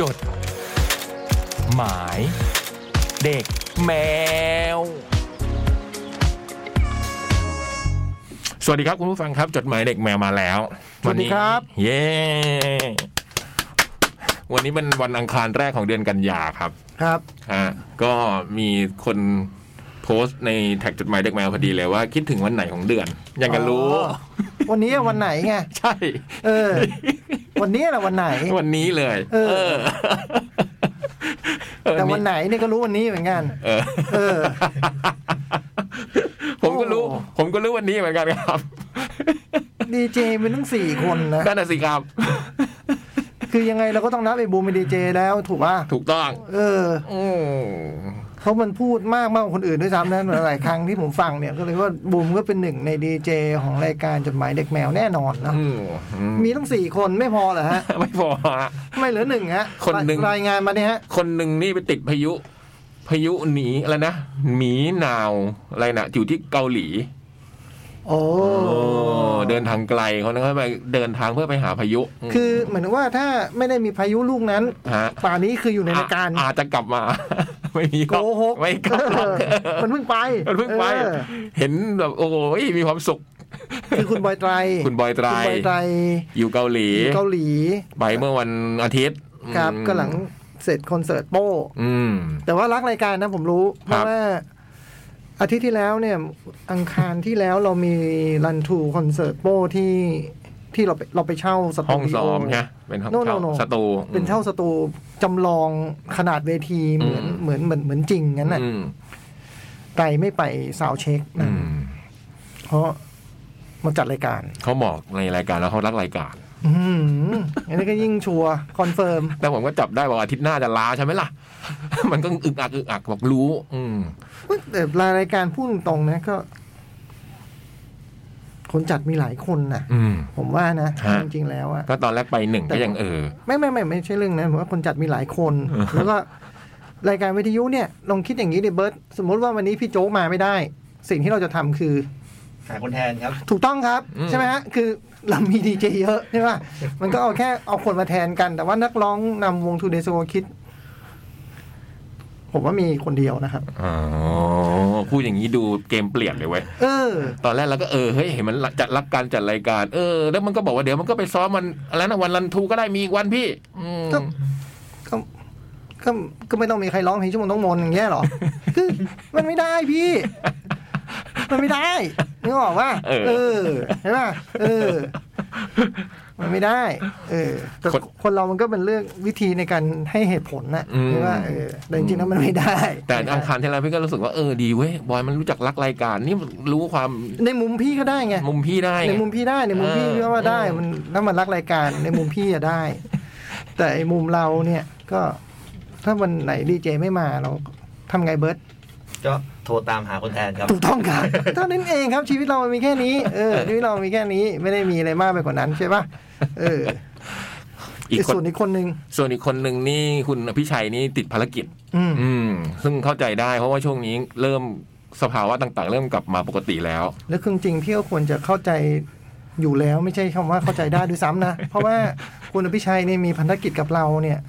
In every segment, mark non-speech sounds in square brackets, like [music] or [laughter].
จด หมาย เด็กแมว สวัสดีครับคุณผู้ฟังครับ จดหมายเด็กแมวมาแล้ว สวัสดีครับ วันนี้เย้วันนี้เป็นวันอังคารแรกของเดือนกันยาครับ ครับ ฮะก็มีคนโพสต์ในแท็กจดหมายเด็กแมวพอดีเลยว่าคิดถึงวันไหนของเดือน อย่างกันรู้ อ๋อ วันนี้วันไหนไง ใช่ เออ วันนี้แหละวันไหน วันนี้เลย เออ อเออ แต่วันไหนเนี่ยก็รู้วันนี้เหมือนกัน เออ เออ ผมก็รู้ โอ้ ผมก็รู้วันนี้เหมือนกันครับ [laughs] ดีเจเป็นทั้งสี่คนนะ นั่นน่ะสิครับ คือยังไงเราก็ต้องนับไอ้บูมเป็นดีเจแล้วถูกป่ะ ถูกต้อง เออ อืม เพราะมันพูดมากมากกว่าคนอื่นด้วยซ้ำนะหลายๆครั้งที่ผมฟังเนี่ยก็เลยว่าบูมก็เป็นหนึ่งในดีเจของรายการจดหมายเด็กแมวแน่นอนนะ อืมอืม มีทั้งสี่คนไม่พอเหรอฮะ ไม่พอฮะ ทำไม่เหลือหนึ่งฮะ คนหนึ่ง รายงานมาเนี่ยฮะ คนหนึ่งนี่ไปติดพายุ พายุหนีอะไรนะหมีหนาวอะไรนะอยู่ที่เกาหลี โอ้ โอ้เดินทางไกลเขานะครับไปเดินทางเพื่อไปหาพายุ คือเหมือนว่าถ้าไม่ได้มีพายุลูกนั้น ฮะ ป่านี้คืออยู่ในรายการ อาจจะกลับมา [laughs] ไม่มี โกหก ไม่กลับหรอก [laughs] เออมันเพิ่งไป มันเพิ่งไป ออ เห็นแบบโอ้ยมีความสุข คือคุณบอยไตร คุณบอยไตร คุณบอยไตร อยู่เกาหลี เกาหลี ไปเมื่อวันอาทิตย์ ครับ อืม ก็หลังเสร็จคอนเสิร์ตโป้ อืม แต่ว่ารักรายการนะผมรู้ เพ ครั ราะ บ ว่าอาทิตย์ที่แล้วเนี่ย อังคารที่แล้วเรามีรันทูคอนเสิร์ตโป้ที่ที่เราไปเราไปเช่าสตู ห้อง ดิ ซ้ โอ อมใช่ไหมเป็นห้อง No, no, เช่า no. สตู เป็นเช่าสตูจำลองขนาดเวทีเหมือน อืม เหมือนเหมือนเหมือนจริงงั้นน่ะ อืม ไตรไม่ไปสาวเช็ค อื นะ ม เพราะมาจัดรายการ เขาบอกในรายการแล้วเขารักรายการ อืมอันนี้ก็ยิ่งชัวร์คอนเฟิร์ม แต่ผมก็จับได้ว่าอาทิตย์หน้าจะลาใช่ไหมล่ะ [laughs] มันก็อึกอักอึกอักบอกรู้ อืม แต่รายการพูดตรงๆนะก็ คนจัดมีหลายคนนะ อืม ผมว่านะ ฮะ จริงๆแล้วอะ ก็ตอนแรกไปหนึ่ง แต่ ก็ยังเออ ไม่ไม่ไม่ไม่ใช่เรื่องนั้นผมว่าคนจัดมีหลายคน [laughs] อือฮะ แล้วก็รายการวิทยุเนี่ยลองคิดอย่างนี้ดิเบิร์ตสมมติว่าวันนี้พี่โจ๊กมาไม่ได้ สิ่งที่เราจะทำคือ หาคนแทนครับ ถูกต้องครับ อืม ใช่ไหมฮะคือเรามีดีเจเยอะใช่ป่ะมันก็เอาแค่เอาคนมาแทนกัน แต่ว่านักร้องนำวงทูเดโซคิด ผมว่ามีคนเดียวนะครับ อ๋อพูดอย่างนี้ดูเกมเปลี่ยนเลยเว้ย เออ ตอนแรกเราก็เออเฮ้ยเห็นมันจัดรับการจัดรายการ เออ แล้วมันก็บอกว่าเดี๋ยวมันก็ไปซ้อมมันอะไรนะวันรันทูก็ได้มีอีกวันพี่ อืม ก็ ก็ก็ก็ไม่ต้องมีใครร้องเพลงชั่วโมงต้องมนต์อย่างเงี้ยหร [laughs] อ คือมันไม่ได้พี่ มันไม่ได้นึกออกว่าเออใช่ป่ะเออ มันไม่ได้ เออแต่คนเรามันก็เป็นเรื่องวิธีในการให้เหตุผลน่ะใช่ป่ะเออแต่จริงๆแล้วมันไม่ได้ แต่อังคารที่แล้วพี่ก็รู้สึกว่าเออดีเว้ยบอยมันรู้จักรักรายการ นี่รู้ความ ในมุมพี่ก็ได้ไง มุมพี่ได้ไง ในมุมพี่ได้ในมุมพี่ เออ ก็ว่าได้ มันถ้ามันรักรายการ ในมุมพี่อะได้ แต่ไอ้มุมเราเนี่ย ก็ ถ้าวันไหนดีเจไม่มาเราทำไงเบิร์ต ก็โทรตามหาคนแทนครับ ถูกต้องครับ เท่านั้นเองครับชีวิตเรามันมีแค่นี้ เออชีวิตเรามีแค่นี้ไม่ได้มีอะไรมากไปกว่านั้นใช่ป่ะเออ อี อี ก ก คน ส่วนอีกคนนึง ส่วนอีกคนหนึ่งนี่คุณพี่ชัยนี่ติดภารกิจ อืม อืม ซึ่งเข้าใจได้ เพราะว่าช่วงนี้เริ่มสภาวะต่าง ๆ เริ่มกลับมาปกติแล้ว แล้วคือจริงๆที่เราควรจะเข้าใจอยู่แล้วไม่ใช่คำว่าเข้าใจได้ด้วยซ้ำ [laughs] นะ เพราะว่าคุณอภิชัยเนี่ยมีพันธกิจกับเราเนี่ย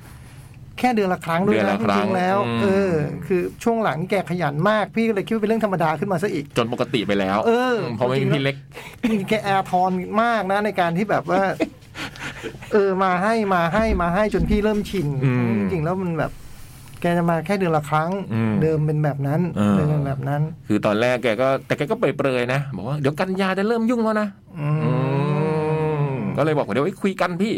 แค่เดือนละครั้งด้วย เดือน นะ ละ จ ครั้ง ริงๆแล้ว อืม เออ คือช่วงหลังแกขยันมากพี่ก็เลยคิดว่าเป็นเรื่องธรรมดาขึ้นมาซะอีก จนปกติไปแล้ว เออ มเพราะไม่มีพี่เล็ก มีแกแอร์ทอนมากนะในการที่แบบว่า [laughs] เออมาให้มาให้มาให้จนพี่เริ่มชิน อืม จริงๆแล้วมันแบบ แกจะมาแค่เดือนละครั้ง อืม เดิมเป็นแบบนั้น เออ เดิมเป็นแบบนั้น คือตอนแรกแกก็แต่แกก็เปรยๆนะบอกว่าเดี๋ยวกันยาจะเริ่มยุ่งแล้วนะ อืม ก็เลยบอกว่าเดี๋ยวไว้คุยกันพี่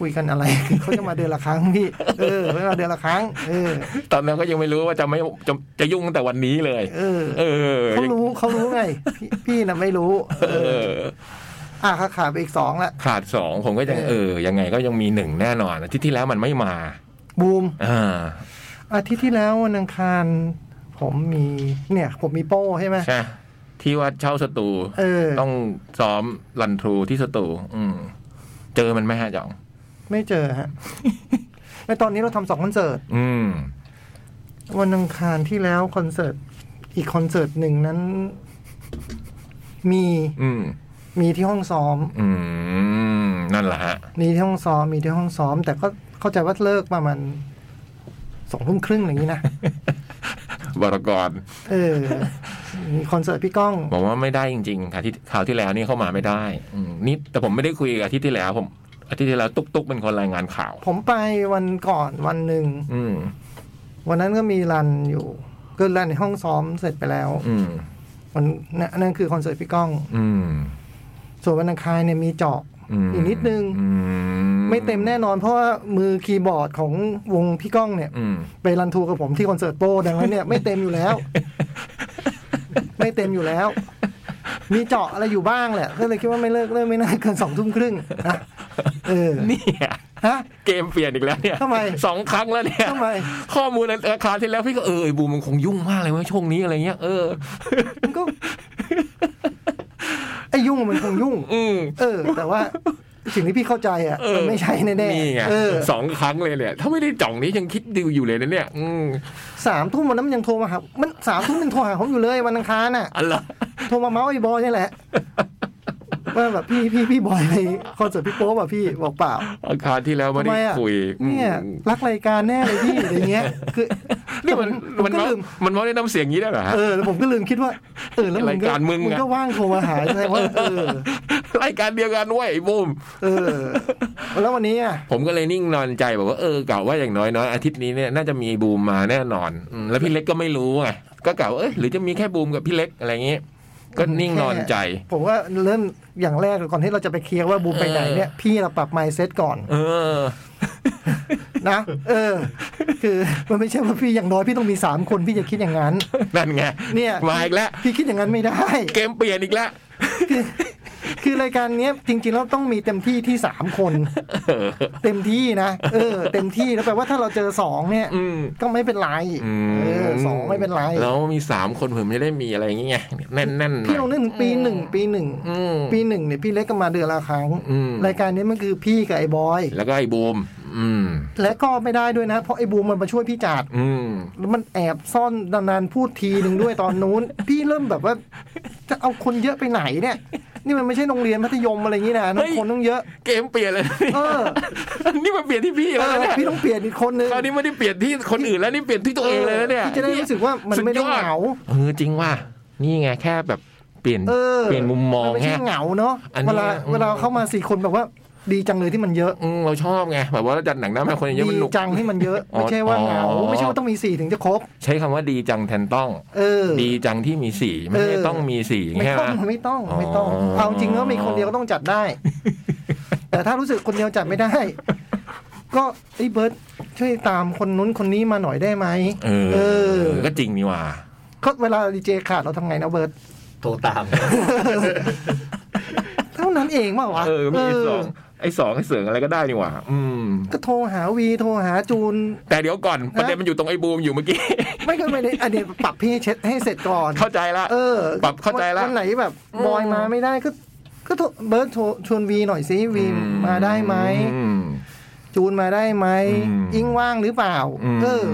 คุยกันอะไร เขาจะมาเดือนละครั้ง [laughs] พี่เออเขาจะมาเดือนละครั้ง เออ ตอนนั้นก็ยังไม่รู้ว่าจะไม่จะจะยุ่งตั้งแต่วันนี้เลย เออ เออ เขารู้เขารู้ไงพี่พี่น่ะไม่รู้ เอ เออ อ อ่ะขาขาดไปอีกสองละ ขาดสองผมก็ยัง เอ เอ อ อ ยังไงก็ยังมีหนึ่งแน่นอนอาทิตย์ที่แล้วมันไม่มา บูม อ่า อาทิตย์ที่แล้ววันอังคาร ผมมีเนี่ย ผมมีโป้ใช่ไหม ใช่ที่ว่าเช่าสตู เออ ต้องซ้อมรันทรูที่สตูอืม เจอมันไหมฮะจ่อง ไม่เจอ [laughs] ฮะ ในตอนนี้เราทำสองคอนเสิร์ต อืม วันอังคารที่แล้วคอนเสิร์ต อีกคอนเสิร์ตหนึ่งนั้น มี อืม มีที่ห้องซ้อม อืม นั่นแหละฮะ [laughs] มีที่ห้องซ้อมมีที่ห้องซ้อม แต่ก็ เข้าใจว่าเลิกประมาณสองทุ่มครึ่งอย่างนี้นะ วรกร เออ มีคอนเสิร์ตพี่ก้อง บอกว่าไม่ได้จริงๆค่ะที่คราวที่แล้วนี่เข้ามาไม่ได้อืมนี่แต่ผมไม่ได้คุยกับอาทิตย์ที่แล้วผมอาทิตย์ที่แล้วตุ๊กตุ๊กเป็นคนรายงานข่าว ผมไปวันก่อนวันหนึ่ง อืม วันนั้นก็มีรันอยู่ ก็รันในห้องซ้อมเสร็จไปแล้ว อืม วันนั้นนั่นคือคอนเสิร์ตพี่ก้อง อืม ส่วนวันอังคารเนี่ยมีเจาะ ม อีกนิดนึง อื ไม่เต็มแน่นอนเพราะว่ามือคีย์บอร์ดของวงพี่ก้องเนี่ย อืม ไปรันทัวร์กับผมที่คอนเสิร์ตโปดังนั้นเนี่ย ไม่เต็มอยู่แล้ว [laughs] ไม่เต็มอยู่แล้ว มีเจาะอะไรอยู่บ้างแหละ ก็เลยคิดว่าไม่เลิกเลิกไม่น่าเกินสองทุ่มครึ่งนะเออ เนี่ย ฮะ เกมเปลี่ยนอีกแล้วเนี่ย ทำไม สองครั้งแล้วเนี่ย ทำไม ข้อมูลอาคารที่แล้วพี่ก็เออไอบูมมันคงยุ่งมากเลยเว่าช่วงนี้อะไรเงี้ยเออ มันก็ ไอ้ยุ่งมันคงยุ่ง อืม เออ แต่ว่าสิ่งที่พี่เข้าใจอ่ะ เออ มันไม่ใช่แน่ นี่ไง ๆเออ สองครั้งเลยเนี่ย ถ้าไม่ได้จ่องนี้ยังคิดดิวอยู่เลยนะเนี่ย อืม สามทุ่มวันนั้นมันยังโทรมาหามันสามทุ่มมันโทรหาผมอยู่เลยวันอังคารน่ะ อันละ โทรมาเมาส์ไอ้บอยนี่แหละว่าแบบพี่พี่พี่บอยไปคอนเสิร์ตพี่โป๊ปอ่ะพี่บอกเปล่า อาคารที่แล้วไม่ ทำ ได้ ไมอ่ะ คุย เนี่ย อืม รักรายการแน่ [laughs] เลยพี่อะไรเงี้ย คือ นี่มัน ผม มันเมาก็ลืม มันเมาได้น้ำเสียงงี้ได้เหรอฮะ เออแล้วผมก็ลืมคิดว่าเออแล้วมึงก็ รายการมึงอะ มึงก็ว่างโทรมาหาใช่ว่าเออ รายการเดียวกันเว้ยไอ้บูม เออ แล้ววันนี้อ่ะ ผมก็เลยนิ่งนอนใจแบบว่าเออกะว่าอย่างน้อยน้อยๆอาทิตย์นี้เนี่ยน่าจะมีบูมมาแน่นอนอืมแล้วพี่เล็กก็ไม่รู้ไงก็กะว่าเอ้ยหรือจะมีแค่บูมกับพี่เล็กอะไรอย่างงี้ ก็นิ่งนอนใจ ผมว่าเริ่มอย่างแรกก่อนที่เราจะไปเคลียร์ว่าบูมไปไหนเนี่ย พี่เราปรับไมซ์เซตก่อน เออ นะ เออ คือมันไม่ใช่ว่าพี่อย่างน้อยพี่ต้องมีสามคนพี่จะคิดอย่างนั้น นั่นไง เนี่ย มาอีกแล้ว พี่คิดอย่างนั้นไม่ได้ เกมเปลี่ยนอีกแล้ว คือคือรายการเนี้ยจริงๆแล้วต้องมีเต็มที่ที่สามคน เออ เต็มที่นะเออ เต็มที่แล้วแปลว่าถ้าเราเจอสองเนี่ย อืม ก็ไม่เป็นไร อื เออ ม สองไม่เป็นไร แล้วมีสามคนผมจะได้มีอะไรอย่างเงี้ยแน่นๆหน่อย พี่ลองนึกถึงปีหนึ่งปีหนึ่ง อืม ปีหนึ่งเนี่ยพี่เล็กก็มาเดือนละครั้ง อืม รายการนี้มันคือพี่กับไอ้บอย แล้วก็ไอ้บูมอืม และก็ไม่ได้ด้วยนะ เพราะไอ้บูมมันมาช่วยพี่จัด อืม แล้วมันแอบซ่อนนานๆพูดทีหนึ่งด้วยตอน [laughs] นู้น พี่เริ่มแบบว่า จะเอาคนเยอะไปไหนเนี่ย นี่มันไม่ใช่โรงเรียนมัธยมอะไรอย่างนี้นะนั่น เฮ้ย คนต้องเยอะ เกมเปลี่ยน [laughs] เลย เออ นี่มันเปลี่ยนที่พี่ เอ แล้ว อ นะเนี่ย พี่ต้องเปลี่ยนอีกคนนึง คราวนี้ไม่ได้เปลี่ยนที่คนอื่นแล้วนี่เปลี่ยนที่ตัวเองเลยนะเนี่ย พี่จะได้รู้สึกว่ามันไม่ได้เหงา เออจริงว่ะนี่ไงแค่แบบเปลี่ยน เออ เปลี่ยนมุมมอง นไม่ แค่ ใช่เหงาเนาะ อันนี้ เวลา อืม เวลาเข้ามาสี่คนแบบว่า ดีจังเลยที่มันเยอะ อืมเราชอบไงแบบว่าเราจัดหนังหน้าแม่คนเยอะๆมัน ดี หนุก จังที่มันเยอะ อ๋อ ไม่ใช่ว่าเหงา อ๋อ ไม่ใช่ว่าต้องมีสี่ถึงจะครบ ใช้คำว่าดีจังแทนต้อง เออ ดีจังที่มีสี่ไม่ เอ ได้ อ ต้องมีสี่ ไม่ ใช่ไห ต้ ม องไม่ต้อง อ๋อ ไม่ต้อง เอาจริงแล้วมีคนเดียวก็ต้องจัด [laughs] ได้ แต่ถ้ารู้สึกคนเดียวจัดไม่ได้ ก็ไอ้เบิร์ตช่วยตามคนนู้นคนนี้มาหน่อยได้ไหม เออก็จริงนี่ว่ะ ก็เวลาดีเจขาดเราทำไงนะเบิร์ต โทรตามครับ เท่านั้นเองเปล่าวะ เออมีไอ้สอง เออ ไอ้สองไอ้เสืองอะไรก็ได้นี่ว่ะอืม ก็โทรหาวีโทรหาจูน แต่เดี๋ยวก่อนประเด็นมันอยู่ตรงไอ้บูมอยู่เมื่อกี้ [laughs] ไม่ก็ไม่ได้อันนี้ปรับพี่ให้เช็ดให้เสร็จก่อน เข้าใจละ เออ ปรับเข้าใจละ วันไหนแบบ อืม บอยมาไม่ได้ก็ ก็โทรเบิร์ตโทรชวนวีหน่อยสิวีมาได้ไหม อืม จูนมาได้ไหม อืม อิงว่างหรือเปล่า ม เออ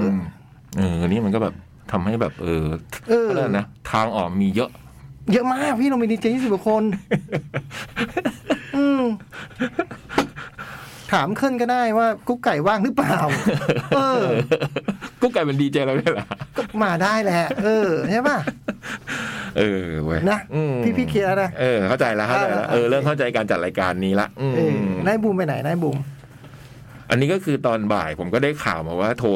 เออ นี่มันก็แบบทำให้แบบ เออ เออ ขารียกนะทางออกมีเยอะ เยอะมากพี่เรามีดีเจยี่สิบคน [laughs] อืมถามขึ้นก็ได้ว่ากุ๊กไก่ว่างหรือเปล่า เออ ก็กลายเป็นดีเจแล้วเนี่ยแหละ ก็มาได้แหละ เออใช่ป่ะ เออเว้ย นะ อืม พี่พี่เคลียร์นะ เออ เข้าใจแล้วเข้าใจแล้ว อ่า เออเริ่มเข้าใจการจัดรายการนี้ละอืม เออนายบูมไปไหนนายบูม อันนี้ก็คือตอนบ่ายผมก็ได้ข่าวมาว่า โทร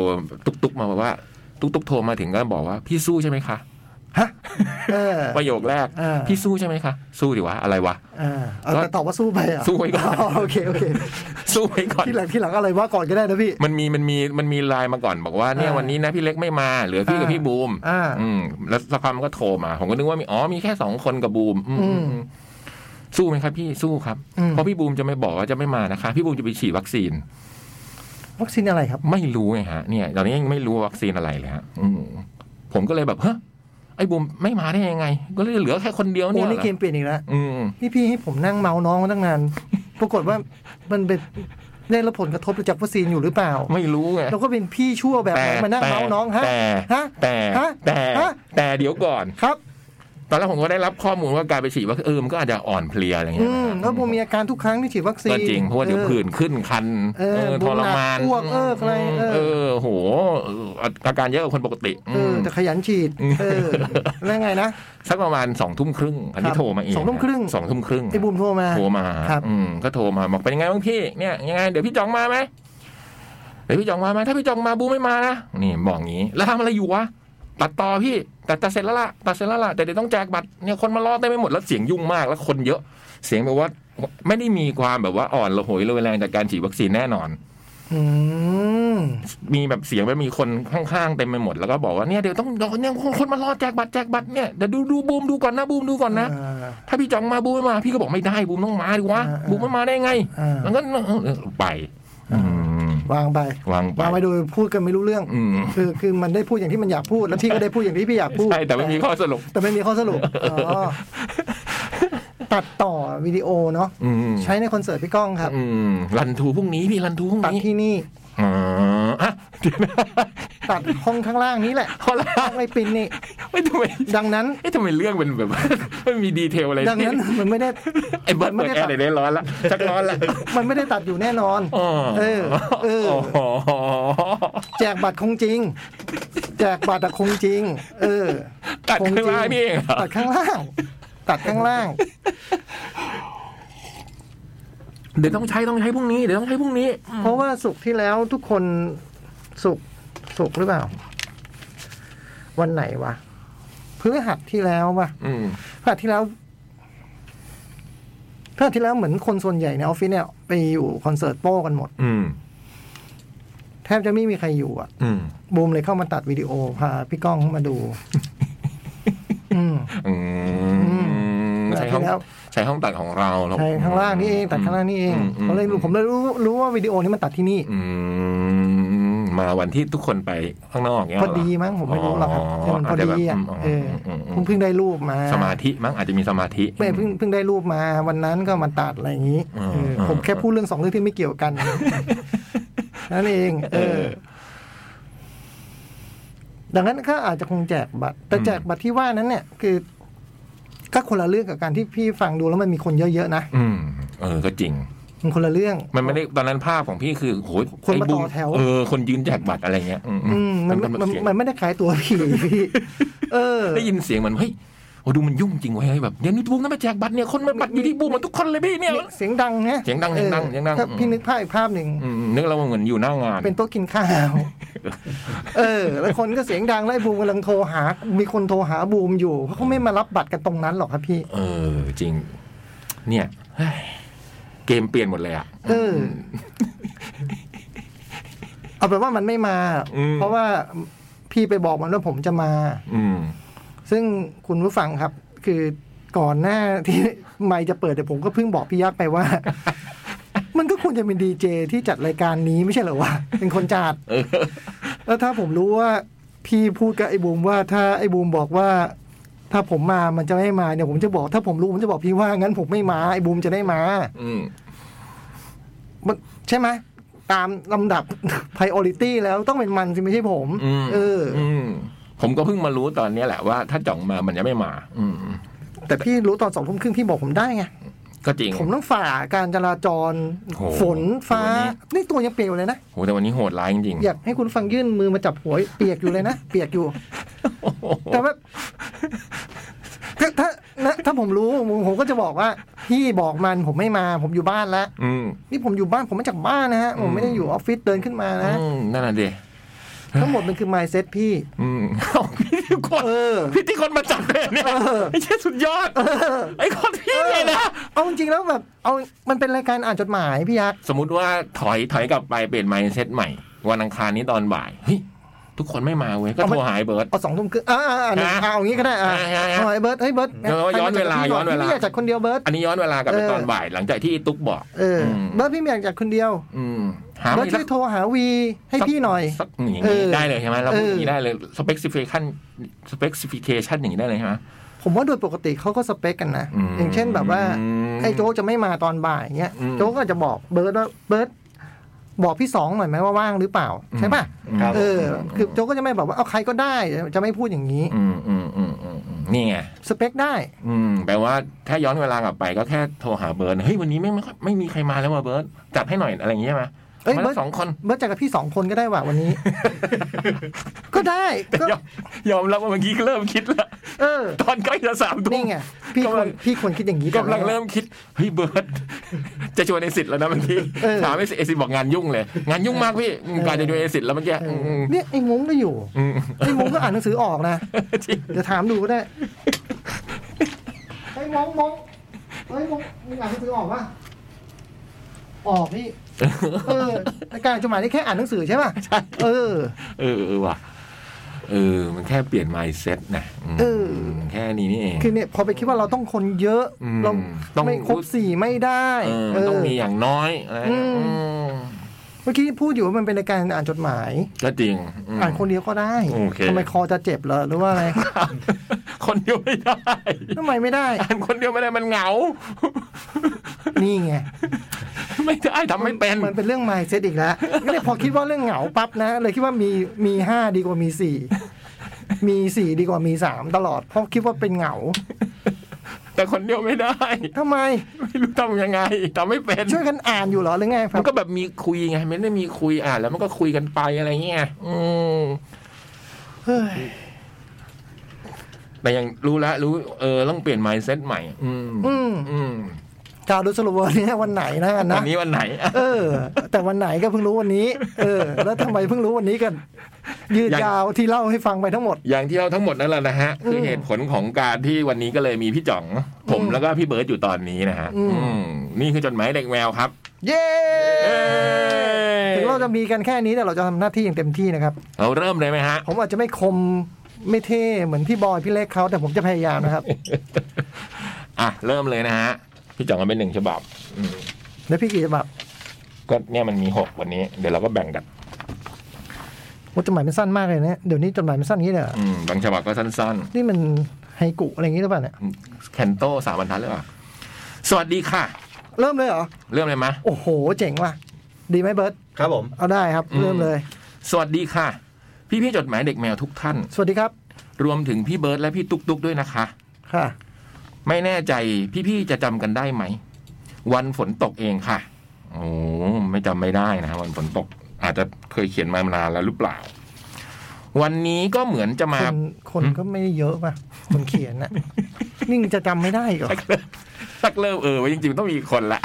ตุกตุกๆมาบอกว่า ตุกตุกๆโทรมาถึงก็บอกว่า พี่สู้ใช่ไหมคะ ฮะ เออ ประโยคแรก อ่า พี่สู้ใช่ไหมคะ สู้ดิวะอะไรวะ อ่าเอาแต่ตอบว่าสู้ไปอ่ะ สู้ไว้ก่อน โอเคโอเค สู้ไว้ก่อน ที่หลังที่หลังอะไรว่าก่อนก็ได้นะพี่ มันมีมันมีมันมีไลน์มาก่อนบอกว่าเนี่ย อ่า วันนี้นะพี่เล็กไม่มาเหลือพี่กับ อ่า พี่บูม อ่า อืมแล้วสักพักมันก็โทรมาผมก็นึกว่ามีอ๋อมีแค่สองคนกับบูมอืม อืม สู้ไหมครับพี่สู้ครับ อืม เพราะพี่บูมจะไม่บอกว่าจะไม่มานะคะ พี่บูมจะไปฉีดวัคซีน วัคซีนอะไรครับ ไม่รู้ไงฮะเนี่ยตอนนี้ยังไม่รู้ว่าวัคซีนอะไรเลยฮะอืมผมก็เลยแบบเฮ้ไอ้บูมไม่มาได้ยังไง ก็เลยเหลือแค่คนเดียว โอ้ เนี่ยเหร นี่ อ เกมเปลี่ยนอีกแล้ว อืม นี่พี่ให้ผมนั่งเมาน้องมาตั้งนาน ปรากฏว่ามันเป็นได้รับผลกระทบจากวัคซีนอยู่หรือเปล่า ไม่รู้ไง เราก็เป็นพี่ชั่วแบบ แต่ นั้นมานั่ง แต่ เมาน้องฮะ แต่ ฮะ แต่ ฮะ แต่ ฮะ แต่เดี๋ยวก่อน ครับ ตอนแรกผมก็ได้รับข้อมูลว่าการไปฉีดว่าเออมันก็อาจจะอ่อนเพลียอะไรอย่าง อื เงี้ย มแล้วบูมมีอาการทุกครั้งที่ฉีดวัคซี ก็ น จริงเพราะว่าเดี๋ยว ออ ผื่นขึ้นคัน เออ ทรมาน บวมหนักอ้วกเอิกอะไรเออ เออโหอาอาการเยอะกว่าคนปกติ เออ ม แต่ขยันฉีด อืม เอ [laughs] อแล้วไงนะ สักประมาณสองทุ่มครึ่งอันนี้ ครับ โทรมาเอง สองทุ่มครึ่ง สองทุ่มครึ่ง ไอ้บูมโทรมา โทรมา ครับ อืมก็โทรมาบอกเป็นยังไงบ้างพี่เนี่ยยังไง เดี๋ยวพี่จองมาไหมเดี๋ยวพี่จองมาไหมถ้าพี่จองมาบูไม่มานะนี่บอกงี้ แล้วทำอะไรอยู่วะตัดต่อพี่แต่ตัดเสร็จแล้วล่ะตัดเสร็จแล้วล่ะแต่เดี๋ยวต้องแจกบัตรเนี่ยคนมารอเต็มไปหมดแล้วเสียงยุ่งมากแล้วคนเยอะ เสียงแบบว่า ไม่ได้มีความแบบว่าอ่อนระหวยระแวงจากการฉีดวัคซีนแน่นอน อืม มีแบบเสียงแบบมีคนข้างๆเต็มไปหมดแล้วก็บอกว่าเนี่ยเดี๋ยวต้องเนี่ยคนมารอแจกบัตรแจกบัตรเนี่ยเดี๋ยวดูดูบูมดูก่อนนะบูมดูก่อนนะ เออ ถ้าพี่จองมาบูมไม่มา พี่ก็บอกไม่ได้บูมต้องมาดิวะ อ่าอ่า บูมไม่มาได้ไง อ่า มันก็ไปอืม วางไป วางไป วางไปโดยพูดกันไม่รู้เรื่อง อืม คือคือมันได้พูดอย่างที่มันอยากพูด แล้วพี่ก็ได้พูดอย่างที่พี่อยากพูด ใช่แต่ไม่มีข้อสรุป แต่ไม่มีข้อสรุปอ๋อตัดต่อวิดีโอเนาะ อืม ใช้ในคอนเสิร์ตพี่ก้องครับ อืมรันทูพรุ่งนี้พี่รันทูพรุ่ง ตัด นี้ ที่นี่ อ๋ออ่ะเดี๋ยวนะ ตัดห้องข้างล่างนี้แหละ เอาละ ห้องไรปินนี่ ไม่ทำไม ดังนั้น เอ๊ะทำไมเรื่องเป็นแบบว่า [laughs] ไม่มีดีเทลอะไร ดังนั้นมันไม่ได้ ไอ้เบิร์ด ไม่ เปิดแอได้ร์ตัดไหนได้ร้อนละชักร้อนละ มันไม่ได้ตัดอยู่แน่นอน อ๋อ เออเออ อ แจกบัตรคงจริง แจกบัตรอะคงจริง เออ ตัด คง ข้าง จริ ล่างนี่เองเหรอ ตัดข้างล่าง ตัดข้างล่าง เดี๋ยวต้องใช้ต้องใช้พรุ่งนี้เดี๋ยวต้องใช้พรุ่งนี้ เพราะว่าสุกร์ที่แล้วทุกคนสุกร์สุกร์หรือเปล่า วันไหนวะพฤหัสที่แล้ววะ อืม พฤหัสที่แล้วพฤหัสที่แล้วเหมือนคนส่วนใหญ่ในออฟฟิศเนี่ยไปอยู่คอนเสิร์ตโป้กันหมด อืม แทบจะไม่มีใครอยู่อ่ะ อืม บูมเลยเข้ามาตัดวิดีโอพาพี่ก้องเข้ามา [laughs] ดู อืม อืม แบบ ใช้ห้อง ที่แล้ว ใช้ห้องตัดของเราเนอะ ใช่ข้างล่างนี่เองตัดข้างล่างนี่เอง อื ผมเลยรู้ผมเลยรู้รู้ว่าวิดีโอนี้มันตัดที่นี่ อืมมาวันที่ทุกคนไปข้างนอกเงี้ย พ เห อ ร ดีมั้งผมไม่รู้หรอกครับแต่มันพอดีอ่ะ าจ เอ จ อ แบบมม เพิ่งเพิ่งได้รูปมา สมาธิมั้งอาจจะมีสมาธิ ไม่เพิ่งเพิ่งได้รูปมาวันนั้นก็มาตัดอะไรอย่างนี้ อืม เออ อืม ผมแค่พูดเรื่องสองเรื่องที่ไม่เกี่ยว [laughs] กันนั่นเอง เออ ดังนั้นก็อาจจะคงแจกบัตร แต่แจกบัตรที่ว่านั้นเนี่ย คือก็คนละเรื่องกับการที่พี่ฟังดูแล้วมันมีคนเยอะๆนะ อืมเออก็จริง มันคนละเรื่อง มันไม่ได้ตอนนั้นภาพของพี่คือโหย คนมา ไบู ต่อแถว เออ คนยืนแจกบัตรอะไรเงี้ย อืมอื อื ม มมัน เป็แบบ มัน เสียง มันไม่ได้ขายตัว [laughs] ผีพี่ เออ ได้ยินเสียงมันเฮ้ยโอ้ดูมันยุ่งจริงเว้ยเฮ้ยแบบเดี๋ยวนี้บูมต้องมาแจกบัตรเนี่ยคนมาบัตรอยู่ที่บูมหมดทุกคนเลยพี่เนี่ย เสียงดังนะ เสียงดังเสียงดังเสียงดัง ถ้าพี่นึกภาพอีกภาพหนึ่ง อืมนึกแล้วว่าเหมือนอยู่หน้างาน เป็นโต๊ะกินข้าว [laughs] เออ แล้วคนก็เสียงดังไล่บูมกำลังโทรหา มีคนโทรหาบูมอยู่ เพราะเขาไม่มารับบัตรกันตรงนั้นหรอกครับพี่ เออจริง เนี่ยเฮ้ยเกมเปลี่ยนหมดเลยอ่ะ เออ เอาเป็นว่ามันไม่มา อืม เพราะว่าพี่ไปบอกมันว่าผมจะมา อืม ซึ่งคุณผู้ฟังครับ คือก่อนหน้าที่ [laughs] ไมค์จะเปิดแต่ผมก็เพิ่งบอกพี่ยักษ์ไปว่า [laughs] มันก็ควรจะเป็นดีเจที่จัดรายการนี้ไม่ใช่เหรอวะเป็นคนจัดแล้วถ้าผมรู้ว่าพี่พูดกับไอ้บูมว่าถ้าไอ้บูมบอกว่า ถ้าผมมามันจะไม่มาเนี่ยผมจะบอก ถ้าผมรู้ผมจะบอกพี่ว่างั้นผมไม่มาไอ้บูมจะได้มา อืม มันใช่ไหมตามลำดับ [laughs] priority แล้วต้องเป็นมันสิไม่ใช่ผม อืม เออ มผมก็เพิ่งมารู้ตอนเนี้ยแหละว่าถ้าจ่องมามันจะไม่มา อืม แต่พี่รู้ตอนสองทุ่มครึ่งพี่บอกผมได้ไง ก็จริง ผมต้องฝ่าการจราจร โห ฝนฟ้า วันนี้ นี่ตัวยังเปียกอยู่เลยนะ โหแต่วันนี้โหดร้ายจริงๆ อยากให้คุณฟังยื่นมือมาจับหัวเปียกอยู่เลย [laughs] นะ เปียกอยู่ โอ้โห แต่ว่าถ้าถ้านะถ้าผมรู้ผมผมก็จะบอกว่า พี่บอกมันผมไม่มา ผมอยู่บ้านแล้ว อืม นี่ผมอยู่บ้านผมมาจากบ้านนะฮะ ผมไม่ได้อยู่ออฟฟิศเดินขึ้นมานะ อืมนั่นน่ะดิ ทั้งหมดมันคือ mindset พี่ อืมเอ้าพี่ที่คน เออ พี่ที่คนมาจับเลยเนี่ย เออ ไอ้เชี่ยสุดยอดไอ้คนพี่เลยนะ เอาจริงๆแล้วแบบ เอามันเป็นรายการอ่านจดหมายพี่ยักษ์ สมมติว่าถอยถอยกลับไปเปลี่ยนไมล์เซตใหม่ วันอังคารนี้ตอนบ่ายเฮ้ยทุกคนไม่มาเว้ยก็โทรหายเบิร์ด เอาสองทุ่มครึ่งอ่าอ่าอ่าหนึ่ง นะ เอาอย่างนี้ก็ได้อ่า อ่าอ่าอ่า เอาไอ้เบิร์ดเฮ้ยเบิร์ด เดี๋ยวย้อนเวลาย้อนเวลา พี่ไม่อยากจัดคนเดียวเบิร์ด อันนี้ย้อนเวลากลับไป เออ ตอนบ่ายหลังจากที่ตุ๊กบอก เออ ม เบิร์ดพี่ไม่อยากจัดคนเดียว อืมหา เบิร์ ไม่ ด ได้ ช่วยโทรหาวีให้พี่หน่อย สักอย่างนี้ เออ ได้เลยใช่ไหมเราพูด เออ อ อ ย่างนี้ได้เลย specification specification อย่างนี้ได้เลยใช่ไหม ผมว่าโดยปกติเขาก็สเปคกันนะ อืม อย่างเช่นแบบว่า ไอ้โจ๊กจะไม่มาตอนบ่ายเงี้ย อืม โจ๊กก็จะบอกเบิร์ดว่าเบิร์ดบอกพี่สองหน่อยไหมว่าว่างหรือเปล่า ใช่ป่ะ ครับ เออ คือโจ๊กก็จะไม่แบบว่าเอาใครก็ได้จะไม่พูดอย่างนี้ อืมอืมอืมอืมอืม นี่ไง สเปคได้ อืมแปลว่าถ้าย้อนเวลากลับไปก็แค่โทรหาเบิร์ดเฮ้ยวันนี้ไม่ไม่ค่อยไม่มีใครมาแล้วว่ะเบิร์ดจัดให้หน่อยอะไรอย่างเงี้ยใช่ไหม เอ้ย มา เบิร์ ละ ด สองคน เบิร์ดจัดกับพี่สองคนก็ได้ว่ะวันนี้ [laughs] ก็ได้ก็ ยอมยอมรับว่าเมื่อกี้เริ่มคิดละ เออ ตอนใกล้จะสามทุ่ นี่ ม ไงพี่คว กำลั รง พี่ควรคิดอย่างนี้ กำลัง ก่อนนะ เริ่มคิดเฮ้ยเบิร์ดจะชวนเอสิทธิ์แล้วนะเมื่อกี้ เออ ถามเอสิทธิ์เอสิทธิ์บอกงานยุ่งเลย งานยุ่งมากพี่อืมกลารจะชวนเอสิทธิ์แล้วเมื่อกี้ เออ อืม [laughs] เนี่ยไอ้มุ้งก็อยู่ อืม ไอ้มุ้งก็อ่านหนังสือออกนะ จริง เดี๋ยวถามดูก็ได้ไอ้มุ้งมุ้งไอ้ยมุ้งมึงอ่านหนังสือออกปะออกพี่เออแต่การจดหมายนี่แค่อ่านหนังสือใช่ป่ะเออ เออเออว่ะเออ มันแค่เปลี่ยน mindset นะอืม เออ แค่นี้นี่เอง คือเนี่ยพอไปคิดว่าเราต้องคนเยอะ อืม เรา ต้อง ไม่ครบสี่ไม่ได้ เออ เอ มัน อ ต้องมีอย่างน้อยอะไร อื อื ม ม เมื่อกี้พูดอยู่ว่ามันเป็นรายการอ่านจดหมาย ก็จริงอืม อ่านคนเดียวก็ได้ โอเค ทำไมคอจะเจ็บเหรอหรือว่า [laughs] อะไร [laughs] คนเดียวไม่ได้ ทำไมไม่ได้ อ่านคนเดียวไม่ได้มันเหงา [laughs] นี่ไง ไม่ได้ทำไม่เป็น มันเป็นเรื่องไมเซ็ตอีกแล้วก็เลยพอคิดว่าเรื่องเหงาปั๊บนะ เลยคิดว่ามีมีห้าดีกว่ามีสี่มีสี่ดีกว่ามีสามตลอดเพราะคิดว่าเป็นเหงา แต่คนเดียวไม่ได้ ทำไม ไม่รู้ทำยังไงทำไม่เป็น ช่วยกันอ่านอยู่เหรอหรือไงครั มั บ นก็แบบมีคุยไงมันได้มีคุยอ่านแล้วมันก็คุยกันไปอะไรเงี้ยอืม เฮ้ย แต่ยังรู้แล้วรู้เออต้องเปลี่ยน mindset ใหม่ อืม อืม อืม กาวดูสรุปว่าวันนี้วันไหนนะกัวันนะ นนี้วัน [laughs] ไหนอ่ะ เออ แต่วันไหนก็เพิ่งรู้วันนี้ เออ แล้วทำไมเพิ่งรู้วันนี้กัน ยืดยาวที่เล่าให้ฟังไปทั้งหมด อย่างที่เราทั้งหมดนั่นแหละนะฮะ คืออ ม เหตุผลของการที่วันนี้ก็เลยมีพี่จ่อง ผมแล้วก็พี่เบิร์ตอยู่ตอนนี้นะฮะ อืม อืมนี่คือจดหมายเด็กแมวครับ เย้ เย้ ถึงเราจะมีกันแค่นี้แต่เราจะทำหน้าที่อย่างเต็มที่นะครับ เราเริ่มเลยไหมฮะ [laughs] ผมอาจจะไม่คมไม่เท่เหมือนพี่บอยพี่เล็กเขาแต่ผมจะพยายามนะครับ อ่ะ เริ่มเลยนะฮะ พี่จ่องมันเป็นหนึ่งฉบับ แล้วพี่กีจะแบบ ก็เนี่ยมันมีหกวันนี้ เดี๋ยวเราก็แบ่งกัน ว่าจดหมายมันสั้นมากเลยนะเดี๋ยวนี้จดหมายมันสั้นอย่างนี้เลยเหรอ อืมบางฉบับก็สั้น นี่มันไฮกุอะไรอย่างนี้หรือเปล่าเนี่ย ๆ แคนโตสามบรรทัดเลยอ่ะสวัสดีค่ะ เริ่มเลยเหรอ เริ่มเลยมะ โอ้โห เจ๋งว่ะดีไหมเบิร์ต ครับผม เอาได้ครับ อืม เริ่มเลย สวัสดีค่ะ พี่พี่ๆจดหมายเด็กแมวทุกท่าน สวัสดีครับ รวมถึงพี่เบิร์ดและพี่ตุ๊กตุ๊กด้วยนะคะ ค่ะ ไม่แน่ใจพี่พี่ๆจะจำกันได้ไหม วันฝนตกเองค่ะ โอ้ไม่จำไม่ได้นะฮะวันฝนตก อาจจะเคยเขียนมานานแล้วหรือเปล่า วันนี้ก็เหมือนจะ ค มา นคนก็ไม่ได้เยอะป่ะคนเขียน [laughs] น่ะนี่มึงจะจำไม่ได้อีก่อ สักเริ่มเออไว้จริงๆ ต้องมีอีกคนละ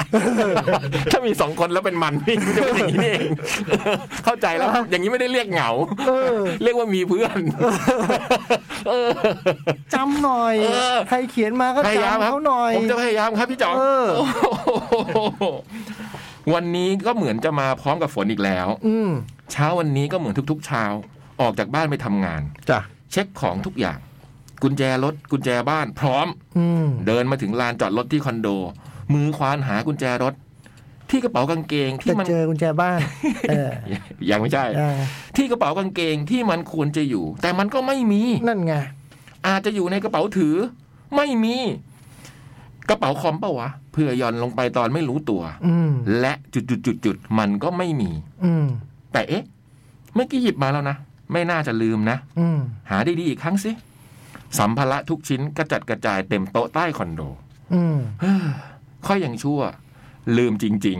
[laughs] ถ้ามีสองคนแล้วเป็นมันพี่มันจะเป็นอย่างนี้นี่เอง [laughs] เข้าใจแล้ว อย่างนี้ไม่ได้เรียกเหงา เออ เรียกว่ามีเพื่อน [laughs] เออ จำหน่อย เออ ใครเขียนมาก็ พยายามคจำรับ เขาหน่อย ผมจะพยายามครับพี่จ๋อง เออ โอ้โหวันนี้ก็เหมือนจะมาพร้อมกับฝนอีกแล้ว อืม เช้าวันนี้ก็เหมือนทุก ๆ เช้า ออกจากบ้านไปทำงาน จ้ะ เช็คของทุกอย่าง กุญแจรถกุญแจบ้านพร้อม อืม เดินมาถึงลานจอดรถที่คอนโด มือควานหากุญแจรถ ที่กระเป๋ากางเกงที่ จะ มัน เจอกุญแจ [laughs] บ้าน เออ ยังไม่ใช่ อ่า ที่กระเป๋ากางเกงที่มันควรจะอยู่ แต่มันก็ไม่มี นั่นไง อาจจะอยู่ในกระเป๋าถือ ไม่มี กระเป๋าคอมเปล่าวะเพื่อหย่อนลงไปตอนไม่รู้ตัว อืม และจุดจุดจุดจุดๆๆๆมันก็ไม่มี อืม แต่เอ๊ะ เมื่อกี้หยิบมาแล้วนะ ไม่น่าจะลืมนะ อืม หาดีๆอีกครั้งสิสัมภาระทุกชิ้นกระจัดกระจายเต็มโต๊ะใต้คอนโด อื [laughs] ม ค่อยยังชั่ว ลืมจริง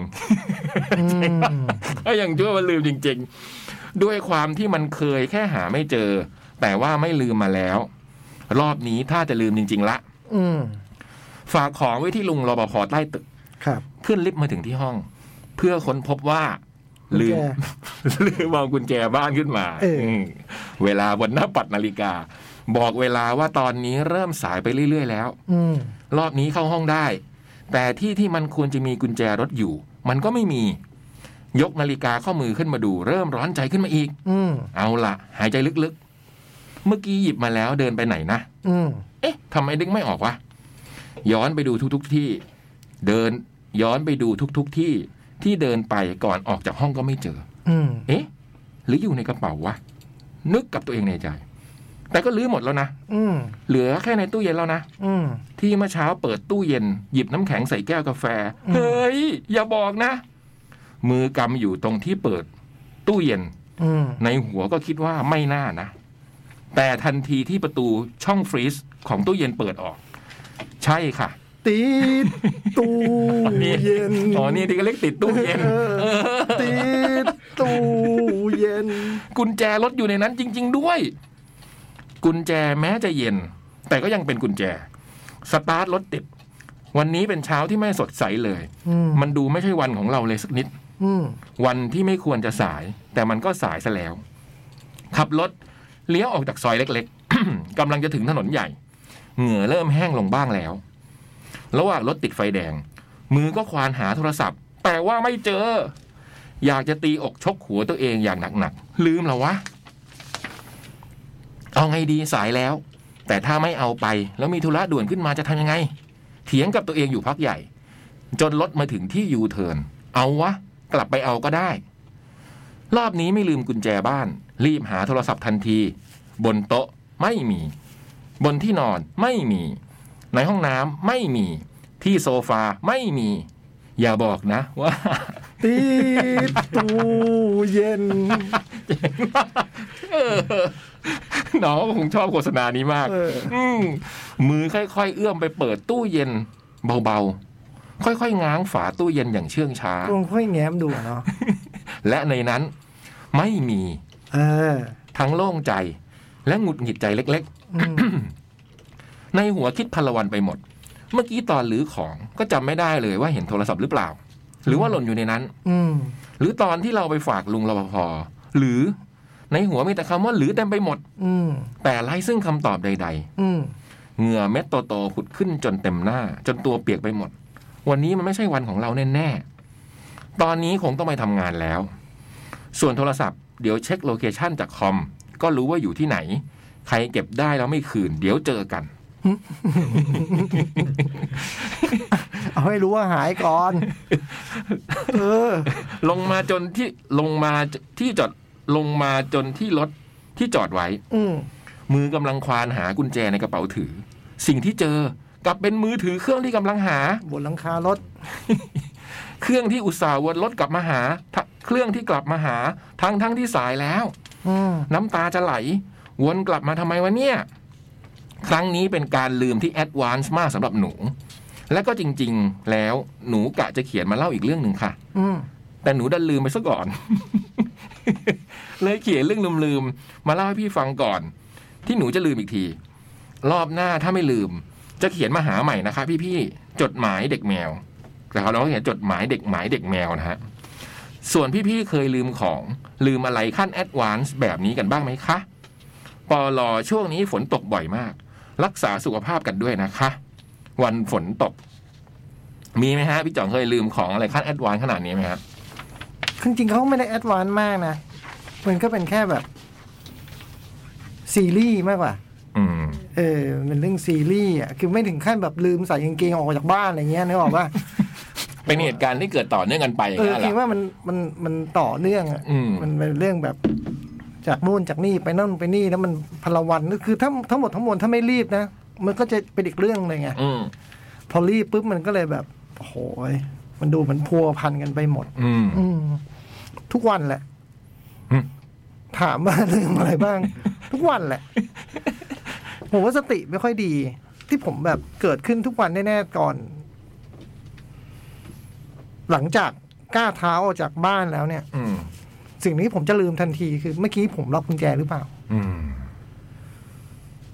อืม ๆ ก็ยังชั่วว่าลืมจริง ๆ ด้วยความที่มันเคยแค่หาไม่เจอ แต่ว่าไม่ลืมมาแล้ว รอบนี้ถ้าจะลืมจริง ๆ ละ อืม ฝากของไว้ที่ลุงรปภใต้ตึก ครับ ขึ้นลิฟต์มาถึงที่ห้อง เพื่อค้นพบว่า ลืม กุญแจ [laughs] ลืมวางกุญแจบ้านขึ้นมา เอออื มเวลาบนหน้าปัดนาฬิกา บอกเวลาว่าตอนนี้เริ่มสายไปเรื่อย ๆ แล้ว อืม รอบนี้เข้าห้องได้ แต่ที่ที่มันควรจะมีกุญแจรถอยู่ มันก็ไม่มี ยกนาฬิกาข้อมือขึ้นมาดู เริ่มร้อนใจขึ้นมาอีก อืม เอาละหายใจลึกๆ เมื่อกี้หยิบมาแล้วเดินไปไหนนะ อืม เอ๊ะทำไมดึงไม่ออกวะ ย้อนไปดูทุก ๆ ที่ เดินย้อนไปดูทุก ๆ ที่ที่เดินไปก่อนออกจากห้องก็ไม่เจอ อืม เอ๊ะ หรืออยู่ในกระเป๋าวะ นึกกับตัวเองในใจ แต่ก็ลื้อหมดแล้วนะ อืม เหลือแค่ในตู้เย็นแล้วนะ อืม ที่เมื่อเช้าเปิดตู้เย็น หยิบน้ำแข็งใส่แก้วกาแฟ อืม เฮ้ย อย่าบอกนะ มือกำอยู่ตรงที่เปิด ตู้เย็น อืม ในหัวก็คิดว่าไม่น่านะ แต่ทันทีที่ประตูช่องฟรีซของตู้เย็นเปิดออก ใช่ค่ะ ติดตู้เย็น อ๋อ นี่ที่ก็เรียกติดตู้เย็น ออติดตู้เย็น กุญแจรถอยู่ในนั้นจริง ๆ ด้วย กุญแจแม้จะเย็น แต่ก็ยังเป็นกุญแจ สตาร์ทรถติด วันนี้เป็นเช้าที่ไม่สดใสเลย อืม มันดูไม่ใช่วันของเราเลยสักนิด อืม วันที่ไม่ควรจะสาย แต่มันก็สายซะแล้ว ขับรถเลี้ยวออกจากซอยเล็กๆ [coughs] กำลังจะถึงถนนใหญ่ เหงื่อเริ่มแห้งลงบ้างแล้ว ระหว่างรถติดไฟแดง มือก็ควานหาโทรศัพท์ แต่ว่าไม่เจอ อยากจะตีอกชกหัวตัวเองอย่างหนักๆ ลืมเหรอวะ เอาไงดีสายแล้ว แต่ถ้าไม่เอาไป แล้วมีธุระด่วนขึ้นมาจะทำยังไง เถียงกับตัวเองอยู่พักใหญ่ จนรถมาถึงที่ยูเทิร์นเอาวะ กลับไปเอาก็ได้ รอบนี้ไม่ลืมกุญแจบ้าน รีบหาโทรศัพท์ทันที บนโต๊ะไม่มี บนที่นอนไม่มี ในห้องน้ำไม่มี ที่โซฟาไม่มี อย่าบอกนะว่า [laughs] ติดตู้เย็น เออน้องก็คงชอบโฆษณานี้มาก เออ อืมมือค่อยๆ เอื้อมไปเปิดตู้เย็น เบาๆ ค่อยๆ ง้างฝาตู้เย็นอย่างเชื่องช้า ลองค่อยแง้มดูเนาะ และในนั้นไม่มี เออ ทั้งโล่งใจ และหงุดหงิดใจเล็ก ๆ อืม [coughs] ในหัวคิดพลวันไปหมด เมื่อกี้ตอนหรือของก็จำไม่ได้เลยว่าเห็นโทรศัพท์หรือเปล่า หรือว่าหล่นอยู่ในนั้น อืม หรือตอนที่เราไปฝากลุงรปภหรือในหัวมีแต่คำว่าหรือเต็มไปหมด อืม แต่ไร้ซึ่งคำตอบใด อืม ๆ เหงื่อเม็ดโตๆผุดขึ้นจนเต็มหน้า จนตัวเปียกไปหมด วันนี้มันไม่ใช่วันของเราแน่ๆ ตอนนี้คงต้องไปทำงานแล้ว ส่วนโทรศัพท์เดี๋ยวเช็คโลเคชันจากคอม ก็รู้ว่าอยู่ที่ไหน ใครเก็บได้แล้วไม่คืน เดี๋ยวเจอกัน เอาให้รู้ว่าหายก่อน เออ ลงมาจนที่ลงมาที่จอดลงมาจนที่รถที่จอดไว้ อืม มือกำลังควานหากุญแจในกระเป๋าถือ สิ่งที่เจอกลับเป็นมือถือเครื่องที่กำลังหา บนหลังคารถ เครื่องที่อุตส่าห์วนรถกลับมาหาทะเครื่องที่กลับมาหา ทั้งทั้งที่สายแล้ว อืม น้ำตาจะไหล วนกลับมาทำไมวะเนี่ย ครั้งนี้เป็นการลืมที่แอดวานซ์มากสำหรับหนู และก็จริง ๆ แล้วหนูกะจะเขียนมาเล่าอีกเรื่องหนึ่งค่ะ อืม แต่หนูดันลืมไปซะก่อน [laughs] เลยเขียนเรื่องลืมๆมาเล่าให้พี่ฟังก่อน ที่หนูจะลืมอีกที รอบหน้าถ้าไม่ลืม จะเขียนมาหาใหม่นะคะ พี่ๆจดหมายเด็กแมว แต่เขาเราก็เขียนจดหมายเด็กหมายเด็กแมวนะฮะ ส่วนพี่ๆเคยลืมของลืมอะไรขั้นแอดวานซ์แบบนี้กันบ้างไหมคะปอลอช่วงนี้ฝนตกบ่อยมาก รักษาสุขภาพกันด้วยนะคะ วันฝนตก มีไหมฮะ พี่จ่องเคยลืมของอะไรขั้นแอดวานซ์ขนาดนี้ไหมฮะ จริงๆเขาไม่ได้แอดวานซ์มากนะ มันก็เป็นแค่แบบ ซีรีส์มากกว่า อืม เออมันเป็นเรื่องซีรีส์อ่ะ คือไม่ถึงขั้นแบบลืมใส่กางเกงออกจากบ้านอะไรเงี้ยนึกออกป่ะ เป็นเหตุการณ์ที่เกิดต่อเนื่องกันไปอย่าง เออ เงี้ย คิด เหรอ ว่ามันมันมันต่อเนื่องอ่ะ อืม มันเป็นเรื่องแบบ จากนู่นจากนี่ไปนั่นไปนี่แล้วมันพลวันก็คือถ้าทั้งหมดทั้งมวลถ้าไม่รีบนะ มันก็จะเป็นอีกเรื่องเลยไง อืม พอรีบปุ๊บมันก็เลยแบบโอ้โหยมันดูเหมันพัวพันกันไปหมด อืม อืม ทุกวันแหละ อืม ถามว่าลืมอะไรบ้าง [laughs] ทุกวันแหละ ผมว่าสติไม่ค่อยดี ที่ผมแบบเกิดขึ้นทุกวันแน่ๆก่อน หลังจากก้าวเท้าออกจากบ้านแล้วเนี่ย อืม สิ่งนี้ผมจะลืมทันทีคือเมื่อกี้ผมล็อกกุญแจหรือเปล่า อืม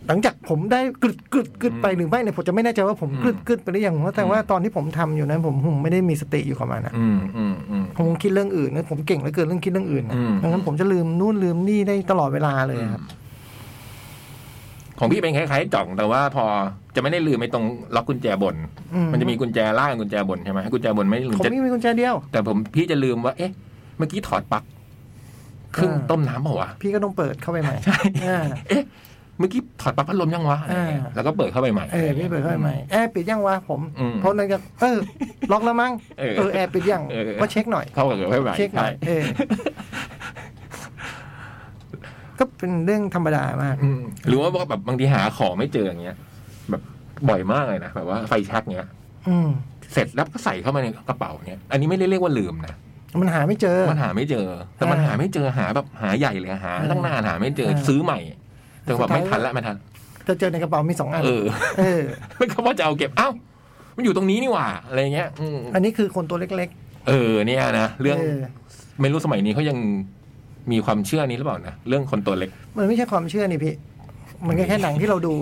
หลังจากผมได้กรึดกรึดกรึดไปหรือไม่เนี่ยผมจะไม่แน่ใจว่าผมกรึดกรึดไปหรือยังแต่ว่าตอนที่ผมทำอยู่นั้นผมผมไม่ได้มีสติอยู่กับมันอะ อืม อืม อืม ผมคิดเรื่องอื่นนะผมเก่งเหลือเกินเรื่องคิดเรื่องอื่นนะ อืม ดังนั้นผมจะลืมนู่นลืมนี่ได้ตลอดเวลาเลยครับ ของพี่เป็นคล้ายๆจ่องแต่ว่าพอจะไม่ได้ลืมไอ้ตรงล็อกกุญแจบน อื มันจะมีกุญแจล่างกุญแจบนใช่ไหมกุญแจบนไม่ได้ลืม ผม จะ มีกุญแจเดียว แต่ผมพี่จะลืมว่า เอ๊ะ เมื่อกี้ถอดปลั๊กเครื่อง อ่า ต้มน้ำเปล่าวะ พี่ก็ต้องเปิดเข้าไปใหม่ ใช่ อ่า เมื่อกี้ถอดปลั๊กพัดลมยังวะอะไรเงี้ย อ่า แล้วก็เปิดเข้าไปใหม่ เออพี่เปิดเข้าไปใหม่แอร์ปิดยังวะผม อืม เพราะนั่นก็เออล็อกแล้วมั้ง เออ เออแอร์ปิดยัง เออ ก็เช็คหน่อย เข้ากับเกิดไปใหม่ เช็คหน่อย ใช่ เออก็เป็นเรื่องธรรมดามาก อืมหรือว่าแบบบางทีหาของไม่เจออย่างเงี้ย แบบบ่อยมากเลยนะแบบว่าไฟแช็กเงี้ย อืม เสร็จแล้วก็ใส่เข้ามาในกระเป๋าเนี่ย อันนี้ไม่ได้เรียกว่าลืมนะ มันหาไม่เจอ มันหาไม่เจอ แต่มัน อ่า หาไม่เจอหาแบบหาใหญ่เลยหา อ่า ตั้งนานหาไม่เจอ อ่า ซื้อใหม่ เธอบอกไม่ทันละไม่ทัน จะเจอในกระเป๋ามีสองอัน เออ เออ มันก็ว่าจะเอาเก็บเอ้า มันอยู่ตรงนี้นี่หว่าอะไรเงี้ยอืม อันนี้คือคนตัวเล็ก เออเนี่ยนะ ๆ เรื่อง เออ ไม่รู้สมัยนี้เขายังมีความเชื่อนี้หรือเปล่านะเรื่องคนตัวเล็ก [laughs] มันไม่ใช่ความเชื่อนี่พี่ มันก็แค่หนังที่เราดู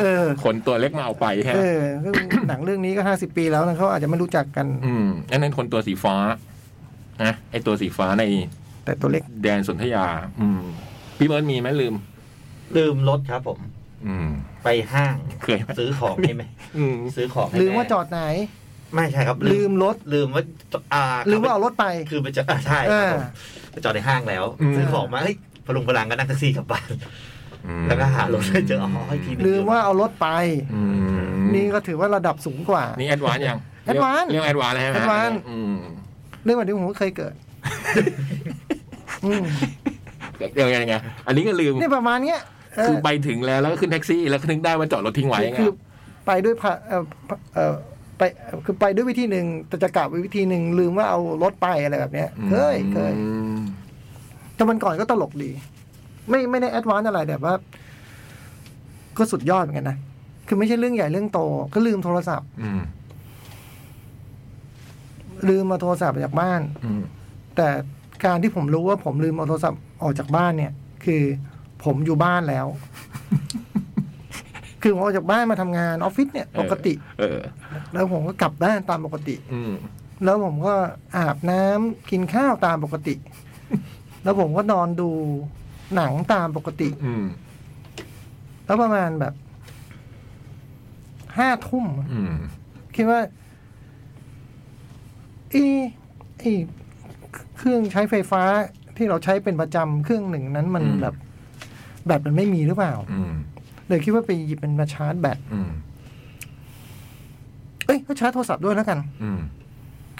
เออ คนตัวเล็กมาเอาไปฮะ เออซึ่ง หนังเรื่องนี้ก็ห้าสิบปีแล้วนะเขาอาจจะไม่รู้จักกัน อืมอันนั้นคนตัวสีฟ้านะไอตัวสีฟ้าใน แต่ตัวเล็ก แดนสนธยา อืมพี่เบิร์ดมีไหมลืม ลืมรถครับผม อืม ไปห้าง เคยไหม ซื้อของใช่ไหม อืม ซื้อของให้แ ลืมว่าจอดไหน ไม่ใช่ครับ ลืมรถ ลืมว่าอ่า ลืมว่าเอารถไป คือไปจอดอ่าใช่ เอ ครัอบผมไปจอดในห้างแล้ว อืม ซื้อของมาเฮ้ยพลุงพลังก็นั่งแท็กซี่กลับบ้าน อืม แล้วก็หารถไม่เจออ๋อไอ้ทีหนึ่ง ลืมว่าเอารถไป อืม นี่ก็ถือว่าระดับสูงกว่า นี่แอดวานยัง Advance เรื่องแอดวานแล้วใช่ไหม Advance อืม เรื่องแบบนี้ผมก็เคยเกิด อืม เดี๋ยวยังไงอันนี้ก็ลืม นี่ประมาณเนี้ยเออ คือไปถึงแล้วแล้วก็ขึ้นแท็กซี่แล้วก็นึกได้ว่าจอดรถทิ้งไว้ไง คือไปด้วยพาเอ่อเอ่อไปคือไปด้วยวิธีหนึ่งแต่จะกลับอีกวิธีหนึ่งลืมว่าเอารถไปอะไรแบบเนี้ยเคยเคย อืม แต่วันก่อนก็ตลกดี ไม่ไม่ได้แอดวานซ์อะไรแต่ว่า ก็สุดยอดเหมือนกันนะ คือไม่ใช่เรื่องใหญ่เรื่องโต ก็ลืมโทรศัพท์ อืม ลืมมาโทรศัพท์จากบ้าน อืม แต่การที่ผมรู้ว่าผมลืมเอาโทรศัพท์ออกจากบ้านเนี่ย คือผมอยู่บ้านแล้ว [laughs] คือผมออกจากบ้านมาทำงานออฟฟิศเนี่ยปกติ เออ แล้วผมก็กลับบ้านตามปกติ อืม แล้วผมก็อาบน้ำกินข้าวตามปกติ แล้วผมก็นอนดูหนังตามปกติ อืม แล้วประมาณแบบห้าทุ่ม อืม คิดว่าเอีไอเครื่องใช้ไฟฟ้าที่เราใช้เป็นประจำเครื่องหนึ่งนั้นมันแบบ แบตมันไม่มีหรือเปล่า อืม เลยคิดว่าไปหยิบมันมาชาร์จแบต อืม เอ้ยก็ชาร์จโทรศัพท์ด้วยแล้วกัน อืม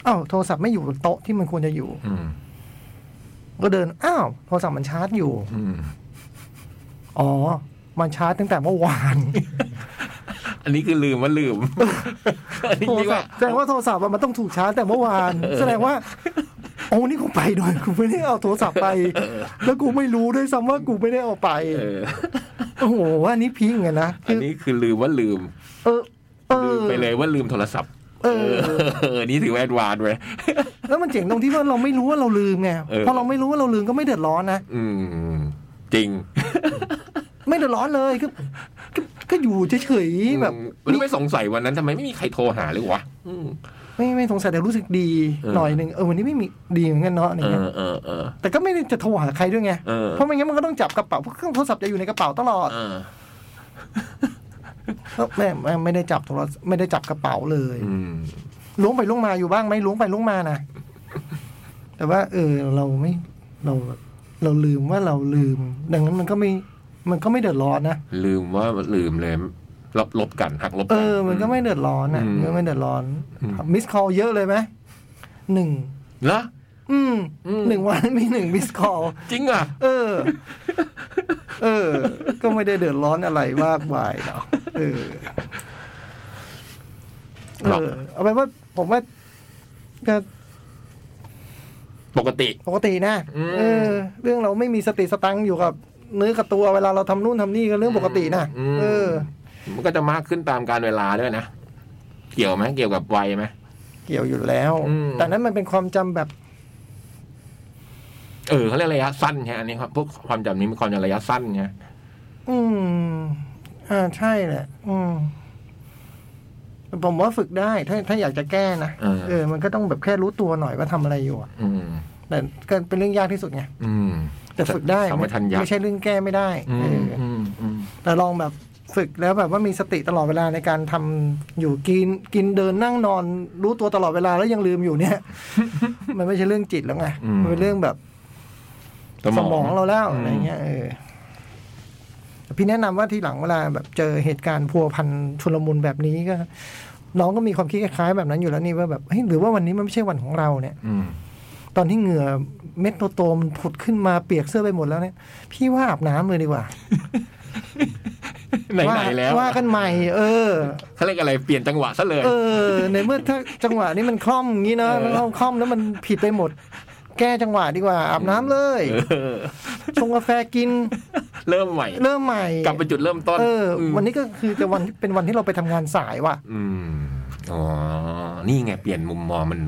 อ้าวโทรศัพท์ไม่อยู่บนโต๊ะที่มันควรจะอยู่ อืม ก็เดินอ้าวโทรศัพท์มันชาร์จอยู่ อืม อ๋อ มันชาร์จตั้งแต่เมื่อวาน อันนี้คือลืมว่าลืม [laughs] อันนี้ โทร เรียก ศั ว่า พท์แสดงว่าโทรศัพท์อะมันต้องถูกชาร์จแต่เมื่อวาน แสดงว่าโอ้นี่กูไปโดยกูไม่ได้เอาโทรศัพท์ไป แล้วกูไม่รู้ด้วยซ้ำว่ากูไม่ได้เอาไป เออ โอ้โหว่านี้พิงไงนะ อันคือ นี้คือลืมว่าลืม เออเอ ลื อ มไปเลยว่าลืมโทรศัพท์ เออ เออ นี่ถือว่าแอดวานซ์เว้ย แล้วมันเจ๋งตรงที่ว่าเราไม่รู้ว่าเราลืมไง เออ พอเราไม่รู้ว่าเราลืมก็ไม่เดือดร้อนนะ อืม จริง ไม่เดือดร้อนเลยก็ก็ก็อยู่เฉยๆแบบ อืมแล้วไม่สงสัยวันนั้นทำไมไม่มีใครโทรหาเลยวะอืม ไม่ไม่สงสัยแต่รู้สึกดี เออ หน่อยหนึ่งเออวันนี้ไม่มีดีเหมือนกันเนาะอะไร เอ เงี้ย อเออเออ แต่ก็ไม่ได้จะโทรหาใครด้วยไง เออ เพราะไม่งั้นมันก็ต้องจับกระเป๋าเพราะเครื่องโทรศัพท์จะอยู่ในกระเป๋าตลอด เออ แม่แม่ไม่ได้จับโทรศัพท์ไม่ได้จับกระเป๋าเลย อืม ล้วงไปล้วงมาอยู่บ้างไหมล้วงไปล้วงมานะแต่ว่า เออเราไม่เราเราลืมว่าเราลืม ดังนั้นมันก็ไม่มันก็ไม่เดือดร้อนนะ ลืมว่าลืมเลยลบลบกันหักลบ เอ กั อ มันก็ไม่เดือดร้อนนะ อืม มันก็ไม่เดือดร้อน อืม มิสคอลเยอะเลยไหมหนึ่ง เหรอ อืม อืม หนึ่งวันมีหนึ่งมิสคอล จริงเหรอ่ะ เออ เออ ก็ไม่ได้เดือดร้อนอะไรมากมายเนาะเออ เออ เอาไปนว่า ผมว่าก็ ปกติ ปกตินะ อืม เออ เรื่องเราไม่มีสติสตังค์อยู่กับเนื้อกับตัวเวลาเราทำนู่นทำนี่ก็เรื่องปกตินะ ม เออ มันก็จะมากขึ้นตามการเวลาด้วยนะ เกี่ยวไหมเกี่ยวกับวัยไหม เกี่ยวอยู่แล้ว อืม แต่นั้นมันเป็นความจำแบบ เออเขาเรียกระยะสั้นใช่ไหมอันนี้ครับพวกความจำนี้มีความจำระยะสั้นใช่ไหม อืม อ่าใช่แหละ อืมผมว่าฝึกได้ ถ้าถ้าอยากจะแก้นะ เออ มันก็ต้องแบบแค่รู้ตัวหน่อยว่าทำอะไรอยู่อะ อืม แต่ก็เป็นเรื่องยากที่สุดไง อืม แต่ฝึกได้ สัมปชัญญะ ไม่ใช่เรื่องแก้ไม่ได้ อื เอ ม อ อืมอืม แต่ลองแบบฝึกแล้วแบบว่ามีสติตลอดเวลาในการทำอยู่กินกินเดินนั่งนอน รู้ตัวตลอดเวลาแล้วยังลืมอยู่เนี่ย [laughs] มันไม่ใช่เรื่องจิตแล้วไงมันเป็นเรื่องแบบสมองเราแล้วอะไรเงี้ยเออพี่แนะนำว่าทีหลังเวลาแบบเจอเหตุการณ์พัวพันชุลมุนแบบนี้ก็ น้องก็มีความคิดคล้ายๆแบบนั้นอยู่แล้วนี่ว่าแบบเฮ้ยหรือว่าวันนี้มันไม่ใช่วันของเราเนี่ย อืม ตอนที่เหงื่อเม็ดโตๆมันผุดขึ้นมาเปียกเสื้อไปหมดแล้วเนี่ย พี่ว่าอาบน้ำเลยดีกว่า ไหนไหนๆแล้ว ว่ากันใหม่ เออ เขาเรียกอะไรเปลี่ยนจังหวะซะเลย เออ ในเมื่อถ้าจังหวะนี้มันคล่อมอย่างนี้เนอะมันคล่อมคล่อมแล้วมันผิดไปหมด แก้จังหวะดีกว่าอาบน้ำเลย เออ ชงกาแฟกิน เริ่มใหม่ เริ่มใหม่ กลับไปจุดเริ่มต้น เอออ ม วันนี้ก็คือจะวันเป็นวันที่เราไปทำงานสายว่ะ อืมอ๋อ นี่ไงเปลี่ยนมุมมองมัน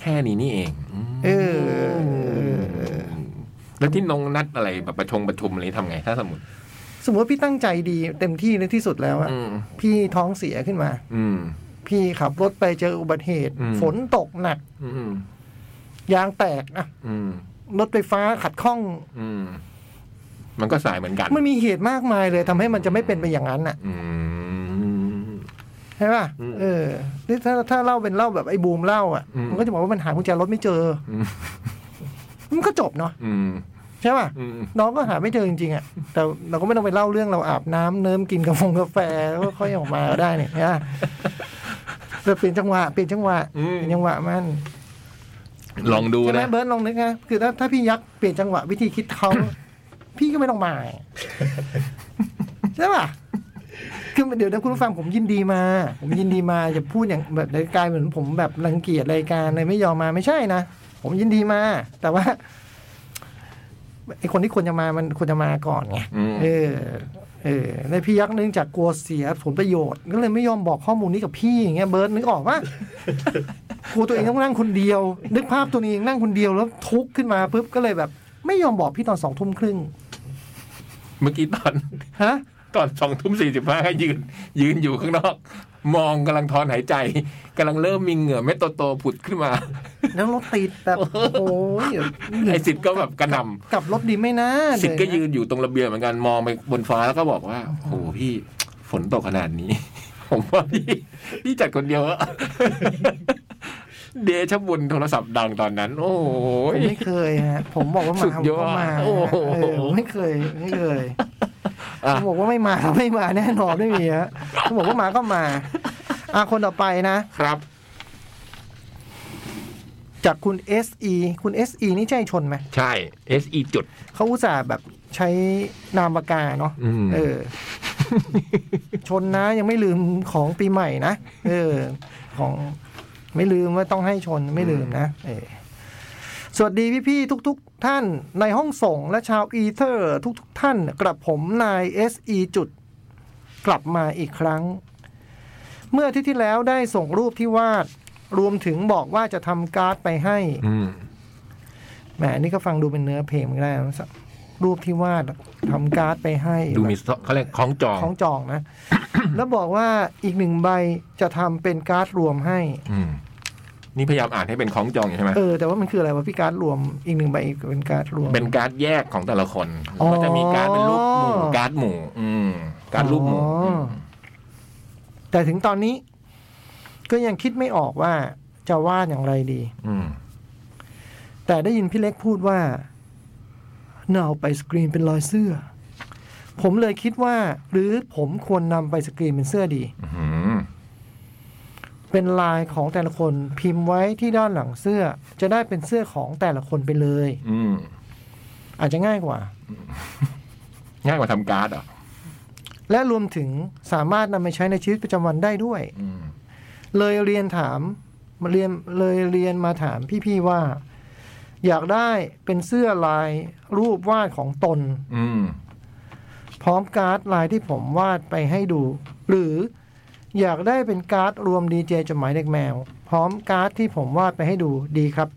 แค่นี้นี่เองม เออ แล้วที่นงนัดอะไรแบบประชงประชุมอะไรทำไง ถ้าสมมติ สมมติว่าพี่ตั้งใจดีเต็มที่ในที่สุดแล้วอะ อืม พี่ท้องเสียขึ้นมา อืม พี่ขับรถไปเจออุบัติเหตุ อืม ฝนตกหนัก อืม ยางแตกนะ อืม รถไฟฟ้าขัดข้อง อืม มันก็สายเหมือนกัน มันมีเหตุมากมายเลยทำให้มันจะไม่เป็นไปอย่างนั้นน่ะ อืม ใช่ป่ะ อืม เออนี่ถ้าถ้าเล่าเป็นเล่าแบบไอ้บูมเล่าอ่ะ อืม มันก็จะบอกว่ามันหากุญแจรถไม่เจอ อืม [laughs] มันก็จบเนาะ อืม ใช่ป่ะ อืม น้องก็หาไม่เจอจริงๆอ่ะแต่เราก็ไม่ต้องไปเล่าเรื่องเราอาบน้ำเนิ้มกินกาแฟกาแฟแล้วก็ค่อยออกมาก็ได้เนี่ยนะแต่เปลี่ยนจังหวะเปลี่ยนจังหวะ อืม เปลี่ยนจังหวะมัน ลองดู ใช่ไหม นะ เบิร์ดลองนึกนะคือถ้าถ้าพี่ยักษ์เปลี่ยนจังหวะวิธีคิดเขา [coughs] พี่ก็ไม่ต้องมา [coughs] ใช่ป่ะคือเดี๋ยวนะคุณผู้ฟังผมยินดีมา ผมยินดีมาจะพูดอย่างแบบรายการเหมือนผมแบบรังเกียจรายการเลยไม่ยอมมาไม่ใช่นะผมยินดีมา แต่ว่าไอคนที่ควรจะมามันควรจะมาก่อนไง อืม เออ เออในพี่ยักษ์เนื่องจากกลัวเสียผลประโยชน์ก็เลยไม่ยอมบอกข้อมูลนี้กับพี่อย่างเงี้ยเบิร์ดนึกออก [laughs] ปะ กลัวตัวเองต้องนั่งคนเดียว นึกภาพตัวเองนั่งคนเดียวแล้วทุกข์ขึ้นมาปุ๊บก็เลยแบบ ไม่ยอมบอกพี่ตอนสองทุ่มครึ่ง เมื่อกี้ตอน [laughs] ฮะ ตอนสองทุ่มสี่สิบห้ายืน [laughs] ยืนอยู่ข้างนอก มองกำลังถอนหายใจกำลังเริ่มมีเหงื่อเม็ดโตๆผุดขึ้น [laughs] มา แล้วรถติดแบบโอ้โหเดี๋ยว ไอ้สิทธิ์ก็แบบกระหนำ กลับรถดีไหมนะ สิทธิ์ก็ เดี๋ ยื วน อยู่ตรงระเบียงเหมือนกันมองไปบนฟ้าแล้วก็บอกว่า โอ้โหพี่ฝนตกขนาดนี้ [laughs] ผมว่าพี่พี่จัดคนเดียวอะ [laughs] เดชะบุญโทรศัพท์ดังตอนนั้น โอ้โห ะผมไม่เคยฮะผมบอกว่า สุ มา ด ผม ยอด ก็มา โอ้โห เออผมไม่เคยไม่เคย อ่ะ ผมบอกว่าไม่มา [laughs] ไม่มาแน่นอนไม่มีฮะผมบอกว่ามาก็มาอ่ะคนต่อไปนะ ครับ จากคุณ SE คุณ SE นี่ใช่ชนไหม ใช่ SE จุด เขาอุตส่าห์แบบใช้นามปากกาเนาะ อืม เออ [laughs] ชนนะยังไม่ลืมของปีใหม่นะเออ ของไม่ลืมว่าต้องให้ชนไม่ลืมนะเออสวัสดีพี่ๆทุก ๆ ท่านในห้องส่งและชาวอีเทอร์ ทุก ๆ ท่านกลับผมนาย SE จุด กลับมาอีกครั้ง เมื่ออาที่ที่แล้วได้ส่งรูปที่วาด รวมถึงบอกว่าจะทำการ์ดไปให้ อืม แหมนี่ก็ฟังดูเป็นเนื้อเพลงไม่ได้นะรูปที่วาดทำการ์ดไปให้ ดูมีเขาเรียกของจอง ของจองนะ [coughs] แล้วบอกว่าอีกหนึ่งใบจะทำเป็นการ์ดรวมให้ อืมนี่พยายามอ่านให้เป็นของจองอยู่ใช่ไหม เออ แต่ว่ามันคืออะไรวะพี่การ์ดรวม อีกหนึ่งใบเป็นการ์ดรวม เป็นการ์ดแยกของแต่ละคน อ๋อ ก็จะมีการ์ดเป็นรูปหมู่การ์ดหมู่อืมการ์ดรูปหมู่ อ๋ออแต่ถึงตอนนี้ ก็ยังคิดไม่ออกว่าจะวาดอย่างไรดี อืม แต่ได้ยินพี่เล็กพูดว่าน่าเอาไปสกรีนเป็นรอยเสื้อ ผมเลยคิดว่า หรือผมควรนำไปสกรีนเป็นเสื้อดี อืม เป็นลายของแต่ละคนพิมพ์ไว้ที่ด้านหลังเสื้อ จะได้เป็นเสื้อของแต่ละคนไปเลย อืม อาจจะง่ายกว่า ง่ายกว่าทำการ์ดเหรอ และรวมถึงสามารถนำไปใช้ในชีวิตประจำวันได้ด้วย อืม เลยเรียนถามมาเรียนเลยเรียนมาถามพี่ๆว่า อยากได้เป็นเสื้อลายรูปวาดของตน อืม พร้อมการ์ดลายที่ผมวาดไปให้ดู หรืออยากได้เป็นการ์ดรวมดีเจจดหมายเด็กแมว พร้อมการ์ดที่ผมวาดไปให้ดูดีครับ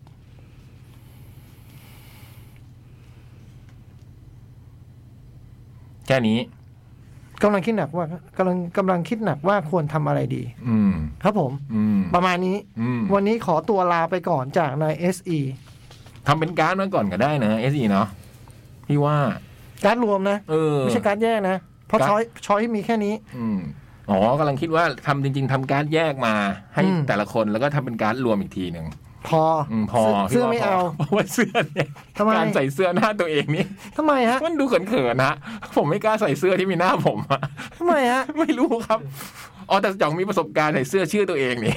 แค่นี้ กำลังคิดหนักว่ากำลังกำลังคิดหนักว่าควรทำอะไรดี อืม ครับผม อืม ประมาณนี้ อืม วันนี้ขอตัวลาไปก่อนจากนาย SE ทำเป็นการ์ดมาก่อนก็ได้นะเอสีเนาะพี่ว่า การ์ดรวมนะ เออ ไม่ใช่การ์ดแยกนะ เพราะ การ์ด ช้อยช้อยมีแค่นี้ อืมอ๋อกำลังคิดว่าทำจริง ๆทำการ์ดแยกมา ให้ อืม แต่ละคนแล้วก็ทำเป็นการ์ดรวมอีกทีหนึ่ง พอ อืมพอ เสื้อไม่ พี่ว่ เอา พราะว่าเสื้อเนี่ย ทำไม การใส่เสื้อหน้าตัวเองนี่ ทำไมฮะ มันดูเขินๆนะ ผมไม่กล้าใส่เสื้อที่มีหน้าผมอะ [laughs] ทำไมฮะ ไม่รู้ครับอ๋อแต่จ่องมีประสบการณ์ใส่เสื้อชื่อตัวเองนี่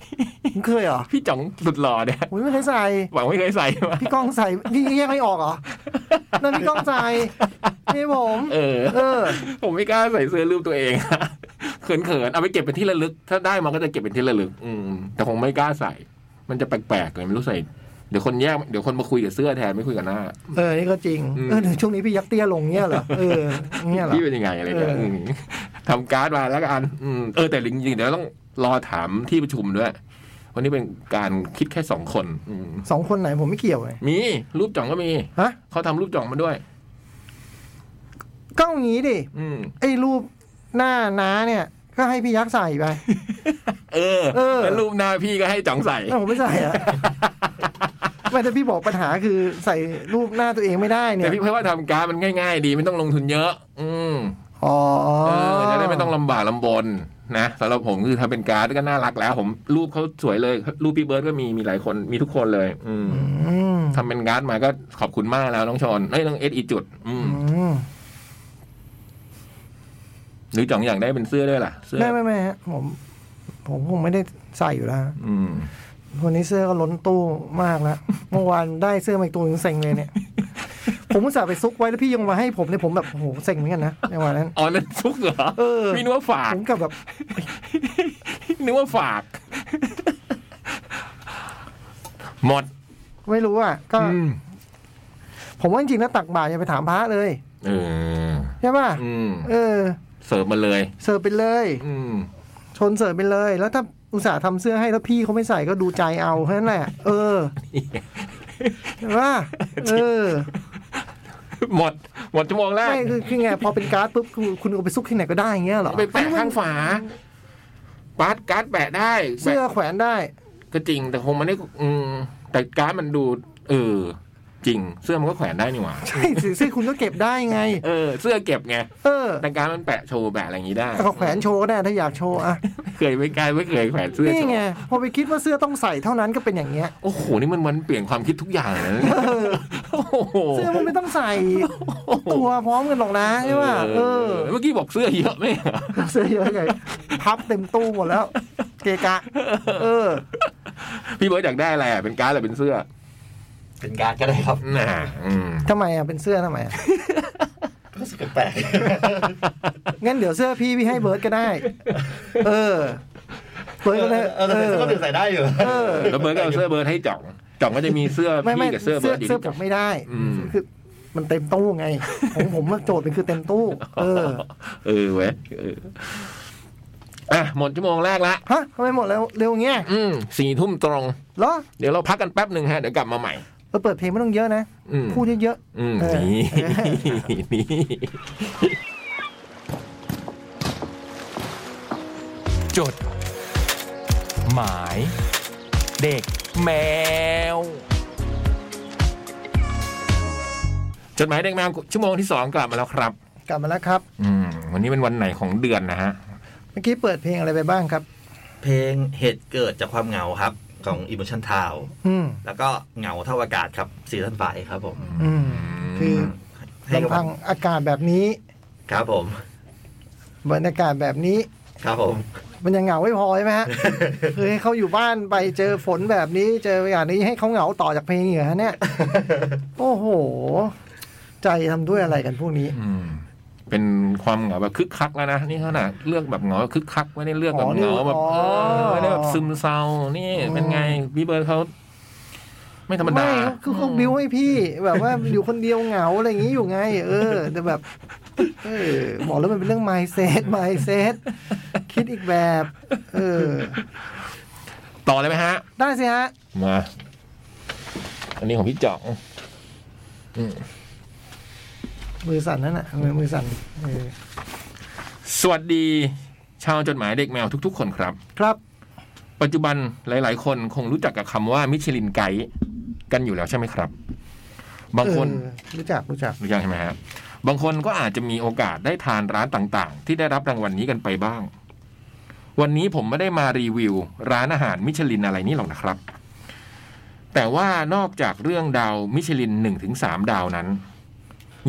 [laughs] คุณเคยเหรอ พี่จ่องสุดหล่อเนี่ย ผมไม่เคยใส่ หวังไม่เคยใส่มา พี่ก้องใส่พี่แยกไม่ออกเหรอนั่นพี่ก้องใส่นี่ผม เออ เออ ผมไม่กล้าใส่เสื้อรูปตัวเองอะ [laughs] เขินๆ เอาไปเก็บเป็นที่ระลึก ถ้าได้มาก็จะเก็บเป็นที่ระลึก อืมแต่คงไม่กล้าใส่ มันจะแปลกๆเลยไม่รู้ใส่ เดี๋ยวคนแยกเดี๋ยวคนมาคุยกับเสื้อแทนไม่คุยกับหน้า เออนี่ก็จริง อืม เออเดี๋ยวช่วงนี้พี่ยักษ์เตี้ยลงเงี้ยเหรอเออเงี้ยเหรอ พี่เป็นยังไงอะไรเนี่ย เอออื ม [laughs] ทำการ์ดมาแล้วกันอืมเออแต่จริงๆเดี๋ยวต้องรอถามที่ประชุมด้วยวันนี้เป็นการคิดแค่สองคน อืม สองคนไหนผมไม่เกี่ยวเลย มีรูปจ่องก็มี ฮะ เขาทำรูปจ่องมาด้วย ก็เอางี้ดิ อืม ไอ้รูปหน้าน้าเนี่ย ก็ให้พี่ยักษ์ใส่ [laughs] ไป เออ เออ แล้วรูปหน้าพี่ก็ให้จ่องใส่ แล้วผมไม่ใส่อะไม่แต่พี่บอกปัญหาคือใส่รูปหน้าตัวเองไม่ได้เนี่ แต่ ย พี่เพื่อว่าทำการดมันง่ายๆ ดีไม่ต้องลงทุนเยอะ อืม อ๋อ เออจะได้ไม่ต้องลำบากลำบนนะสำหรับผมคือทำเป็นการ์ดก็น่ารักแล้ว ผมรูปเขาสวยเลย รูปพี่เบิร์ดก็มีมีหลายคนมีทุกคนเลย อืม อืม ทำเป็นการ์ดมาก็ขอบคุณมากแล้วน้องชอนเอ้ยน้องเอสอีจุด อืม อืม หรือจ่องอยากได้เป็นเสื้อด้วยล่ะเสื้อ ไม่ไม่ไม่ฮะผม ผมคงไม่ได้ใส่อยู่แล้วฮะ อืม วันนี้เสื้อก็ล้นตู้มากแล้ว เมื่อวานได้เสื้อมาอีกตัวหนึงเซ็งเลยเนี่ย ผมอุตส่าห์ไปซุกไว้แล้วพี่ยังมาให้ผมเนี่ยผมแบบโอ้โหเซ็งเหมือนกันนะในวันนั้น อ๋อนั่นซุกเหรอ เออ พี่นึกว่าฝาก ผมกับแบบ นึกว่าฝาก หมด ไม่รู้อ่ะก็ อืม ผมว่าจริงๆนะตักบาตรอย่าไปถามพระเลย เออ ใช่ป่ะ อืม เออ เสิร์ฟมาเลย เสิร์ฟไปเลย อืม ชนเสิร์ฟไปเลย แล้วถ้าอุตส่าห์ทำเสื้อให้แล้วพี่เขาไม่ใส่ก็ดูใจเอาแค่นั้นแหละเออใช่ป่ะเออ หมด หมดชั่วโมงแรก ไม่คือคือไงพอเป็นการ์ดปุ๊บคือคุณเอาไปซุกที่ไหนก็ได้อย่างเงี้ยเหรอ ไปแปะข้างฝาปาร์ตการ์ดแปะได้ เสื้อ แปะ แขวนได้ ก็จริง แต่คงมันได้อืมแต่การ์ดมันดู เออ จริง เสื้อมันก็แขวนได้นี่หว่า ใช่สิเสื้อคุณก็เก็บได้ไง เออ เสื้อเก็บไง เออ แต่การ์ดมันแปะโชว์แปะอะไรอย่างนี้ได้ แต่ก็แขวนโชว์ก็ได้ถ้าอยากโชว์อะ เคยไม่กลายไม่เคยแขวนเสื้อโช นี่ ว์ ไงพอไปคิดว่าเสื้อต้องใส่เท่านั้นก็เป็นอย่างเงี้ย โอ้โหนี่มันมันเปลี่ยนความคิดทุกอย่างเลยนะ เออ โอ้โห เสื้อมันไม่ต้องใส่ตัวพร้อมกันหรอกนะใช่ป่ะเออ เมื่ [laughs] อกี้บอกเสื้อเยอะไหมเหรอ เสื้อเยอะไงพับเต็มตู้หมดแล้ว เกะกะ เออ พี่เบิร์ดอยากได้อะไรอ่ะเป็นการ์ดหรือเป็นเสื้อ เป็นการก็ได้ครับ น่ะอืม ทำไมอ่ะเป็นเสื้อทำไมอะ รู้สึกแปลก งั้นเดี๋ยวเสื้อพี่พี่ให้เบิร์ดก็ได้ [laughs] เออ เบิร์ดก็ได้ เออแต่ เออเสื้อก็เป็นใส่ได้อยู่ เออ แล้วเบิร์ดก็เอาเสื้อเบิร์ดให้จ่อง จ่องก็จะมีเสื้อ ไม่ไม่ พี่กับ เสื้ เสื้อเบิอร์ดอยู่ เสื้อ ที่ ผ จ่อง มไม่ได้ อืม คือมันเต็มตู้ไงของผมว่าโจทย์มันคือเต็มตู้ เออ เออเว้ยเอออ่ะหมดชั่วโมงแรกละ ฮะทำไมหมดแล้วเร็วอย่างเงี้ย อืมสี่ทุ่มตรง เหรอ เดี๋ยวเราพักกันแป๊บหนึ่งฮะ เดี๋ยวกลับมาใหม่ เราเปิดเพลงไม่ต้องเยอะนะ อืม พูดเยอะ อืม เออ นี่ นี่ จด หมาย เด็กแมว จดหมายเด็กแมวชั่วโมงที่สองกลับมาแล้วครับ ๆ กลับมาแล้วครับ อืม วันนี้เป็นวันไหนของเดือนนะฮะ เมื่อกี้เปิดเพลงอะไรไปบ้างครับ เพลงเหตุเกิดจากความเหงาครับ ของ Emotion Town อืม แล้วก็เหงาเท่าอากาศครับซีซั่นฝ่ายครับผม อืม คือ ให้กำ ลำพังอากาศแบบนี้ ครับผม บรรยากาศแบบนี้ ครับผม มันยังเหงาไม่พอใช่ไหม [laughs] ฮะ คือให้เขาอยู่บ้านไปเจอฝนแบบนี้ เจออย่างนี้ให้เขาเหงาต่อจากเพลงอีกเหรอฮะเนี่ย [laughs] โอ้โห ใจทำด้วยอะไรกันพวกนี้ อืม เป็นความเหงาแบบคึกคักแล้วนะ นี่ขนาดเลือกแบบเหงาแบบคึกคักไม่ได้เลือกแบบ อ๋อนี่ เหงาแบบ อ๋อ เออไม่ได้แบบซึมเศร้า นี่ อืม เป็นไงพี่เบิร์ดเขาไม่ธรรมดา ไม่คือเขาบิ้วให้พี่ แบบว่าอยู่คนเดียวเหงาอะไรอย่างนี้อยู่ไง เออ แต่แบบเออบอกแล้วมันเป็นเรื่อง mindset [laughs] mindset คิดอีกแบบ เออ ต่อเลยไหมฮะ ได้สิฮะ มา อันนี้ของพี่จ่อง มือสั่นนั่นน่ะมือมือสั่นเออ สวัสดี ชาวจดหมายเด็กแมวทุก ๆ คนครับ ครับ ปัจจุบันหลาย ๆ คนคงรู้จักกับคำว่ามิชลินไกด์กันอยู่แล้วใช่ไหมครับ บางคน เออรู้จักรู้จัก หรือยังใช่ไหมครับบางคนก็อาจจะมีโอกาสได้ทานร้านต่างๆ ที่ได้รับรางวัลนี้กันไปบ้าง วันนี้ผมไม่ได้มารีวิว ร้านอาหารมิชลินอะไรนี่หรอกนะครับ แต่ว่านอกจากเรื่องดาวมิชลิน1นถึงสดาวนั้น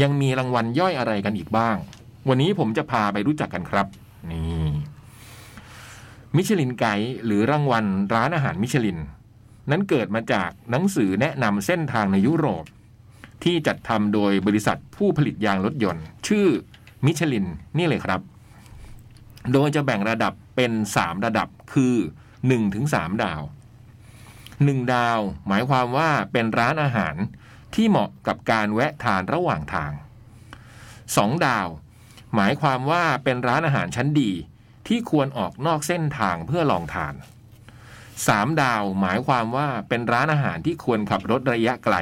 ยังมีรางวัลย่อยอะไรกันอีกบ้าง วันนี้ผมจะพาไปรู้จักกันครับ นี่มิชลินไกด์หรือรางวัลร้านอาหารมิชลิน นั้นเกิดมาจากหนังสือแนะนำเส้นทางในยุโรป ที่จัดทำโดยบริษัทผู้ผลิตยางรถยนต์ ชื่อมิชลินนี่เลยครับ โดยจะแบ่งระดับเป็น 3 ระดับคือ 1-3 ดาว หนึ่งดาว หมายความว่าเป็นร้านอาหารที่เหมาะกับการแวะทานระหว่างทางสองดาว หมายความว่าเป็นร้านอาหารชั้นดี ที่ควรออกนอกเส้นทางเพื่อลองทานสามดาว หมายความว่าเป็นร้านอาหารที่ควรขับรถระยะไกล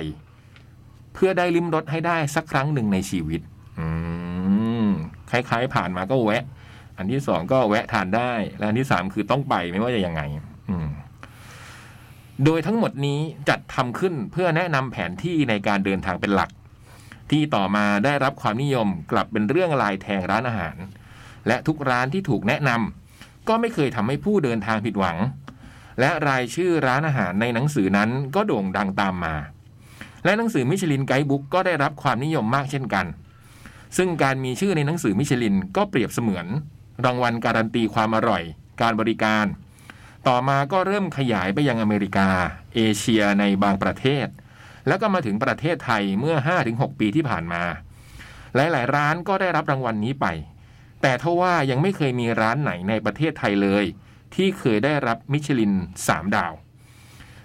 เพื่อได้ลิ้มรสให้ได้สักครั้งหนึ่งในชีวิต อืมคล้ายๆ ผ่านมาก็แวะ อันที่สองก็แวะทานได้ และอันที่สามคือต้องไปไม่ว่าจะยังไง อืม โดยทั้งหมดนี้จัดทำขึ้นเพื่อแนะนำแผนที่ในการเดินทางเป็นหลัก ที่ต่อมาได้รับความนิยมกลับเป็นเรื่องลายแทงร้านอาหาร และทุกร้านที่ถูกแนะนำก็ไม่เคยทำให้ผู้เดินทางผิดหวัง และรายชื่อร้านอาหารในหนังสือนั้นก็โด่งดังตามมา และหนังสือมิชลินไกด์บุ๊กก็ได้รับความนิยมมากเช่นกัน ซึ่งการมีชื่อในหนังสือมิชลินก็เปรียบเสมือน รางวัลการันตีความอร่อย การบริการ ต่อมาก็เริ่มขยายไปยังอเมริกา เอเชียในบางประเทศ แล้วก็มาถึงประเทศไทยเมื่อ 5-6 ปีที่ผ่านมา หลาย ๆ ร้านก็ได้รับรางวัลนี้ไป แต่ทว่ายังไม่เคยมีร้านไหนในประเทศไทยเลย ที่เคยได้รับมิชลิน 3 ดาว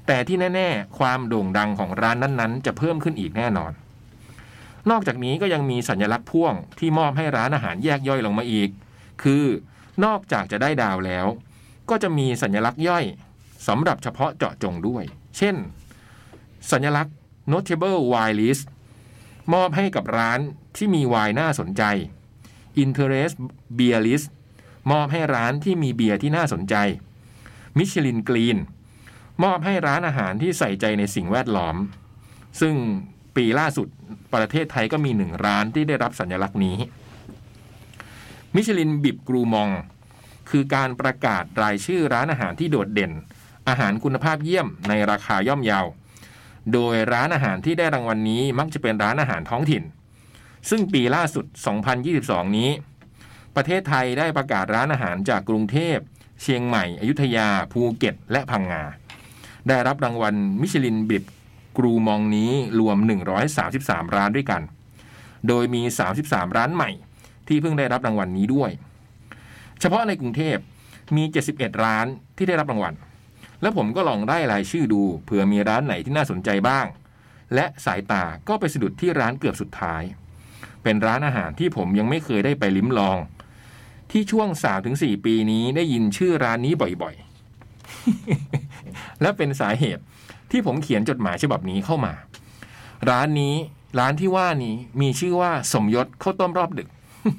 แต่ที่แน่ ๆ ความโด่งดังของร้านนั้น ๆ จะเพิ่มขึ้นอีกแน่นอน นอกจากนี้ก็ยังมีสัญลักษณ์พ่วงที่มอบให้ร้านอาหารแยกย่อยลงมาอีก คือนอกจากจะได้ดาวแล้ว ก็จะมีสัญลักษณ์ย่อยสำหรับเฉพาะเจาะจงด้วย เช่น สัญลักษณ์ notable wine list มอบให้กับร้านที่มีไวน์น่าสนใจ interest beer list มอบให้ร้านที่มีเบียร์ที่น่าสนใจ มิชลินกรีน มอบให้ร้านอาหารที่ใส่ใจในสิ่งแวดล้อม ซึ่งปีล่าสุดประเทศไทยก็มีหนึ่งร้านที่ได้รับสัญลักษณ์นี้ มิชลินบิบกรูมอง คือการประกาศรายชื่อร้านอาหารที่โดดเด่น อาหารคุณภาพเยี่ยมในราคาย่อมเยา โดยร้านอาหารที่ได้รางวัลนนี้มักจะเป็นร้านอาหารท้องถิ่น ซึ่งปีล่าสุด 2022 นี้ ประเทศไทยได้ประกาศร้านอาหารจากกรุงเทพ เชียงใหม่ อยุธยา ภูเก็ต และพังงา ได้รับรางวัลมิชลินบิบกรูมองนี้รวม 133 ร้านด้วยกัน โดยมี 33 ร้านใหม่ ที่เพิ่งได้รับรางวัลนนี้ด้วย เฉพาะในกรุงเทพมี 71 ร้านที่ได้รับรางวัล แล้วผมก็ลองไล่รายชื่อดูเผื่อมีร้านไหนที่น่าสนใจบ้าง และสายตาก็ไปสะดุดที่ร้านเกือบสุดท้าย เป็นร้านอาหารที่ผมยังไม่เคยได้ไปลิ้มลอง ที่ช่วง 3-4 ปีนี้ได้ยินชื่อร้านนี้บ่อยๆ และเป็นสาเหตุที่ผมเขียนจดหมายฉบับนี้เข้ามา ร้านนี้ร้านที่ว่านี้มีชื่อว่าสมยศข้าวต้มรอบดึก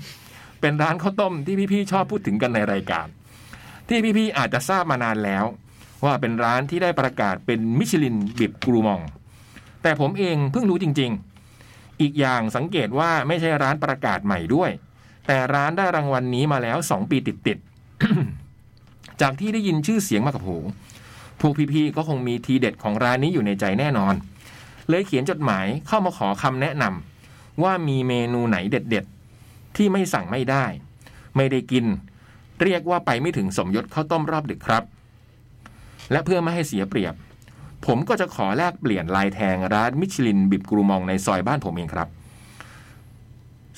[laughs] เป็นร้านข้าวต้มที่พี่ๆชอบพูดถึงกันในรายการ ที่พี่ๆอาจจะทราบมานานแล้ว ว่าเป็นร้านที่ได้ประกาศเป็นมิชลินบิบกรูมอง แต่ผมเองเพิ่งรู้จริงๆ อีกอย่างสังเกตว่าไม่ใช่ร้านประกาศใหม่ด้วย แต่ร้านได้รางวัลนนี้มาแล้วสองปีติดๆ [coughs] จากที่ได้ยินชื่อเสียงมากับหู พวกพี่ๆก็คงมีทีเด็ดของร้านนี้อยู่ในใจแน่นอน เลยเขียนจดหมายเข้ามาขอคำแนะนำว่ามีเมนูไหนเด็ดๆ ที่ไม่สั่งไม่ได้ ไม่ได้กิน เรียกว่าไปไม่ถึงสมยศข้าวต้มรอบดึกครับ และเพื่อไม่ให้เสียเปรียบ ผมก็จะขอแลกเปลี่ยนลายแทงร้านมิชลินบิบกรูมองในซอยบ้านผมเองครับ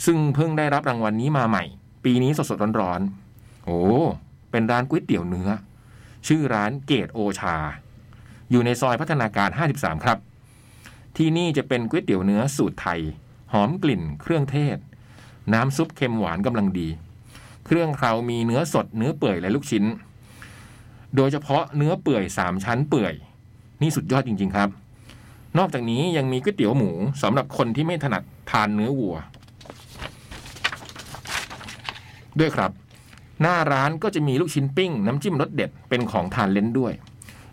ซึ่งเพิ่งได้รับรางวัลนี้มาใหม่ ปีนี้สดๆร้อนๆโอ้เป็นร้านก๋วยเตี๋ยวเนื้อ ชื่อร้านเกตโอชา อยู่ในซอยพัฒนาการ 53 ครับ ที่นี่จะเป็นก๋วยเตี๋ยวเนื้อสูตรไทย หอมกลิ่นเครื่องเทศ น้ำซุปเค็มหวานกำลังดี เครื่องเครามีเนื้อสดเนื้อเปื่อยและลูกชิ้น โดยเฉพาะเนื้อเปื่อยสามชั้นเปื่อย นี่สุดยอดจริง ๆ ครับ นอกจากนี้ยังมีก๋วยเตี๋ยวหมูสำหรับคนที่ไม่ถนัดทานเนื้อวัว ด้วยครับ หน้าร้านก็จะมีลูกชิ้นปิ้ง น้ำจิ้มรสเด็ดเป็นของทานเล่นด้วย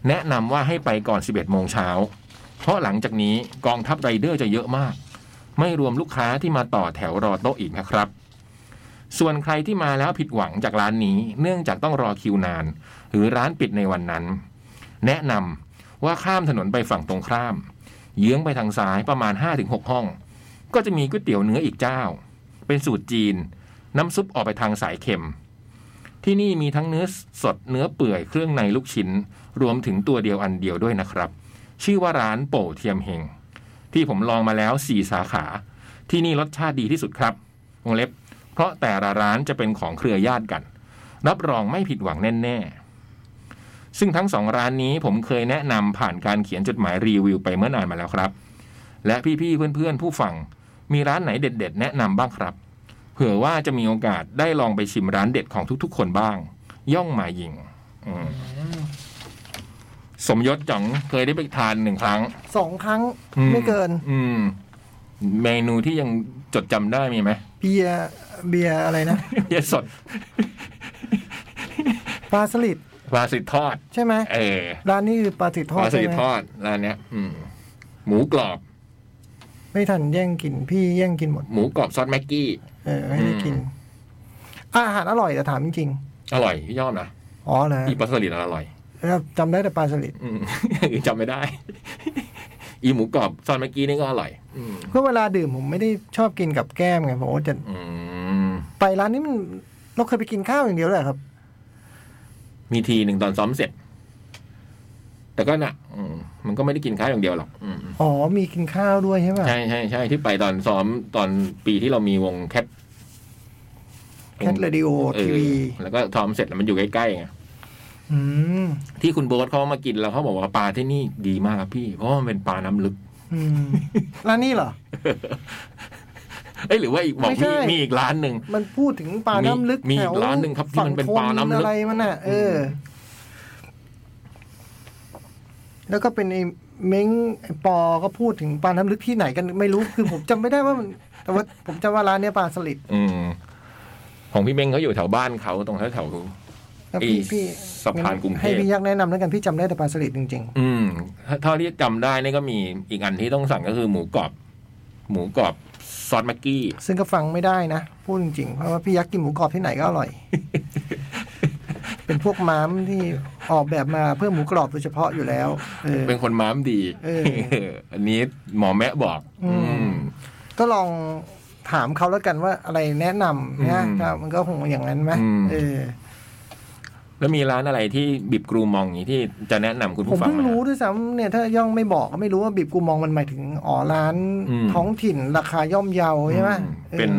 แนะนำว่าให้ไปก่อน 11 โมงเช้า เพราะหลังจากนี้กองทัพไรเดอร์จะเยอะมาก ไม่รวมลูกค้าที่มาต่อแถวรอโต๊ะอีกนะครับ ส่วนใครที่มาแล้วผิดหวังจากร้านนี้ เนื่องจากต้องรอคิวนาน หรือร้านปิดในวันนั้น แนะนำว่าข้ามถนนไปฝั่งตรงข้าม เยื้องไปทางซ้ายประมาณ 5-6 ห้อง ก็จะมีก๋วยเตี๋ยวเนื้ออีกเจ้า เป็นสูตรจีน น้ำซุปออกไปทางสายเค็ม ที่นี่มีทั้งเนื้อสดเนื้อเปื่อยเครื่องในลูกชิ้น รวมถึงตัวเดียวอันเดียวด้วยนะครับ ชื่อว่าร้านโป่เทียมเฮง ที่ผมลองมาแล้ว 4 สาขา ที่นี่รสชาติดีที่สุดครับวงเล็บ เพราะแต่ละร้านจะเป็นของเครือญาติกัน รับรองไม่ผิดหวังแน่ ซึ่งทั้งสองร้านนี้ผมเคยแนะนำผ่านการเขียนจดหมายรีวิวไปเมื่อนานมาแล้วครับ และพี่ๆเพื่อนๆผู้ฟังมีร้านไหนเด็ด ๆ แนะนำบ้างครับ เผื่อว่าจะมีโอกาสได้ลองไปชิมร้านเด็ดของทุกๆ คนบ้าง ย่องหมายิงอืมสมยศจ๋องเคยได้ไปทานหนึ่งครั้ง สองครั้ง อื ไม่เกิน อืม เมนูที่ยังจดจำได้มี [laughs] ไหม เบียร์เบียร์อะไรนะ เบียร์สด ปลาสลิด ปลาสิททอด ใช่ไหม เออ ร้านนี้คือปลาสลิดท ป อด ลาสิ ใช่ ท ไหม ทอดร้านเนี้ย อืม หมูกรอบ ไม่ทันแย่งกินพี่แย่งกินหมด หมูกรอบซอสแม็กกี้ เออไม่ได้กิน อาหารอร่อยแต่ถามจริง อร่อยพี่ยอมนะ ๆอ๋อเหรอ อีปลาสลิดอร่อย แล้วจำได้แต่ปลาสลิด อืม [laughs] จำไม่ได้ อีหมูกรอบซอสแม็กกี้นี่ก็อร่อย อืม เพราะเวลาดื่มผมไม่ได้ชอบกินกับแก้มไงผมว่าจะ อืม ไปร้านนี้มันเราเคยไปกินข้าวอย่างเดียวเลยเหรอครับ มีทีหนึ่งตอนซ้อมเสร็จ แต่ก็น่ะ อืมมันก็ไม่ได้กินข้าวอย่างเดียวหรอกอืม อ๋อมีกินข้าวด้วยใช่ป่ะ ใช่ใช่ใช่ที่ไปตอนซ้อมตอนปีที่เรามีวงแคท Cat Radio เออ TV แล้วก็ซ้อมเสร็จแล้วมันอยู่ใกล้ๆไง อืม ที่คุณโบ๊ทเขามากินแล้วเขาบอกว่าปลาที่นี่ดีมากครับพี่ เพราะว่ามันเป็นปลาน้ำลึก อืม [laughs] ร้านนี้เหรอ เอ้ยหรือว่าอีกบอก ไม่ใช่ มีมีอีกร้านหนึ่ง มันพูดถึงปลาน้ำลึก มี แถว มีร้านหนึ่งครับที่มันเป็น ฝั่ง ปลาน้ำลึก อะไรมันน่ะ เอออ แล้วก็เป็นไอ้เม้งไอ้ปอก็พูดถึงปลาน้ำลึกที่ไหนกันไม่รู้ คือผมจำไม่ได้ว่ามัน แต่ว่าผมจำว่าร้านเนี้ยปลาสลิด อืม ของพี่เม้งเขาอยู่แถวบ้านเขาตรงแถวแถว แล้วพี่ อี พี่ สะพานกรุงเทพ ให้พี่ยักษ์แนะนำแล้วกันพี่จำได้แต่ปลาสลิดจริง ๆอืมถ้าเท่าที่จำได้นี่ก็มีอีกอันที่ต้องสั่งก็คือหมูกรอบ หมูกรอบซอสแม็กกี้ ๆ ซึ่งก็ฟังไม่ได้นะพูดจริงๆเพราะว่าพี่ยักษ์กินหมูกรอบที่ไหนก็อร่อย [laughs] เป็นพวกม้ามที่ออกแบบมาเพื่อหมูกรอบโดยเฉพาะอยู่แล้วเออ [laughs] เป็นคนม้ามดี เออ อันนี้หมอแมะบอก อืม ก็ลองถามเขาแล้วกันว่าอะไรแนะนำนะ อืม ถ้ามันก็คงอย่างนั้นไหม อืม เออ แล้วมีร้านอะไรที่บิบกรูมองอย่างนี้ที่จะแนะนำคุณ ผม ผู้ฟัง เพิ่ง ไหม รู้ ฮะ ด้วยซ้ำเนี่ยถ้าย่องไม่บอกก็ไม่รู้ว่าบีบกูมองมันหมายถึงอ๋อร้าน อืม ท้องถิ่นราคาย่อมเยาใช่ไหม อื ออ เป็น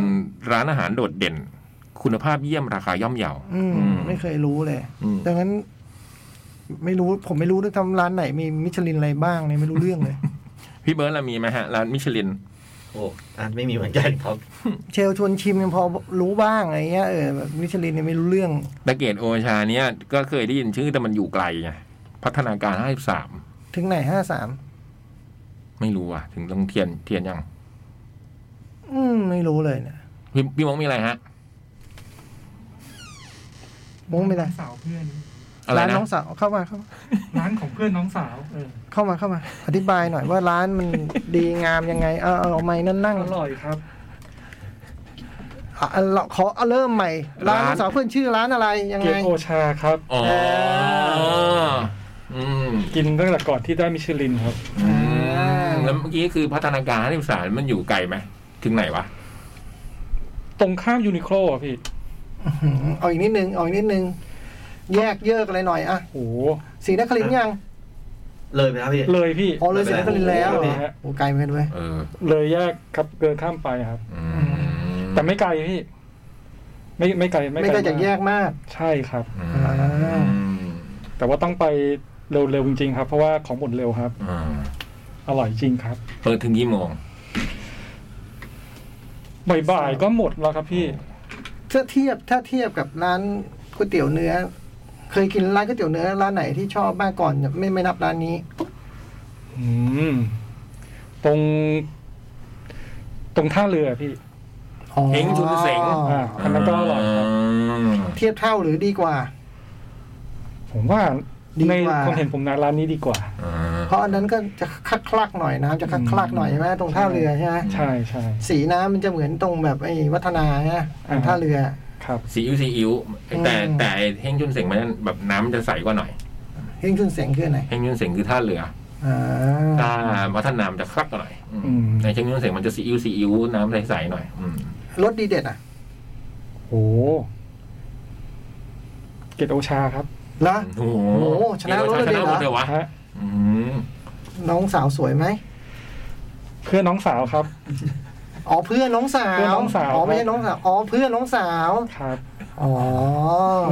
ร้านอาหารโดดเด่น คุณภาพเยี่ยมราคาย่อมเยา อืมไม่เคยรู้เลย อืม ดังนั้น ไม่รู้ผมไม่รู้ด้วยทำร้านไหนมีมิชลินอะไรบ้างเนี่ยไม่รู้เรื่องเลย [laughs] พี่เบิร์ดเรามีไหมฮะร้านมิชลิน โอ้อันไม่มีเหมือนกันครับ เชลชวนชิมยังพอรู้บ้างอะไรเงี้ยเออแบบมิชลินเนี่ยไม่รู้เรื่อง ตะเกียดโอชาเนี่ยก็เคยได้ยินชื่อแต่มันอยู่ไกลไงพัฒนาการ 53 ถึงไหนห้าสาม ไม่รู้อ่ะ ถึงตรงเทียนเทียนยัง อืมไม่รู้เลยเนี่ย พี่พี่มองมีอะไรฮะ มงไม่ได้ สาวเพื่อน อะไร ร้าน นะ น้องสาวเข้ามาเข้ามา ร้านของเพื่อนน้องสาวเออ เข้ามาเข้ามา อธิบายหน่อยว่าร้านมัน ดีงามยังไง เออเอาเอาไม้นั่นนั่ง อร่อยครับ อ่ะเราขอเอาเริ่มใหม่ ร้านสาวเพื่อนชื่อร้านอะไรยัง เกี ไง ยรติโอชาครับ อ๋ออืม กินตั้งแต่ก่อนที่ได้มิชลินครับ อืมแล้วเมื่อกี้คือพัฒนาการ53มันอยู่ไกลไหมถึงไหนวะ ตรงข้ามยูนิโคลอ่ะพี่ เอาอีกนิดนึงเอาอีกนิดนึง แยกเยอะกันเลยหน่อยอะ โอ้โห สีนครินทร์ยัง เลยไปแล้วพี่ เลยพี่ อ๋อเลยสีนครินทร์แล้ว เลย ฮะ โอ้ไกลเหมือนกันเว้ย เออ เลยแยกครับเดินข้ามไปครับ อืม แต่ไม่ไกลพี่ ไม่ไม่ไกล ไม่ไกลจากแยกมาก ใช่ครับ อืม แต่ว่าต้องไปเร็วๆจริงๆครับ เพราะว่าของหมดเร็วครับ อ่า อร่อยจริงครับ เปิดถึงกี่โมง บ่ายๆก็หมดแล้วครับพี่ ถ้าเทียบถ้าเทียบกับร้านก๋วยเตี๋ยวเนื้อ เคยกินร้านก๋วยเตี๋ยวเนื้อร้านไหนที่ชอบมากก่อนไม่ไม่นับร้านนี้ อืม ตรง ตรงท่าเรือพี่ เฮงชุนเสง อ่าอันนั้นก็อร่อยครับ ม เทียบเท่าหรือดีกว่า ผมว่า ดีกว่า ในความเห็นผมนะร้านนี้ดีกว่า อ่า เพราะอันนั้นก็จะคลักคลักๆหน่อยน้ำจะคลักคลักๆหน่อยใช่ไหมตรงท่าเรือใช่ไหม ใช่ใช่ สีน้ำมันจะเหมือนตรงแบบไอ้วัฒนาฮะทางท่าเรือ ครับ ซีอิ๊วซีอิ๊วแต่ อืม แต่เฮงชุนเสงมันแบบน้ำจะใสกว่าหน่อย เฮงชุนเสงคืออะไร เฮงชุนเสงคือท่าเรือ อ่า ถ้าพัฒนามนจะคลักกว่าหน่อยอืม อืม ในเฮงชุนเสงมันจะซีอิ๊วซีอิ๊วน้ำใสๆหน่อยอืม รถดีเด็ดอ่ะ โอ้เกตโอชาครับ แล้ว โอ้โห โอ้โหชนะรถเลยชเหรอนะหมดเลยวะ ฮะ อืม น้องสาวสวยไหม เพื่อนน้องสาวครับ อ๋อเพื่อนน้องสา เพื่อน ว น้องสาว อ๋อไม่ใช่น้องสาวอ๋อเพื่อนน้องสาว ครับ อ๋อ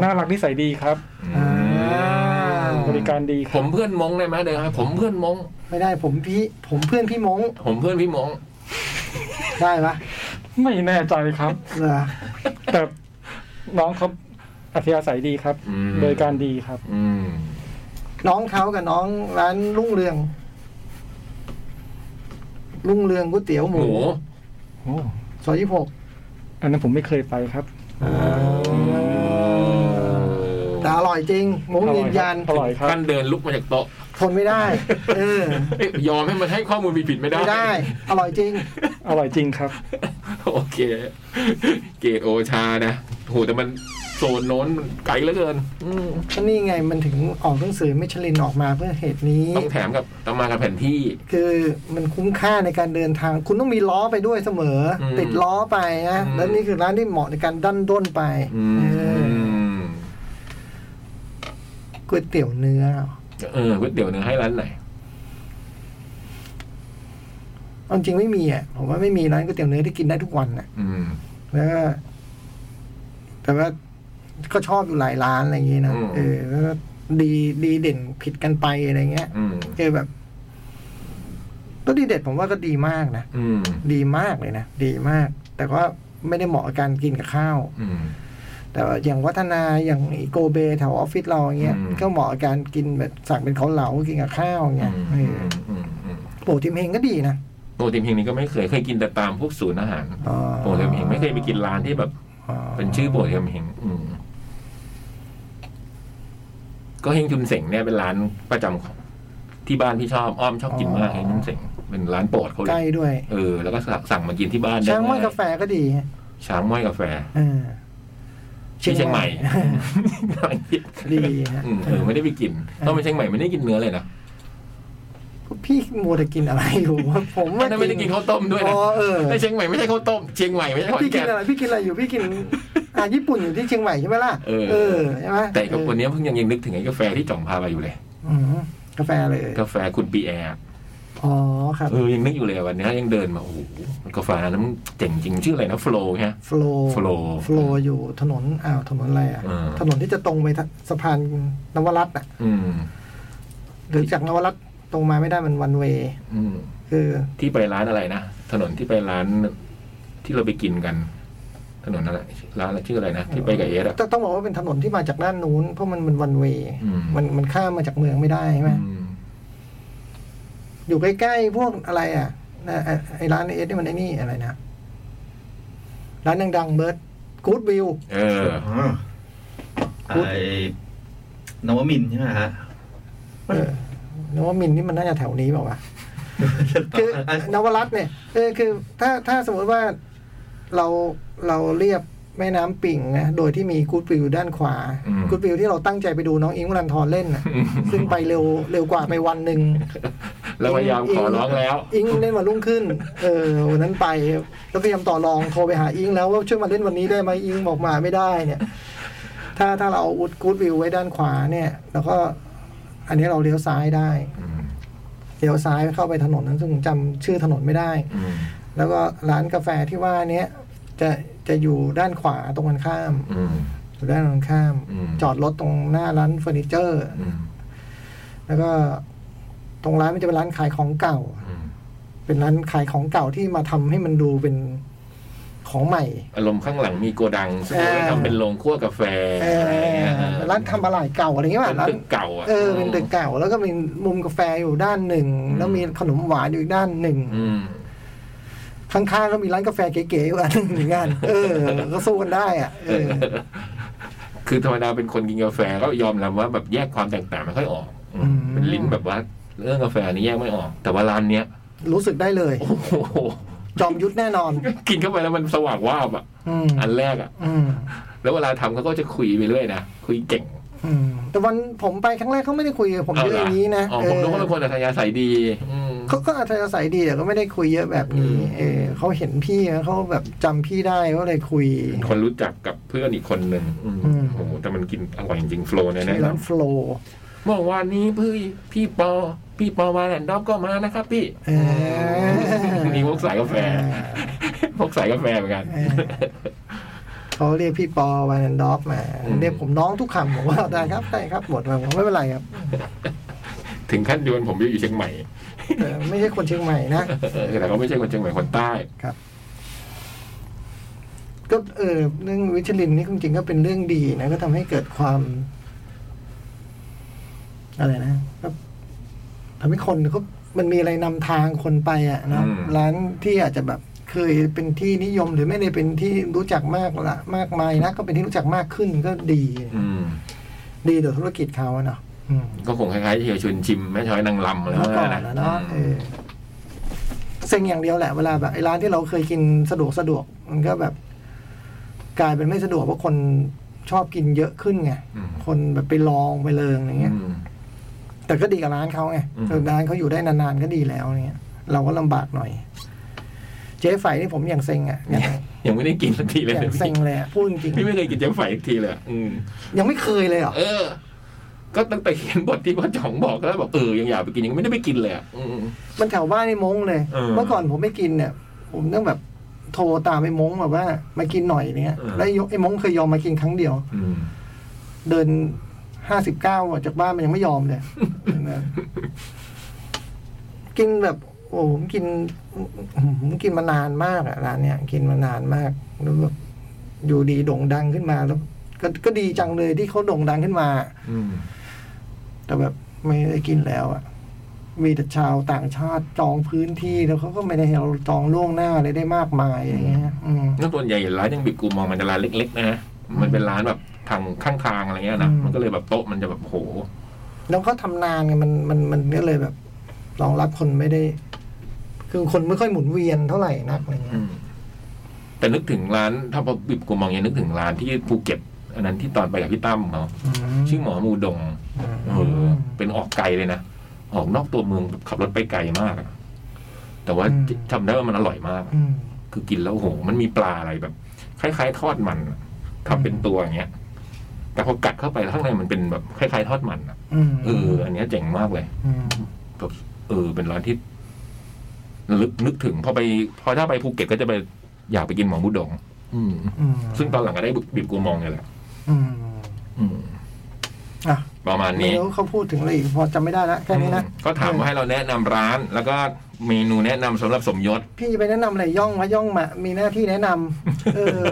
น่ารักนิสัยดีครับ อื อ่าม บริการดีค ผ รับ มเพื่อนมงได้ไหมเดินครับผมเพื่อนมง ไม่ได้ผมพี่ผมเพื่อนพี่มง ผมเพื่อนพี่มง ได้ปะ ไม่แน่ใจครับ เหรอ แต่น้องเขาอัธยาศัยดีครับ อืม บริการดีครับ อืม น้องเขากับน้องร้านรุ่งเรือง รุ่งเรืองก๋วยเตี๋ยวห ห มู มู โอ้ ซอยยี่หก อันนั้นผมไม่เคยไปครับ แต่อร่อยจริงหมูยืนยัน อร่อยครับ ท่านเดินลุกมาจากโต๊ะ ทนไม่ได้ เออ เอ้ยยอมให้มันให้ข้อมูลผิดๆไม่ได้ ไม่ได้ อร่อยจริง อร่อยจริงครับ [laughs] โอเค เกรดโอชานะโหแต่มันโซนโน้นมันไกลเหลือเกิน อืมก็นี่ไงมันถึงออกหนังสือมิชลินออกมาเพื่อเหตุนี้ ต้องแถมกับต้องมากับแผนที่ คือมันคุ้มค่าในการเดินทาง คุณต้องมีล้อไปด้วยเสมอ อืม ติดล้อไปนะ อืม แล้วนี่คือร้านที่เหมาะในการดันด้นไป อื เออ ม ก๋วยเตี๋ยวเนื้อ เออก๋วยเตี๋ยวเนื้อให้ร้านไหน เอาจริงไม่มีอ่ะผมว่าไม่มีร้านก๋วยเตี๋ยวเนื้อที่กินได้ทุกวันอ่ะ อืม แล้วก็แต่ว่าก็ชอบอยู่หลายร้านอะไรอย่างงี้นะ อืม เออแล้วก็ดีดีเด่นผิดกันไปอะไรเงี้ย อืม เออแบบก็ดีเด็ดผมว่าก็ดีมากนะ อืม ดีมากเลยนะ ดีมาก แต่ว่าไม่ได้เหมาะกับการกินกับข้าว อืม แต่ว่าอย่างวัฒนาอย่างโกเบแถวออฟฟิศเราอย่างเงี้ย อืม ก็เหมาะกับการกินแบบสั่งเป็นเขาวเหลากินกับข้าวอย่างเงี้ย อื เอ ม อ อืมอืม โปรติมเฮงก็ดีนะ โปรตีนเพียงนี้ก็ไม่เคยเคยกินแต่ตามพวกศูนย์อาหาร อ๋อ โปรตีนเพียงไม่เคยไปกินร้านที่แบบ อ๋อ เป็นชื่อโปรตีนเพียงอืมก็เฮงจุนเสงเนี่ยเป็นร้านประจำของที่บ้านพี่ชอบอ้อมชอบกินมากเฮงจุนเสงเป็นร้านโปรดเขาเล ใกล้ ย ด้วย เออแล้วก็สั่งสั่งมากินที่บ้านได้ ช้างม้อยกาแฟก็ดี ช้างม้อยกาแฟ เออ ที่เชียง [laughs] ใหม่ กำลังคิด ดีฮะ อืมเออไม่ได้ไปกินต้องไปเชียงใหม่ไม่ได้กินเนื้อเลยนะ พี่มัวแต่กินอะไรอยู่วะผมว่า นั่นไม่ได้กินข้าวต้มด้วย อ๋ นะ อเออ ในเชียงใหม่ไม่ใช่ข้าวต้มเชียงใหม่ไม่ใช่ขอน พี่กิ แก่ น น อะไรพี่กินอะไรอยู่พี่กินอ่าญี่ปุ่นอยู่ที่เชียงใหม่ใช่ไหมล่ะ เออ ใช่ไหม แต่กับวันนี้เพิ่งยังยังนึกถึงไอ้กาแฟที่จ่องพาไปอยู่เลย อืมกาแฟเลย กาแฟคุณปีแอร์ อ๋อครับ เออยังนึกอยู่เลยวันนี้ยังเดินมาโอ้โหกาแฟนั้นมันเจ๋งจริงชื่ออะไรนะโฟล์ฮะ ฟลอ Flow ฟลออยู่ถนนอ้าวถนนอะไรอ่ะ อ่า ถนนที่จะตรงไปทะสะพานนวรัตน์อ่ะ อืม หรือจากนวรัตน์ตรงมาไม่ได้มันวันเว อืม คือ ที่ไปร้านอะไรนะถนนที่ไปร้านที่เราไปกินกัน ถนนอะไรร้านอะไรชื่ออะไรนะที่ไปกับเอสอะ ต้องบอกว่าเป็นถนนที่มาจากด้านนู้นเพราะมันมันวันเว อืม มันมันข้ามมาจากเมืองไม่ได้ใช่ไหม อืม อยู่ใกล้ๆพวกอะไรอ่ะนะไอ้ไอร้านเอสนี่มันไอ้นี่อะไรนะร้านดังๆเบิร์ดกู๊ดวิว เออ ไอ้นวมินทร์ใช่ไหมฮะ เออแล้วว่ามินนี่มันน่าจะแถวนี้เปล่าวะ คือนวรัตน์เนี่ยเออคือถ้าถ้าสมมติว่าเราเราเรียบแม่น้ำปิ่งนะโดยที่มีกูดวิวด้านขวา อืม กูดวิวที่เราตั้งใจไปดูน้องอิงค์วรันทรเล่นน่ะ ซึ่งไปเร็วเร็วกว่าไปวันหนึ่ง แล้วพยายามขอร้องแล้ว อิงค์เล่นวันรุ่งขึ้น เออวันนั้นไปแล้วพยายามต่อรองโทรไปหาอิงค์แล้วว่าช่วยมาเล่นวันนี้ได้ไหมอิงค์บอกมาไม่ได้เนี่ย ถ้าถ้าเราเอากูดวิวไว้ด้านขวาเนี่ย แล้วก็ อันนี้เราเลี้ยวซ้ายได้ อืม เลี้ยวซ้ายเข้าไปถนนนั้นซึ่งผมจำชื่อถนนไม่ได้ อืม แล้วก็ร้านกาแฟที่ว่าเนี้ยจะจะอยู่ด้านขวาตรงกันข้าม อืม อยู่ด้านตรงกันข้าม อืม จอดรถตรงหน้าร้านเฟอร์นิเจอร์ อืม แล้วก็ตรงร้านมันจะเป็นร้านขายของเก่า อืม เป็นร้านขายของเก่าที่มาทำให้มันดูเป็นของใหม่ อารมณ์ข้างหลังมีโกดังซึ่ง เออ ทำเป็นโรงคั่วกาแฟ เอ อะไรเงี้ย อเป็นร้านทำอะไรเก่าอะไรเงี้ยป่ะ เป็น ร้าน ตึกเก่าอะ เออเป็นตึกเก่า แล้วก็มีมุมกาแฟอยู่ด้านหนึ่ง อืม แล้วมีขนมหวานอยู่อีกด้านหนึ่ง อืม ข้างๆก็มีร้านกาแฟเก๋ๆอยู่อันหนึ่งเหมือน [laughs] กันเออ ก็สู้กันได้อ่ะเออ คือธรรมดาเป็นคนกินกาแฟก็ยอมรับว่าแบบแยกความแตกต่างไม่ค่อยออกอืม อืม เป็นลิ้นแบบว่าเรื่องกาแฟนี่แยกไม่ออก แต่ว่าร้านเนี้ย รู้สึกได้เลย โอ้โห จอมยุทธแน่น [laughs] อน กินเข้าไปแล้วมันสว่างวาบอ่ะ อืม อันแรกอ่ะ อืม แล้วเวลาทำเขาก็จะคุยไปเรื่อยนะคุยเก่ง อืมแต่วันผมไปครั้งแรกเขาไม่ได้คุยกับผมเยอะ หร อย่างนี้นะ อ๋อ เออ ผมรู้ว่าเป็นคนอัธยาศัยดี อืม เขาก็อัธยาศัยดีแต่ก็ไม่ได้คุยเยอะแบบนี้ อืม เออเขาเห็นพี่นะเขาแบบจำพี่ได้ก็เลยคุย เป็นคนรู้จักกับเพื่อนอีกคนหนึ่งอืม อืม โอ้โหแต่มันกินอร่อยจริงๆโฟล์เนี่ย ชื่ นะ อร้านโฟลว์ เมื่อวานนี้พี่พี่ปอ พี่ปอมาแลนด์ดอปก็มานะครับ พี่ เออ มีพวกสายกาแฟ พวกสายกาแฟเหมือนกัน เออ เขาเรียกพี่ปอวานันดอฟมาเรียกผมน้องทุกคำผมว่าได้ครับได้ครับหมดมาผมไม่เป็นไรครับ ถึงขั้นโยนผมไปอยู่เชียงใหม่ เออไม่ใช่คนเชียงใหม่นะ เออแต่ก็ไม่ใช่คนเชียงใหม่คนใต้ ก็เออเรื่องวิชลินนี่จริงๆก็เป็นเรื่องดีนะ ก็ทำให้เกิดความ อะไรนะก็ทำให้คนก็มันมีอะไรนำทางคนไปอ่ะเนอะ อืม ร้านที่อาจจะแบบเคยเป็นที่นิยมหรือไม่ได้เป็นที่รู้จักมากละมากมายนะก็เป็นที่รู้จักมากขึ้นก็ดี อืม ดีต่อธุรกิจเขาอะเนาะอืม ก็คงคล้ายๆเฮียชวนชิมแม่ช้อยนางลำอะไรพ เมื่ ว อก ก่อ นั้น นนะ นะเนาะเออเซ็งอย่างเดียวแหละเวลาแบบไอ้ร้านที่เราเคยกินสะดวกสะดวกมันก็แบบ กลายเป็นไม่สะดวกเพราะคนชอบกินเยอะขึ้นไง อืม คนแบบไปลองไปเลงอะไรเงี้ย อืม แต่ก็ดีกับร้านเขาไง อืม ร้านเขาอยู่ได้นานๆก็ดีแล้วอะไรเงี้ย เราก็ลำบากหน่อย เจ๊ไฝนี่ผมอย่างเซ็งอ่ะอย่าง ยังไม่ได้กินสักทีเลย อย่างเซ็งเลยอะพูดจริง พี่ไม่เคยกินเจ๊ไฝสักทีเลยอืม ๆยังไม่เคยเลยเหรอ เออ ก็ตั้งแต่เขียนบทที่พ่อจ๋องบอกแล้วบอกเออยังอยากไปกินยังไม่ได้ไปกินเลยอ่ะอืม มันแถวบ้านไอ้มงเลย เออ เมื่อก่อนผมไม่กินเนี่ย ผมต้องแบบโทรตามไอ้มงแบบว่า มากินหน่อยเนี้ย เออ แล้วไอ้มงเคยยอมมากินครั้งเดียว อืม เดินห้าสิบเก้าออกจากบ้านมันยังไม่ยอมเลย [laughs] นะกินแบบ โอ้ผมกินผมกินมานานมากอะร้านเนี้ยกินมานานมากแล้วแบบอยู่ดีโด่งดังขึ้นมาแล้ว ก็ก็ดีจังเลยที่เขาโด่งดังขึ้นมา อืม แต่แบบไม่ได้กินแล้วอะมีแต่ชาวต่างชาติจองพื้นที่แล้วเขาก็ไม่ได้ให้เราจองล่วงหน้าอะไรได้มากมายอย่างเงี้ย อืม แล้วส่วนใหญ่ร้านยังบิดกูมองมันจะร้านเล็กๆนะ มันเป็นร้านแบบทางข้างทางอะไรเงี้ยนะ อืม มันก็เลยแบบโต๊ะมันจะแบบโห แล้วเขาทำนานไงมันมันมันก็เลยแบบรองรับคนไม่ได้ คือคนไม่ค่อยหมุนเวียนเท่าไหร่นักอะไรเงี้ อื ย มแต่นึกถึงร้าน ถ้าพอบิบกูมองอย่างนี้นึกถึงร้านที่ภูเก็ต อันนั้นที่ตอนไปกับพี่ตั้มเขาชื่อหมอมูดง เออ เป็นออกไกลเลยนะ ออกนอกตัวเมืองแบบขับรถไปไกลมากอะแต่ว่าจำได้ว่ามันอร่อยมาก อืม คือกินแล้วโห มันมีปลาอะไรแบบ คล้าย ๆ ทอดมันอะทำเป็นตัวอย่างเงี้ย แต่พอกัดเข้าไปข้างในมันเป็นแบบคล้ายๆ ทอดมันอะ อืม เออ อันเนี้ยเจ๋งมากเลย ม แบบเออ เป็นร้านที่นึกนึกถึงพอไปพอถ้าไปภูเก็ตก็จะไปอยากไปกินหมอมูดง อืม อืม ซึ่งตอนหลังก็ได้บีบกูมองเนี่ยแหละ อืม อืม อ่ะ ประมาณ ไม่ นี้ รู้เขาพูดถึงอะไรอีกพอจำไม่ได้ละแค่นี้นะ อืมก็ถามว่าให้เราแนะนำร้าน แล้วก็เมนูแนะนำสำหรับสมยศ [laughs] พี่จะไปแนะนำอะไรย่องวะย่องมา มีหน้าที่แนะนำเออ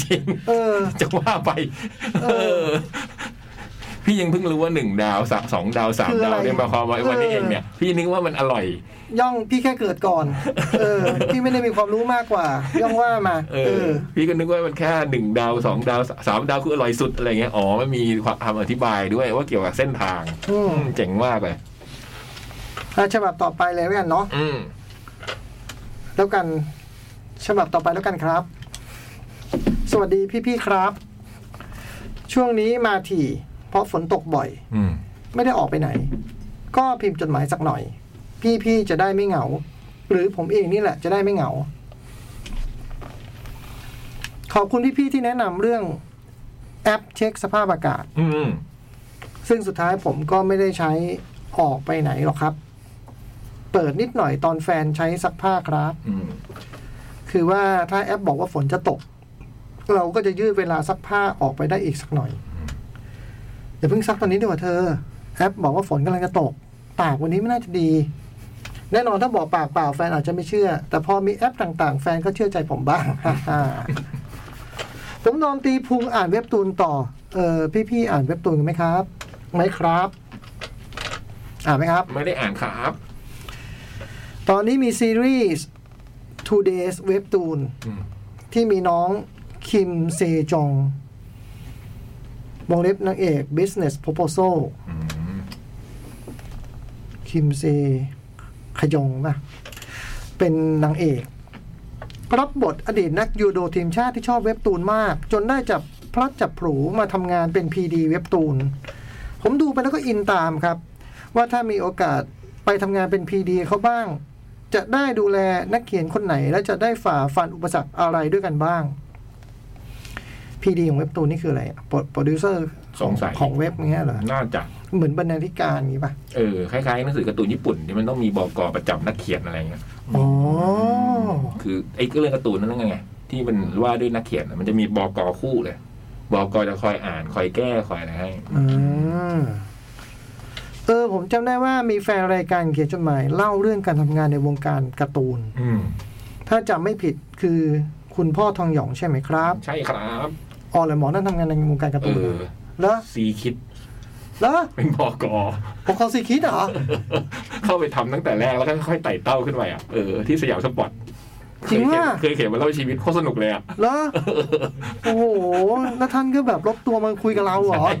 จริง เออ จะว่าไป เอ เอ อ อ พี่ยังเพิ่งรู้ว่าหนึ่งดาวสะสองดาวสาม คืออะไร ดาวเนี่ยมาความว่าวันนี้ เออ เองเนี่ย พี่นึกว่ามันอร่อย ย่องพี่แค่เกิดก่อน เออ พี่ไม่ได้มีความรู้มากกว่า ย่องว่ามา เอ เอ อ อ พี่ก็นึกว่ามันแค่หนึ่งดาวสองดาวสามดาวคืออร่อยสุดอะไรเงี้ยอ๋อมันมีความคำอธิบายด้วยว่าเกี่ยวกับเส้นทาง อืม อืมเจ๋งมากเลย อ่ะฉบับต่อไปเลยแล้วกันเนาะ อืม แล้วกันฉบับต่อไปแล้วกันครับ สวัสดีพี่ ๆ ครับ ช่วงนี้มาถี่ เพราะฝนตกบ่อย อืม ไม่ได้ออกไปไหน ก็พิมพ์จดหมายสักหน่อย พี่ ๆ จะได้ไม่เหงา หรือผมเองนี่แหละจะได้ไม่เหงา ขอบคุณพี่ ๆ ที่แนะนำเรื่องแอปเช็คสภาพอากาศ อืม ซึ่งสุดท้ายผมก็ไม่ได้ใช้ออกไปไหนหรอกครับ เปิดนิดหน่อยตอนแฟนใช้ซักผ้าครับ อืม คือว่าถ้าแอปบอกว่าฝนจะตก เราก็จะยืดเวลาซักผ้าออกไปได้อีกสักหน่อยอย่าเพิ่งซักตอนนี้ดีกว่าเธอ แอปบอกว่าฝนกำลังจะตกปากวันนี้ไม่น่าจะดี แน่นอนถ้าบอกปากเปล่าแฟนอาจจะไม่เชื่อ แต่พอมีแอปต่างๆ แฟนก็เชื่อใจผมบ้าง [laughs] ผมนอนตีพุงอ่านเว็บตูนต่อ เออพี่ๆอ่านเว็บตูนกันไหมครับไหมครับ อ่านไหมครับ ไม่ได้อ่านครับ ตอนนี้มีซีรีส์ Two Days Webtoon อืม ที่มีน้องคิมเซจองวงเล็บนางเอก Business Proposal อืม คิมเซขยองป่ะ เป็นนางเอก รับบทอดีตนักยูโดทีมชาติที่ชอบเว็บตูนมาก จนได้จับพลัดจับผลูมาทำงานเป็นพีดีเว็บตูน ผมดูไปแล้วก็อินตามครับ ว่าถ้ามีโอกาสไปทำงานเป็นพีดีเขาบ้าง จะได้ดูแลนักเขียนคนไหน และจะได้ฝ่าฟันอุปสรรคอะไรด้วยกันบ้างพีดีของเว็บตูนนี่คืออะไรอะโปรดิวเซอร์ สงสัย ของเว็บเงี้ยเหรอ น่าจะ เหมือนบรรณาธิการอย่างงี้ป่ะ เออคล้ายๆหนังสือการ์ตูนญี่ปุ่นที่มันต้องมีบกประจำนักเขียนอะไรเงี้ย อ๋อ คือไอ้เรื่องการ์ตูนนั่นไง ที่มันว่าด้วยนักเขียนน่ะมันจะมีบกคู่เลยบกจะคอยอ่านคอยแก้คอยอะไรให้ อืมเออ ผมจำได้ว่ามีแฟนรายการเขียนจดหมาย เล่าเรื่องการทำงานในวงการการ์ตูน อืม ถ้าจำไม่ผิดคือคุณพ่อทองหยองใช่ไหมครับ ใช่ครับ อ๋อเลยหมอนั่นทำงานในวงการการ์ เอ ตูน อ เหรอ ซีคิด เหรอ เป็นบก [laughs] ผมเขาซีคิดเหรอ เข้าไปทำตั้งแต่แรกแล้วก็ค่อยๆไต่เต้าขึ้นไปอ่ะเออที่สยามสปอร์ต จริงว่า เคยเขียนมาเล่าชีวิตโคตรสนุกเลยอ่ะ เหรอโอ้โหแล้วท่านก็แบบลบตัวมาคุยกับเราเหรอ ใช่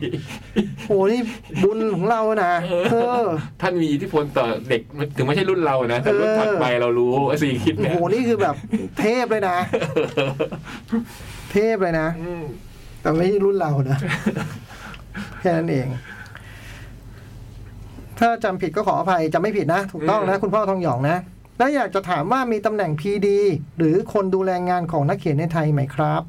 โอ้โหนี่บุญของเรานะเออ [laughs] ท่านมีอิทธิพลต่อเด็กถึงไม่ใช่รุ่นเรานะแต่รุ่น เออ ถัดไปเรารู้ไอ้ซีคิด โอ้ เนี่ย โหนี่คือแบบเทพเลยนะ เทพเลยนะ อืม แต่ไม่ใช่รุ่นเรา [laughs] นะ แค่นั้นเอง ถ้าจำผิดก็ขออภัยจำไม่ผิดนะ ถูกต้องนะ คุณพ่อทองหยองนะ แล้วอยากจะถามว่ามีตำแหน่งพีดีหรือคนดูแลงานของนักเขียนในไทยไหมครับ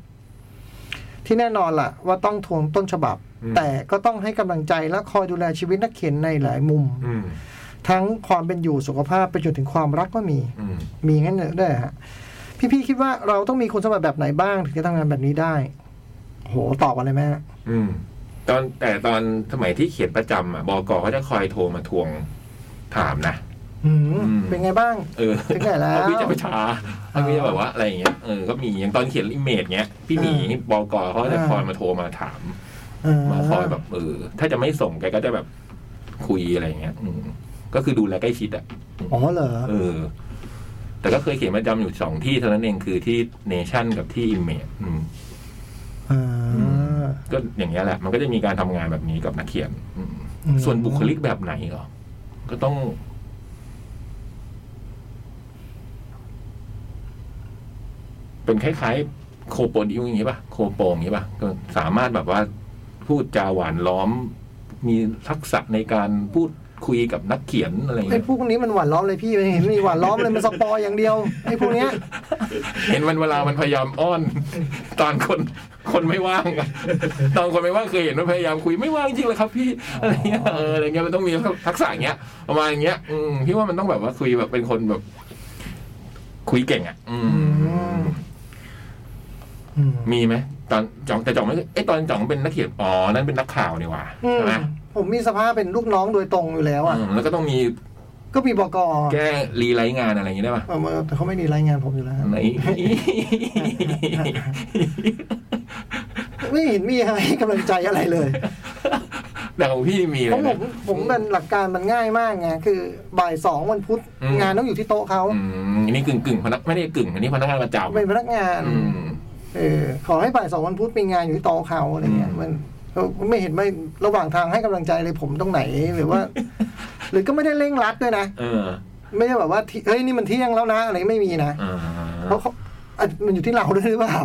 ที่แน่นอนล่ะ ว่าต้องทวงต้นฉบับ แต่ก็ต้องให้กำลังใจและคอยดูแลชีวิตนักเขียนในหลายมุม อืม ทั้งความเป็นอยู่สุขภาพไปจนถึงความรักก็มี อืม มีงั้นเลยด้วยฮะ พี่ๆคิดว่าเราต้องมีคุณสมบัติแบบไหนบ้างถึงจะทำงานแบบนี้ได้ โหตอบอะไรแม่ อืมตอนแต่ตอนสมัยที่เขียนประจำอ่ะบกเขาจะคอยโทรมาทวงถามนะ อืม อืม เป็นไงบ้าง เออ ถึงไหนแล้ว เอาพี่จะไปช้าเอาพี่จะแบบว่าอะไรอย่างเงี้ยเออก็มีอย่างตอนเขียนอิเมจเงี้ยพี่หมีบกเขาจะคอยมาโทรมาถาม เออ มาคอยแบบเออถ้าจะไม่ส่งแกก็จะแบบคุยอะไรอย่างเงี้ย อืมก็คือดูแลใกล้ชิดอ่ะ อ๋อเหรอ เออ แต่ก็เคยเขียนประจำอยู่สองที่เท่านั้นเองคือที่เนชั่นกับที่อิเมจอืม อ่า ก็อย่างเงี้ยแหละ มันก็จะมีการทำงานแบบนี้กับนักเขียนอืม อืม ส่วนบุคลิกแบบไหนเหรอ ก็ต้อง เป็นคล้ายๆ โคโปรดิวอย่างงี้ป่ะ โคโปงอย่างงี้ป่ะ ก็สามารถแบบว่าพูดจาหวานล้อม มีทักษะในการพูดคุยกับนักเขียนอะไรอย่าง ไอ้ เงี้ย พวกนี้มันหวานล้อมเลยพี่ไม่เห็นมีหวานล้อมเลยมันสปอยอย่างเดียวไอ้พวกเนี้ย เห็นมันเวลามันพยายามอ้อน [laughs] ตอนคน คนไม่ว่างอะตอนคนไม่ว่างเคยเห็นมันพยายามคุยไม่ว่างจริงเลยครับพี่อะไรเงี้ยเอออะไรเงี้ยมันต้องมีทักษะอย่างเงี้ยประมาณอย่างเงี้ย อืมพี่ว่ามันต้องแบบว่าคุยแบบเป็นคนแบบ คุยเก่งอ่ะ อืม อืม มีไหมตอนจ่องแต่จ่องไม่เอ้ยตอนจ่องเป็นนักเขียนอ๋อนั่นเป็นนักข่าวนี่หว่า อื ใช่ไหม มผมมีสภาพเป็นลูกน้องโดยตรงอยู่แล้วอ่ะ อืมแล้วก็ต้องมี ก็มีบก แก้รีไลท์งานอะไรอย่างงี้ได้ป่ะ เออแต่เขาไม่มีรายงานผมอยู่แล้ว ไหน ไม่เห็นมีอะไรให้กำลังใจอะไรเลย [laughs] แต่ของพี่มี เพ เลย ราะผ นะ มผมเป็นหลักการมันง่ายมากไงคือบ่ายสองวันพุธ อืม งานต้องอยู่ที่โต๊ะเขา อืมอันนี่กึ่งกึ่งๆพนักไม่ได้กึ่งอันนี้พนักงานประจำ เป็นพนักงาน อืม เออขอให้บ่ายสองวันพุธมีงานอยู่ที่โต๊ะเขาอะไรเงี้ย อืม มันเออไม่เห็นไม่ระหว่างทางให้กำลังใจเลยผมตรงไหนห [laughs] รือว่า หรือก็ไม่ได้เร่งรัดด้วยนะ เออ ไม่ได้แบบว่าที่เฮ้ยนี่มันเที่ยงแล้วนะอะไรไม่มีนะ อ่า เพราะเขาอ่ะมันอยู่ที่เราด้วยหรือเปล่า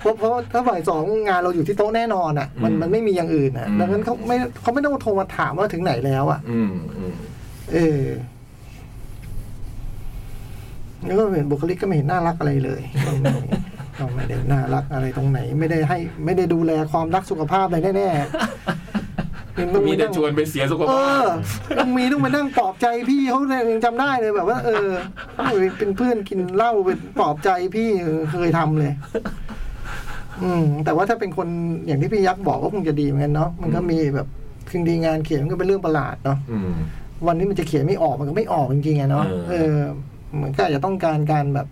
เพราะเพราะถ้าบ่ายสองงานเราอยู่ที่โต๊ะแน่นอนอ่ะ มันมันไม่มีอย่างอื่นอ่ะดังนั้นเขาไม่เขาไม่ต้องโทรมาถามว่าถึงไหนแล้วอ่ะ อืมอืม เออแล้วก็เห็นบุคลิกก็ไม่เห็นน่ารักอะไรเลย [laughs] ก็ไม่ก็ไม่ได้น่ารักอะไรตรงไหน ไม่ได้ให้ ไม่ได้ดูแลความรักสุขภาพอะไรแน่ [laughs] ๆยังต้อง มี มี แต่ นั่ง ชวนไปเสียสุข เอ ภา อ พ ยังมีต้องมานั่งปลอบใจพี่เขาเลยยังจำได้เลยแบบว่า เออเป็นเพื่อนกินเหล้าเป็นปลอบใจพี่เออเคยทำเลย อืม แต่ว่าถ้าเป็นคนอย่างที่พี่ยักษ์บอกก็คงจะดีเหมือนกันเนาะมันก็มีแบบคืงดีงานเขียนมันก็เป็นเรื่องประหลาดเนาะ อืม วันที่มันจะเขียนไม่ออกมันก็ไม่ออกจริงๆอะเนาะ เออ เออเหมือนก็อาจจะต้องการการแบบ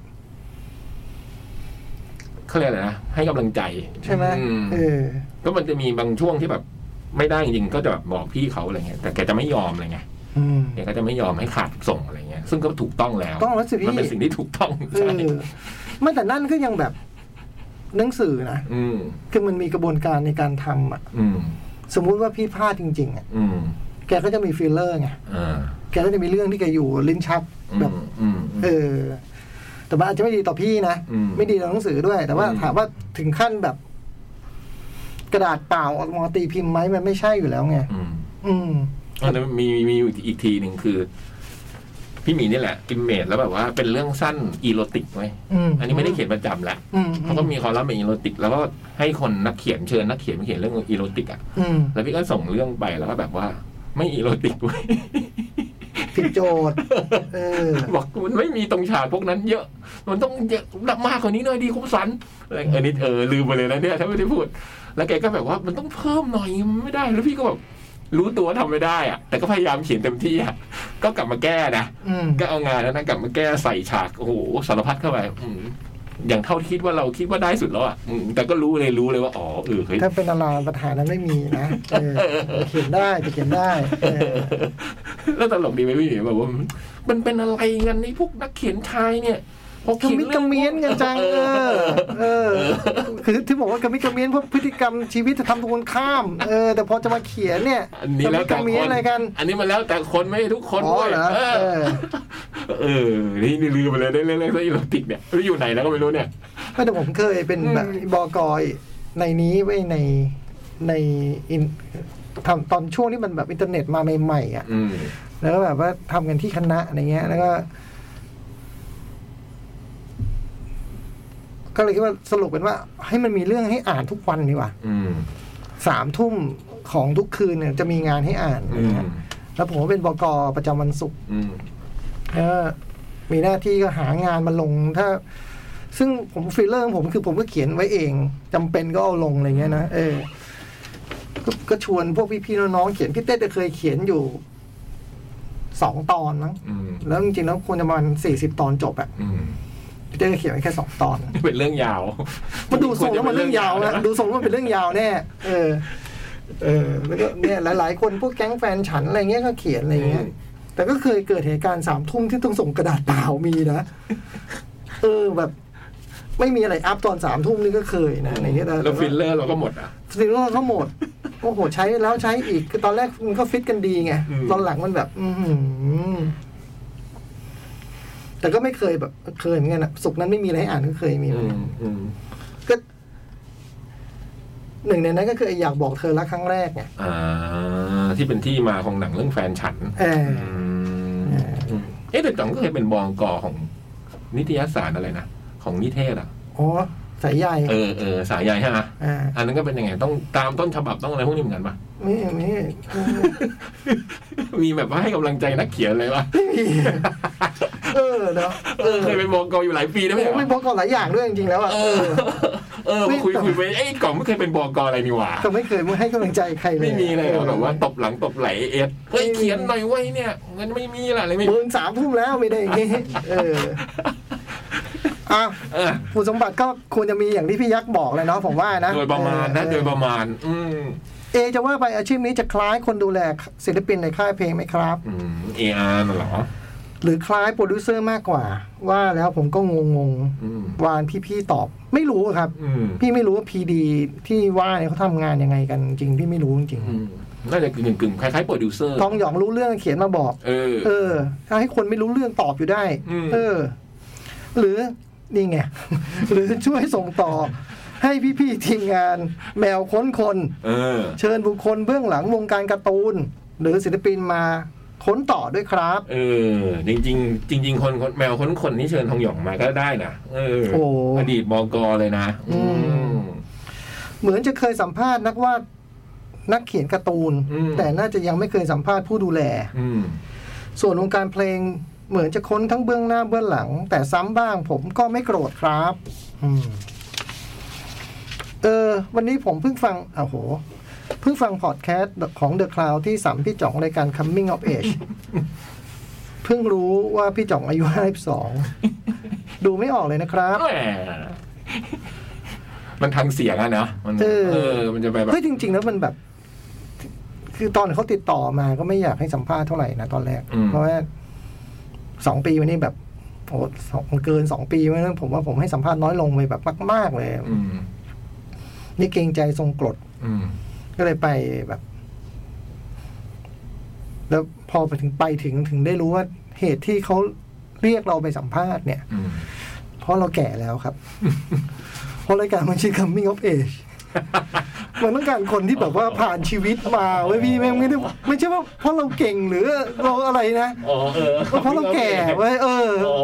เขาเรียกอะไรนะให้กำลังใจ ใช่ไหม อืม เออ ก็มันจะมีบางช่วงที่แบบ ไม่ได้จริงๆก็จะแบบบอกพี่เขาอะไรเงี้ยแต่แกจะไม่ยอมอะไรเงี้ย อืม แกก็จะไม่ยอมให้ขาดส่งอะไรเงี้ย ซึ่งก็ถูกต้องแล้ว ต้องแล้วสิพี่ มันเป็นสิ่งที่ถูกต้อง เอ ใช่ อไม่แต่นั่นก็ยังแบบ หนังสือนะ อืม คือมันมีกระบวนการในการทำอ่ะ อืม สมมุติว่าพี่พลาดจริงๆอ่ะ อืม แกก็จะมีฟิลเลอร์ไง อ่า แกก็จะมีเรื่องที่แกอยู่ลิ้นชัก อื แบ ม บ อืม เออ แต่มันอาจจะไม่ดีต่อพี่นะ อืม ไม่ดีต่อหนังสือด้วย แต่ว่า อืม ถามว่าถึงขั้นแบบ กระดาษเปล่าออกมาตีพิมพ์ไหมมันไม่ใช่อยู่แล้วไง อืม อืม อันนั้นมีมีมีอีกทีหนึ่งคือ พี่หมีนี่แหละอิมเมจแล้วแบบว่าเป็นเรื่องสั้นอีโรติกไว้ย อืม อันนี้ไม่ได้เขียนประจำละ อืม เขาก็มีคอลัมน์เป็นอีโรติก แล้วก็ให้คนนักเขียนเชิญนักเขียนมาเขียนเรื่องอีโรติกอ่ะ อืม แล้วพี่ก็ส่งเรื่องไปแล้วก็แบบว่า ไม่อีโรติกเว้ย ผิดโจทย์ เออ [laughs] บอกมันไม่มีตรงฉากพวกนั้นเยอะ มันต้องเยอะมากกว่านี้หน่อยดีคุณสันอะไรเออนี่เออลืมไปเลยนะเนี่ยถ้าไม่ได้พูด แล้วแกก็แบบว่ามันต้องเพิ่มหน่อยมันไม่ได้แล้วพี่ก็แบบรู้ตัวทำไม่ได้อะแต่ก็พยายามเขียนเต็มที่อะก็กลับมาแก้นะ อืม ก็เอางานนั้นนะกลับมาแก้ใส่ฉากโอ้โหสารพัดเข้าไปอืมอย่างเท่าที่คิดว่าเราคิดว่าได้สุดแล้วอ่ะอืมแต่ก็รู้เลยรู้เลยว่าอ๋อเออเฮ้ย ถ้าเป็นดาราปัญหานั้นไม่มีนะเออเขียนได้จะเขียนได้เออ [laughs] แล้วตลกดีไหมพี่หมีแบบว่ามันเป็นอะไรกันในพวกนักเขียนชายเนี่ยพอ กัม เขียน มิดกัมเมียนกันจังเออ เออ คือที่บอกว่ากัมมิดกัมเมียนเพราะพฤติกรรมชีวิตจะทำตรงกันข้าม เออ แต่พอจะมาเขียนเนี่ย อันนี้แล้วแต่ กัม ค มิดกัมเมียน น อะไรกัน อันนี้มันแล้วแต่คนไม่ใช่ทุกคน อ๋อ ด้วย เหรอ เออ เออ เออนี่นี่ลืมไปเลยได้เรื่องเรื่องเรื่องอีโรติกเนี่ยไม่รู้อยู่ไหนแล้วก็ไม่รู้เนี่ย ไม่แต่ผมเคยเป็นแบบบอกอยในนี้ไว้ยในในอินทำตอนช่วงที่มันแบบอินเทอร์เน็ตมาใหม่ๆอ่ะ อืม แล้วก็แบบว่าทำกันที่คณะอะไรเงี้ย แล้วก็ ก็เลยคิดว่าสรุปเป็นว่า ให้มันมีเรื่องให้อ่านทุกวันดีกว่า อืม สามทุ่มของทุกคืนเนี่ยจะมีงานให้อ่านอะไร อืม เงี้ยแล้วผมก็เป็นบกประจำวันศุกร์ อืม แล้วก็มีหน้าที่ก็หางานมาลงถ้า ซึ่งผมฟรีเลอร์ของผมคือผมก็เขียนไว้เองจำเป็นก็เอาลงอะไรเงี้ยนะเออ ก็ก็ชวนพวกพี่ๆน้องๆเขียนพี่เต้จะเคยเขียนอยู่สองตอนมั้ง อืม แล้วจริงๆแล้วควรจะประมาณสี่สิบตอนจบอะ อืม พี่เต้ก็เขียนไว้แค่สองตอน เป็นเรื่องยาว มันดูทรงแล้วมันเรื่องยาว [laughs] นะดูทรงแล้วมันเป็นเรื่องยาวแน่เออ เออแล้วก็เนี่ยหลาย ๆ คนพวกแก๊งแฟนฉันอะไรเงี้ยก็เขียนอะไรเงี้ยแต่ก็เคยเกิดเหตุการณ์สามทุ่มที่ต้องส่งกระดาษเปล่ามี [laughs] นะเออแบบ ไม่มีอะไรอัพตอนสามทุ่มนี่ก็เคยนะอะไรเงี้ย แล้วฟิลเลอร์เราก็หมดอ่ะ ฟิลเลอร์ก็หมด [laughs] โอ้โหใช้แล้วใช้อีกคือตอนแรกมันก็ฟิตกันดีไง อืม ตอนหลังมันแบบ อือหือ แต่ก็ไม่เคยแบบ เคยเหมือนกันอะสุกร์นั้นไม่มีอะไรให้อ่านก็เคยมีเหมื อื อนกั ม น อืม ก็หนึ่งในนั้นก็คือไอ้อยากบอกเธอรักครั้งแรกไง อ่าที่เป็นที่มาของหนังเรื่องแฟนฉัน เออ อืมเอ๊ะแต่จ๋องก็เคยเป็นบองกอของนิตยสารอะไรนะ ของนิเทศอ่ะ อ๋อ สายใย เออเออสายใยใช่ไหม อ่า อันนั้นก็เป็นยังไง ต้องตามต้นฉบับต้องอะไรพวกนี้เหมือนกันปะ ไม่ไม่ มีแบบว่าให้กำลังใจนักเขียนอะไรปะ ไม่มี [laughs] เออเนาะ เออเคยเป็นบองกออยู่หลายปีนะ โอ้ ไม่ใช่เหรอ ไม่บอกก่อนหลายอย่างด้วยจริงๆแล้วอ่ะ เออเออ เออ ไม่ คุยคุยไปเอ้ยกล่องไม่เคยเป็นบองกออะไรนี่หว่า ก็ไม่เคยให้กำลังใจใครเลย ไม่มีเลยเหรอ ออ แบบว่าตบหลังตบไหลเอ็ดเฮ้ยเขียนหน่อยไว้ยเนี่ยมันไม่มีละอะไรไม่มี มึงสามทุ่มแล้วไม่ได้อย่างงี้เอออ่ะ เออ คุณสมบัติก็ควรจะมีอย่างที่พี่ยักษ์บอกเลยเนาะผมว่านะ โดยประมาณนะ เออ โดยประมาณ อืม เอจะว่าไปอาชีพนี้จะคล้ายคนดูแลศิลปินในค่ายเพลงไหมครับ อืมเออาร์น่ะเหรอ หรือคล้ายโปรดิวเซอร์มากกว่า ว่าแล้วผมก็งงง อืม ๆวานพี่ๆตอบ ไม่รู้ครับ อืม พี่ไม่รู้ว่าพีดีที่ว่าเนี่ยเขาทำงานยังไงกันจริงพี่ไม่รู้จริง อืมน่าจะกึ่งกึ่งๆคล้ายๆโปรดิวเซอร์ ๆทองหยองรู้เรื่องเขียนมาบอก เออ เออ ถ้าให้คนไม่รู้เรื่องตอบอยู่ได้ อืม เออ หรือนี่ไง [laughs] หรือช่วยส่งต่อ ให้พี่ๆทีมงานแมวค้นคน เออ เชิญบุคคลเบื้องหลังวงการการ์ตูน หรือศิลปินมาค้นต่อด้วยครับ เออ จริง ๆ จริง ๆ คนคนแมวคนคนนี่เชิญทองหยองมาก็ได้นะ เออ โอ้ ดีตบกเลยนะ อื อื ม ม เหมือนจะเคยสัมภาษณ์นักวาดนักเขียนการ์ตูน อืม แต่น่าจะยังไม่เคยสัมภาษณ์ผู้ดูแล อืม ส่วนวงการเพลงเหมือนจะค้นทั้งเบื้องหน้าเบื้องหลัง แต่ซ้ำบ้างผมก็ไม่โกรธครับอืมเออ วันนี้ผมเพิ่งฟังอ้าวโห เพิ่งฟังพอดแคสต์ของ The Cloud ที่สัมพี่จ่องรายการ Coming of Age [laughs] เพิ่งรู้ว่าพี่จ่องอายุ 52 ดูไม่ออกเลยนะครับ แหม มันทางเสียงอะเนาะมัน เออ มันจะไปแบบ เฮ้ยจริง ๆ แล้วมันแบบ คือตอนเขาติดต่อมาก็ไม่อยากให้สัมภาษณ์เท่าไหร่นะตอนแรก อืม เพราะว่าสองปีมานี่แบบโอ้สองเกินสองปีมานั้นผมว่าผมให้สัมภาษณ์น้อยลงไปแบบมาก ๆ เลย อืม นี่เกรงใจทรงกรด อืม ก็เลยไปแบบ แล้วพอไปถึงไปถึงถึงได้รู้ว่าเหตุที่เขาเรียกเราไปสัมภาษณ์เนี่ย อืม [laughs] เพราะเราแก่แล้วครับ เพราะรายการมันชื่อ Coming of Age มันต้องการคนที่แบบว่าผ่านชีวิตมาเว้ยพี่แม่งไม่ได้ไม่ใช่ว่าเพราะเราเก่งหรือเราอะไรนะ อ๋อเออ เพราะเราแก่เว้ยเออ อ๋อ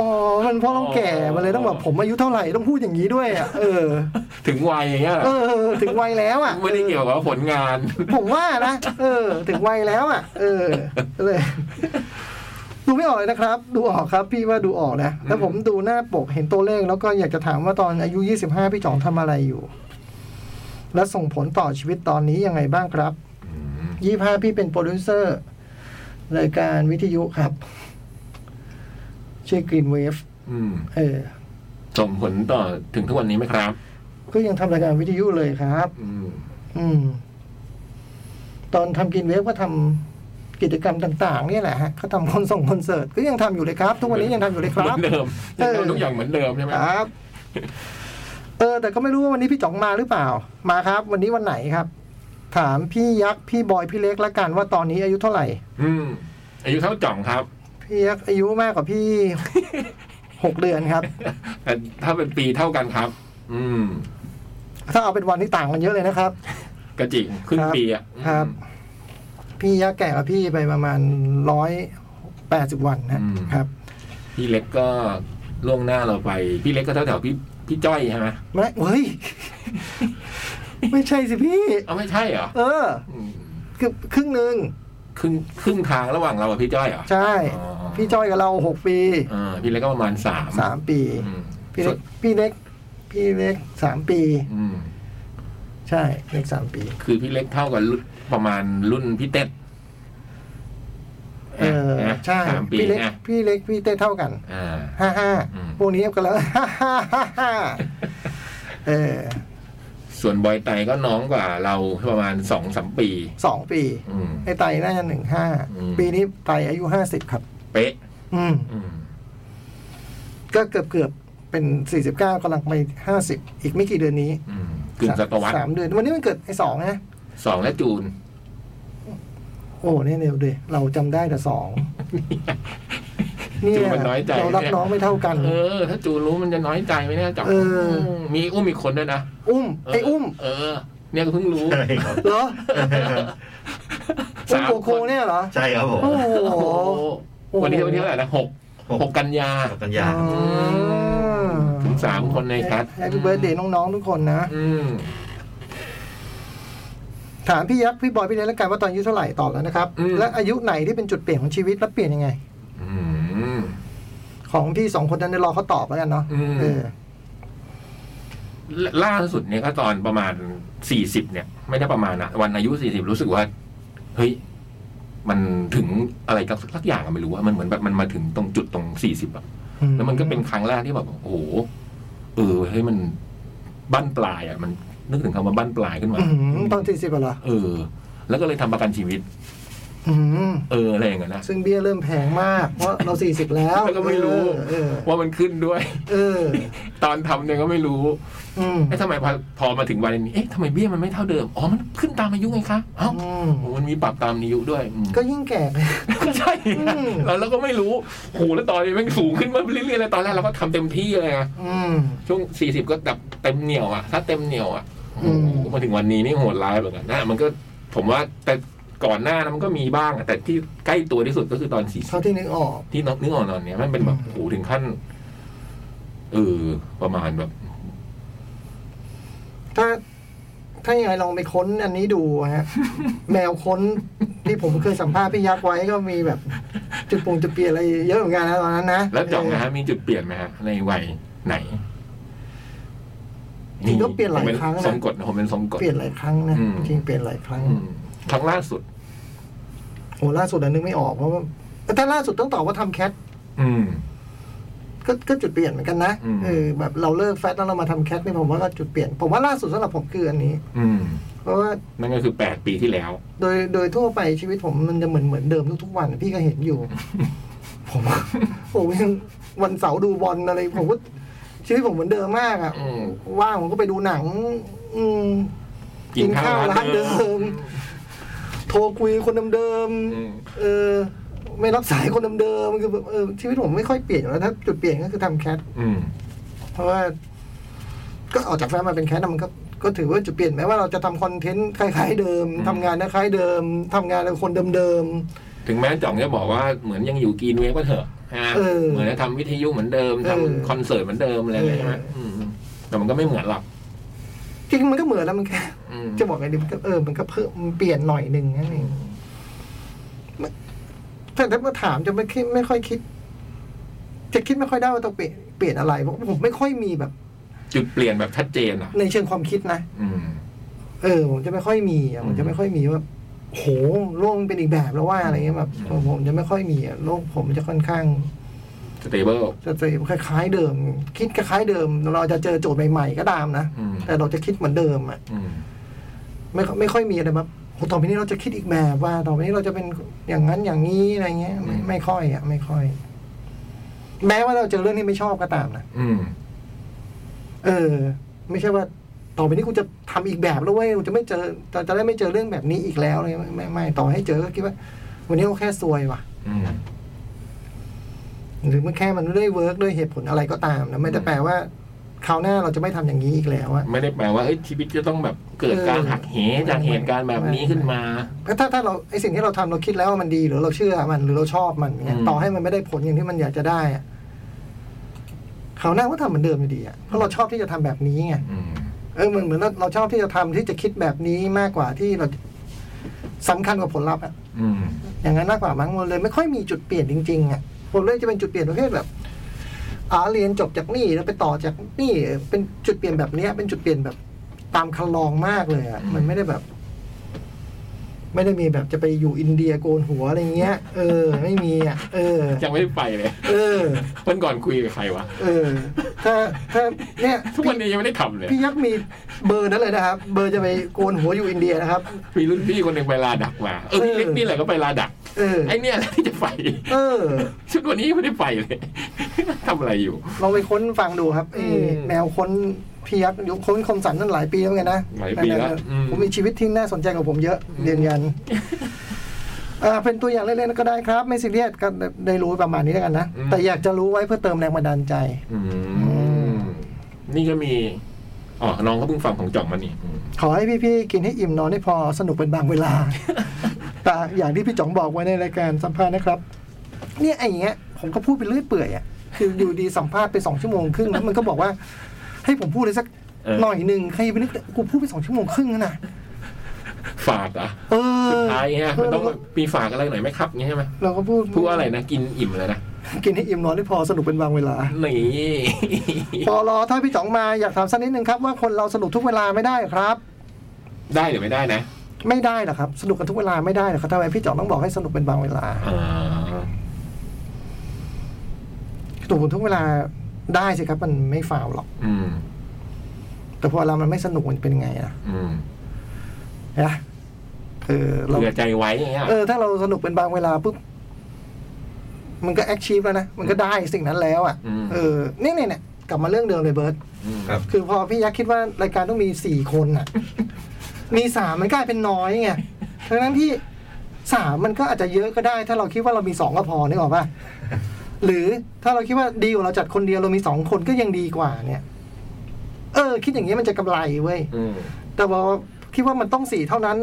อ๋อมันเพราะเราแก่มันเลยต้องแบบผมอายุเท่าไหร่ต้องพูดอย่างนี้ด้วยอ่ะเออ ถึงวัยอย่างเงี้ยเหรอ เออ ถึงวัยแล้วอ่ะ ไม่ได้เกี่ยวกับผลงาน ผมว่านะเออ ถึงวัยแล้วอ่ะ เออเลยดูไม่ออกเลยนะครับ ดูออกครับ พี่ว่าดูออกนะแล้วผมดูหน้าปกเห็นตัวเลข แล้วก็อยากจะถามว่าตอนอายุ 25 พี่จ่องทำอะไรอยู่ และส่งผลต่อชีวิตตอนนี้ยังไงบ้างครับ 25 พี่เป็นโปรดิวเซอร์รายการวิทยุครับ ชื่อ Green Wave อืม เออ ส่งผลต่อถึงทุกวันนี้ไหมครับ ก็ยังทำรายการวิทยุเลยครับ อืม อืม ตอนทำกินเวฟก็ทำกิจกรรมต่างๆเนี่ยแหละฮะก็ทำคอนส่งคอนเสิร์ตก็ยังทำอยู่เลยครับ ทุกวันนี้ยังทำอยู่เลยค เหมื รั อบ นเดิม เออ ทุกอย่างเหมือนเดิมใช่ไหม ครับ เออ แต่ก็ไม่รู้ว่าวันนี้พี่จ๋องมาหรือเปล่า มาครับ วันนี้วันไหนครับ ถามพี่ยักษ์พี่บอยพี่เล็กละกันว่าตอนนี้อายุเท่าไหร่ อืมอายุเท่าจ่องครับ [laughs] พี่ยักษ์อายุมากกว่าพี่ [laughs] หกเดือนครับ แต่ถ้าเป็นปีเท่ากันครับ อืม ถ้าเอาเป็นวันนี่ต่างกันเยอะเลยนะครับ กระจิงครึ่งปีอ่ะ ครับ พี่ยักษ์แก่กว่าพี่ไปประมาณร้อยแปดสิบวันนะครับ พี่เล็กก็ล่วงหน้าเราไป พี่เล็กก็เท่าแถวพี่พี่จ้อยใช่ไหม ไม่เฮ้ย ไม่ใช่สิพี่ เอาไม่ใช่เหรอ เออ อืม เกือบครึ่งหนึ่ง ครึ่งครึ่งทางระหว่างเรากับพี่จ้อยเหรอ ใช่ อ๋อ พี่จ้อยกับเราหกปี อ่าพี่เล็กก็ประมาณสาม สามปี อืม พี่เล็กพี่เล็ก พี่เล็กสามปี อืม ใช่เล็กสามปี คือพี่เล็กเท่ากับรุ่นประมาณรุ่นพี่เต็ด เออ นะ ใช่ สามปี พี่เล็ก นะ พี่เล็กพี่เต้เท่ากัน อ่า ห้าห้า อืม พวกนี้กันแล้ว [laughs] ห้าห้าห้าห้าเออ ส่วนบอยไตก็น้องกว่าเราประมาณสองสามปี สองปี อืม ไอ้ไตน่าจะหนึ่งห้า อืม ปีนี้ไตอายุห้าสิบครับ เป๊ะ อืม อืม ก็เกือบเกือบๆเป็นสี่สิบเก้ากำลังไปห้าสิบอีกไม่กี่เดือนนี้ อืมกึ่งศตวรรษ สามเดือนวันนี้มันเกิดไอ้สองนะ สองและจูน โอ้เนี่ยเร็วเลยเราจำได้แต่ส [laughs] อง จูนมันน้อยใจ เรารักน้องไม่เท่ากัน เออ ถ้าจูนรู้มันจะน้อยใจไหมเนี่ยจับ เออ มีอุ้มอีกคนด้วยนะ อุ้ม เ ไอ้อุ้ม เออ เนี่ยก็เพิ่งรู้ ใช่ครับ เหรออุ้ม สาม โกโค คน เนี่ยเหรอ ใช่ครับผม โอ้โห โอ้โห โอ้โห วันนี้วันที่เท่าไหร่นะหกหกกันยา หกกันยา ถึงสามคนในคัส แฮปปี้เบิร์ดเดย์น้อง ๆ ทุกคนนะ อืม ถามพี่ยักษ์พี่บอยพี่เล็กแล้วกันว่าตอนอายุเท่าไหร่ตอบแล้วนะครับ อืม และอายุไหนที่เป็นจุดเปลี่ยนของชีวิตและเปลี่ยนยังไง อืม ของพี่สองคนนั้นเดี๋ยวรอเขาตอบแล้วกันเนาะ อืม เออ ล่าสุดเนี่ยก็ตอนประมาณสี่สิบเนี่ย ไม่ได้ประมาณอะวันอายุสี่สิบรู้สึกว่า เฮ้ย มันถึงอะไรกับสักอย่างอะไม่รู้ว่ามันเหมือนแบบมันมาถึงตรงจุดตรงสี่สิบอะ แล้วมันก็เป็นครั้งแรกที่แบบโอ้โหเออเฮ้ยมันบั้นปลายอ่ะ มันนึกถึงคำว่าบั้นปลายขึ้นมา อืมตอนสี่สิบเหรอ เออ แล้วก็เลยทำประกันชีวิต อืม เอออะไรอย่างเงี้ยนะ ซึ่งเบี้ยเริ่มแพงมาก เพราะเราสี่สิบแล้ว แล้วก็ไม่รู้ เออ ว่ามันขึ้นด้วย เออ ตอนทำเนี่ยก็ไม่รู้ อืม ไอ้ทำไมพอพอมาถึงวันนี้เอ๊ะทำไมเบี้ยมันไม่เท่าเดิมอ๋อมันขึ้นตามอายุไงคะเอ้า อืม โอ้มันมีปรับตามอายุด้วยอืม ก็ยิ่งแก่เลย ก็ [laughs] ใช่ อืม แล้วเราก็ไม่รู้โหแล้วตอนนี้มันสูงขึ้นมาเรื่อยๆเลยตอนแรกเราก็ทำเต็มที่เลยอะ อืม ช่วง 40 ก็แบบเต็มเหนียวอ่ะ ถ้าเต็มเหนียวอ่ะโอ้โห อืม มาถึงวันนี้นี่โหดร้ายเหมือนกันนะ มันก็ผมว่าแต่ก่อนหน้านะมันก็มีบ้างอะแต่ที่ใกล้ตัวที่สุดก็คือตอน 40 เท่าที่นึกออก ที่น้องนึกออกตอนเนี้ยมันเป็นแบบ อืม โอ้โหถึงขั้นเออประมาณแบบ ถ้า ถ้ายังไงลองไปค้นอันนี้ดูฮะ แมวค้นที่ผมเคยสัมภาษณ์พี่ยักษ์ไว้ก็มีแบบ จุดปงจุดเปลี่ยนอะไรเยอะเหมือนกันนะตอนนั้นนะ แล้วจ่องนะฮะมีจุดเปลี่ยนไหมฮะในวัยไหน จริงก็เปลี่ยนหลายครั้ง ผมเป็ นะ ทรงกฎนะผมเป็นทรงกฎ เปลี่ยนหลายครั้งนะ อืม จริงเปลี่ยนหลายครั้ง อืมครั้งล่าสุด โอ้ล่าสุดอันนึกไม่ออกเพราะว่าแต่ล่าสุดต้องตอบว่าทำแคท อืม ก็ก็จุดเปลี่ยนเหมือนกันนะ อืม เออแบบเราเลิกแฟตแล้วเรามาทำแคทนี่ผมว่าก็จุดเปลี่ยน ผมว่าล่าสุดสำหรับผมคืออันนี้ อืม เพราะว่า นั่นก็คือแปดปีที่แล้ว โดยโดยทั่วไปชีวิตผมมันจะเหมือนเหมือนเดิมทุกๆวัน พี่ก็เห็นอยู่ [laughs] ผมผมยังวันเสาร์ดูบอลอะไรผมก็ชีวิตผมเหมือนเดิมมากอ่ะ อืม ว่างผมก็ไปดูหนัง อืม กินข้าวร้านเดิม โทรคุยคนเดิม อืม ๆเออ ไม่รับสายคนเดิมๆคือแบบเออชีวิตผมไม่ค่อยเปลี่ยนอยู่แล้วถ้าจุดเปลี่ยนก็คือทำแคท อืม เพราะว่า ก็ออกจากแฟนมาเป็นแคทน่ะมันก็ก็ ก็ถือว่าจุดเปลี่ยนแม้ว่าเราจะทำคอนเทนต์คล้ายๆเดิมทำงานคล้ายๆเดิมทำงานกับคนเดิม ถึงแม้จ่องจะบอกว่าเหมือนยังอยู่กรีนเวฟก็เถอะนะ เออ เหมือนจะทำวิทยุเหมือนเดิม เออ ทำคอนเสิร์ตเหมือนเดิมอะไร เออ ใช่ไหมอืมแต่มันก็ไม่เหมือนหรอก ๆจริงๆมันก็เหมือนแล้วมันแค่ อืม จะบอกไงดีมันก็เออมันก็เพิ่มมันเปลี่ยนหน่อยหนึ่งนั่นเองมันแต่ถ้ามาถามจะไม่คิดไม่ค่อยคิด จะคิดไม่ค่อยได้ว่าต้องเปลี่ยนเปลี่ยนอะไรเพราะผมไม่ค่อยมีแบบ จุดเปลี่ยนแบบชัดเจนอ่ะ ในเชิงความคิดนะ อืม เออผมจะไม่ค่อยมีอะผมจะไม่ค่อยมีว่าโหโลกมันเป็นอีกแบบแล้วว่าอะไรเงี้ยแบบผมผมจะไม่ค่อยมีอะโลกผมจะค่อนข้าง สเตเบิล จะจะคล้ายๆเดิม คิดคล้ายๆเดิม เราจะเจอโจทย์ใหม่ๆก็ตามนะ อืม แต่เราจะคิดเหมือนเดิมอ่ะ อืม ไม่ค่อยไม่ค่อยมีอะไรแบบโหต่อไปนี้เราจะคิดอีกแบบว่าต่อไปนี้เราจะเป็นอย่างนั้นอย่างนี้อะไรเงี้ย ไม่ อืม ไม่ค่อยอ่ะ ไม่ค่อย แม้ว่าเราเจอเรื่องที่ไม่ชอบก็ตามนะ อืม เออ ไม่ใช่ว่า ต่อไปนี้กูจะทำอีกแบบแล้วเว้ยกูจะไม่เจอจะจะได้ไม่เจอเรื่องแบบนี้อีกแล้วเลยไม่ไม่ไม่ต่อให้เจอก็คิดว่า วันนี้เราแค่ซวยว่ะ อืม หรือมันแค่มันไม่ได้เวิร์กด้วยเหตุผลอะไรก็ตามนะไม่ได้แปลว่าคราวหน้าเราจะไม่ทำอย่างนี้อีกแล้วอะ ไม่ได้แปลว่าเอ้ยชีวิตจะต้องแบบเกิดการหักเหจากเหตุการณ์แบบนี้ขึ้นมา ก็ถ้าถ้าเราไอสิ่งที่เราทำเราคิดแล้วว่ามันดีหรือเราเชื่อมันหรือเราชอบมันเนี่ย อืม ต่อให้มันไม่ได้ผลอย่างที่มันอยากจะได้อะเขาวหน้าก็ทำเหมือนเดิมอยู่ดีอะเพราะเราชอบที่จะทำแบบนี้ไง อืม เออเหมือนเหมือนเราเราชอบที่จะทำที่จะคิดแบบนี้มากกว่าที่เราสำคัญกว่าผลลัพธ์อะ อืม อย่างนั้นมากกว่ามั้งมันเลย ไม่ค่อยมีจุดเปลี่ยนจริงๆอะผมเลยจะเป็นจุดเปลี่ยนประเภทแบบอาเรียนจบจากนี่แล้วไปต่อจากนี่เป็นจุดเปลี่ยนแบบเนี้ย เป็นจุดเปลี่ยนแบบตามคันลองมากเลยอะมันไม่ได้แบบ ไม่ได้มีแบบจะไปอยู่อินเดียโกนหัวอะไรเงี้ย เออ ไม่มีอ่ะ เออ ยังไม่ได้ไปเลย เออ วันก่อนคุยกับใครวะ เออ ถ้าถ้าเนี่ย ทุกวันนี้ยังไม่ได้ทำเลย พี่ยักษ์มีเบอร์นั้นเลยนะครับ เบอร์จะไปโกนหัวอยู่อินเดียนะครับ มีรุ่นพี่คนหนึ่งไปลาดักมา เออพี่เล็กนี่แหละก็ไปลาดัก เออ ไอเนี่ยแหละที่จะไป เออ ชุดวันนี้ยังไม่ได้ไปเลย ทำอะไรอยู่ ลองไปค้นฟังดูครับไอ้ อืม แมวค้นพี่ยักษ์ยุคค้นคมสันนั่นหลายปีแล้วไงนะ หลายปีแล้ว นั่นน่ะ อืม ผมมีชีวิตที่น่าสนใจกว่าผมเยอะเรียนยันอ่าเป็นตัวอย่างเล่นๆก็ได้ครับ ไม่ซีเรียสก็ได้รู้ประมาณนี้แล้วกันนะแต่อยากจะรู้ไว้เพื่อเติมแรงบันดาลใจ อืม นี่ก็มี อ๋อ น้องเขาเพิ่งฟังของจ่องมานี่อืม ขอให้พี่ ๆ กินให้อิ่มนอนให้พอสนุกเป็นบางเว [laughs] ลา แต่อย่างที่พี่จ๋องบอกไว้ในรายการสัมภาษณ์นะครับ เนี่ยไอ้อย่างเงี้ย ผมก็พูดไปเรื่อยเปื่อยอ่ะคืออยู่ดีสัมภาษณ์ไปสองชั่วโมงครึ่งแล้วมันก็บอกว่า ให้ผมพูดเลยสักหน่อยหนึ่งใครไปนึกกูพูดไปสองชั่วโมงครึ่งแล้วนะ ฝากเหรอ่ะ เออ สุดท้ายเนี่ยมันต้อง เราก็ มีฝากอะไรหน่อยไหมครับเงี้ยใช่ไหม เราก็พูด พูดว่าอะไรนะ กินอิ่มเลยนะ กินให้อิ่มนอนให้พอสนุกเป็นบางเวลา นี่ ปอรอถ้าพี่จ๋องมาอยากถามสักนิดนึงครับว่าคนเราสนุกทุกเวลาไม่ได้ครับ ได้หรือไม่ได้นะ ไม่ได้หรอกครับ สนุกกันทุกเวลาไม่ได้หรอกครับทำไมพี่จ๋องต้องบอกให้สนุกเป็นบางเวลา อ่า ถูกทุกเวลาได้สิครับมันไม่ฟาวหรอก อืม แต่พอเรามันไม่สนุกมันเป็นไงอะ อืม นะเออเรา เผื่อใจไว้อย่างเงี้ย เออ ถ้าเราสนุกเป็นบางเวลาปุ๊บมันก็แอคชีพแล้วนะมันก็ได้สิ่งนั้นแล้วอะเออเนี่ยเนี่ยเนี่ยกลับมาเรื่องเดิมเลยเบิร์ต ม ครับ คือพอพี่ยักษ์คิดว่ารายการต้องมีสี่คน [laughs] อะมีสามมันกลายเป็นน้อยไงทั้งนั้นที่สามมันก็อาจจะเยอะก็ได้ ถ้าเราคิดว่าเรามีสองก็พอนึกออก [laughs] ป่ะหรือถ้าเราคิดว่าดีกว่าเราจัดคนเดียวเรามีสองคนก็ยังดีกว่า เนี่ย เออ คิดอย่างนี้ยมันจะกำไรเว้ย อืม แต่พอคิดว่ามันต้องสี่เท่านั้น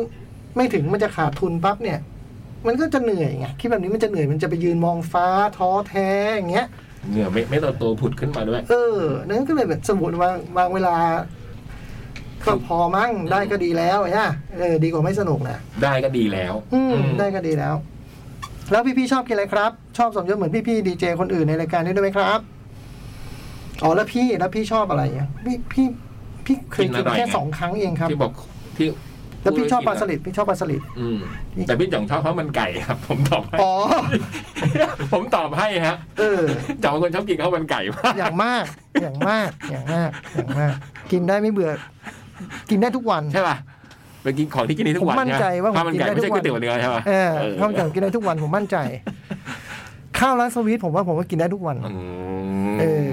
ไม่ถึงมันจะขาดทุนปั๊บเนี่ย มันก็จะเหนื่อยไงคิดแบบนี้มันจะเหนื่อยมันจะไปยืนมองฟ้าท้อแท้อย่างเงี้ย เหงื่อไม่ไม่โตโตผุดขึ้นมาด้วย เออนั้นก็เลยแบบสมมติว่าบางเวลา ก็พอมั้งได้ก็ดีแล้วเนี่ยเออดีกว่าไม่สนุกนะ ได้ก็ดีแล้ว อืม อืม ได้ก็ดีแล้ว แล้วพี่ๆชอบกินอะไรครับ ชอบสมยศเหมือนพี่ๆดีเจคนอื่นในรายการนี้ด้วยไหมครับอ๋อแล้วพี่แล้วพี่ชอบอะไรอ่ะพี่พี่พี่เคยกินแค่สองครั้งเองครับ ที่บอกที่ แล้วพี่ชอบปลาสลิดพี่ชอบปลาสลิด อืม แต่พี่จ่องชอบข้าวมันไก่ครับ ผมตอบให้ อ๋อ ผมตอบให้ฮะ เออ จ่องเป็นคนชอบกินข้าวมันไก่มาก อย่างมาก อย่างมาก อย่างมาก อย่างมาก กินได้ไม่เบื่อ กินได้ทุกวัน ใช่ป่ะเป็นกินของที่กินได้ทุกวัน ผมมั่นใจว่าผม ข้าวมันไก่ กินได้ทุ ไม่ กใช่ก๋วันวยเตี๋ยวเนื้อใช่ป่ะ เออ เออ ข้าวมันไก่กินได้ทุกวันผมมั่นใจ ข้าวร้านสวีทผมว่าผมก็กินได้ทุกวัน อืม เออ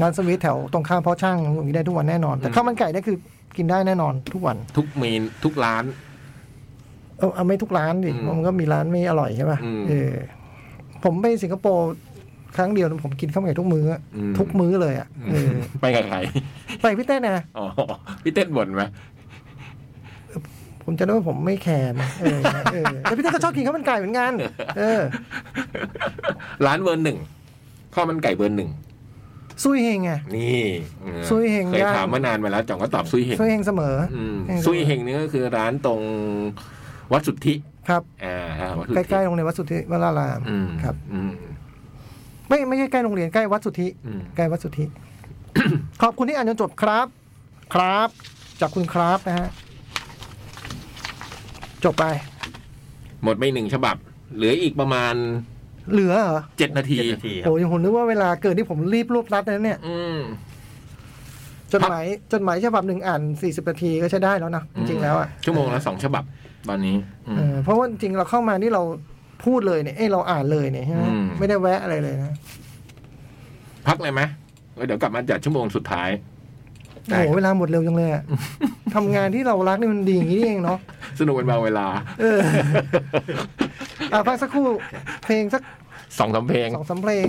ร้านสวีทแถวตรงข้ามพ่อช่างผมกินได้ทุกวันแน่นอน แต่ข้าวมันไก่เนี่ยคือ กินได้แน่นอนทุกวัน ทุกเมนทุกร้าน เออเอาไม่ทุกร้านดิ อืม มันก็มีร้านไม่อร่อยใช่ป่ะ อืม เออ ผมไปสิงคโปร์ครั้งเดียวผมกินข้าวมันไก่ทุกมื้ออะ อืม ทุกมื้อเลยอ่ะ เออ ไปกับใคร ไปพี่เต้นนะ อ๋อ [laughs] พี่เต้นบ่นไหม ผมจะรู้ว่าผมไม่แคร์นะเออเออแต่พี่เต้นก็ชอบกินข้าวมันไก่เหมือนกัน เออ ร้านเบอร์หนึ่งข้าวมันไก่เบอร์หนึ่ง ซุยเฮงไง นี่เออ ซุยเฮง เคย ย่าง ถามมานานมาแล้วจ่องก็ตอบซุยเฮง ซุยเฮงเสมอ อืม เฮงสมอ ซุยเฮงนี่ก็คือร้านตรงวัดสุทธิ ครับ อ่าฮะวัดสุท ใก ธิ ล้ๆโรงเรียนวัดสุทธิวราราม อืม ครับ อืม ไม่ไม่ใช่ใกล้โรงเรียนใกล้วัดสุทธิ อืม ใกล้วัดสุทธิ [coughs] ขอบคุณที่อ่านจนจบครับ ครับ จากคุณครับนะฮะจบไป หมดไปหนึ่งฉบับ เหลืออีกประมาณ เหลือเหรอ เจ็ดนาที เจ็ดนาทีครับ โอ้ยผมนึกว่าเวลาเกินที่ผมรีบรวบรัดนะเนี่ย อืม จดหมายจดหมายฉบับหนึ่งอ่านสี่สิบนาทีก็ใช้ได้แล้วนะจริงๆแล้วอ่ะ ชั่วโมงละสองฉบับ ตอนนี้ อืม เออเพราะว่าจริงๆเราเข้ามานี่เราพูดเลยเนี่ยเอ้ยเราอ่านเลยเนี่ยใช่ไหม อืม ไม่ได้แวะอะไรเลยนะ พักเลยไหมเออเดี๋ยวกลับมาจัดชั่วโมงสุดท้าย [laughs] ได้ โอ้โหเวลาหมดเร็วจังเลยอะทำงานที่เรารักนี่มันดีอย่างนี้เองเนาะ สนุกเป็นบางเวลา เออ อ่ะพักสักครู่ เพลงสัก สองสามเพลง สองสามเพลง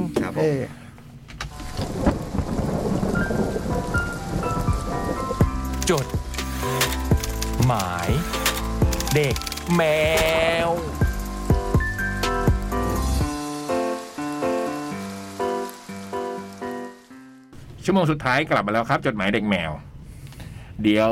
ครับผมจเออด หมาย เด็กแมว ชั่วโมงสุดท้ายกลับมาแล้วครับ จดหมายเด็กแมว เดี๋ยว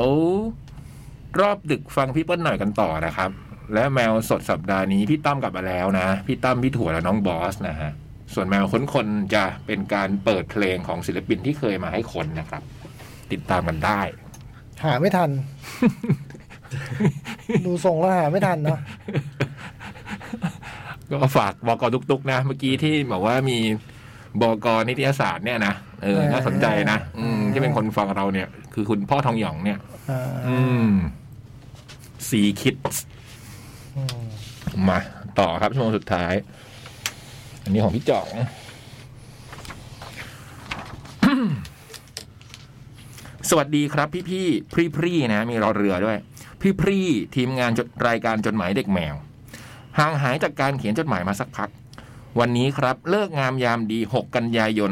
รอบดึกฟังพี่เปิ้ลหน่อยกันต่อนะครับ และแมวสดสัปดาห์นี้พี่ตั้มกลับมาแล้วนะ พี่ตั้มพี่ถั่วและน้องบอสนะฮะ ส่วนแมวค้นคนจะเป็นการเปิดเพลงของศิลปินที่เคยมาให้คนนะครับ ติดตามกันได้ หาไม่ทัน [laughs] ดูส่งแล้วหาไม่ทันเนาะ ก็ฝากบกตุกตุกนะ เมื่อกี้ที่บอกว่ามีบกนิตยสารเนี่ยนะเออน่าสนใจนะอืมที่เป็นคนฟังเราเนี่ย คือคุณพ่อทองหยองเนี่ย อ่า อืมสีคิด อืม มาต่อครับชั่วโมงสุดท้าย อันนี้ของพี่จ่อง สวัสดีครับพี่พี่พรีพรีๆนะ มีรอเรือด้วย พี่พรีๆทีมงานจดรายการจดหมายเด็กแมว ห่างหายจากการเขียนจดหมายมาสักพัก วันนี้ครับ เลิกงามยามดี 6 กันยายน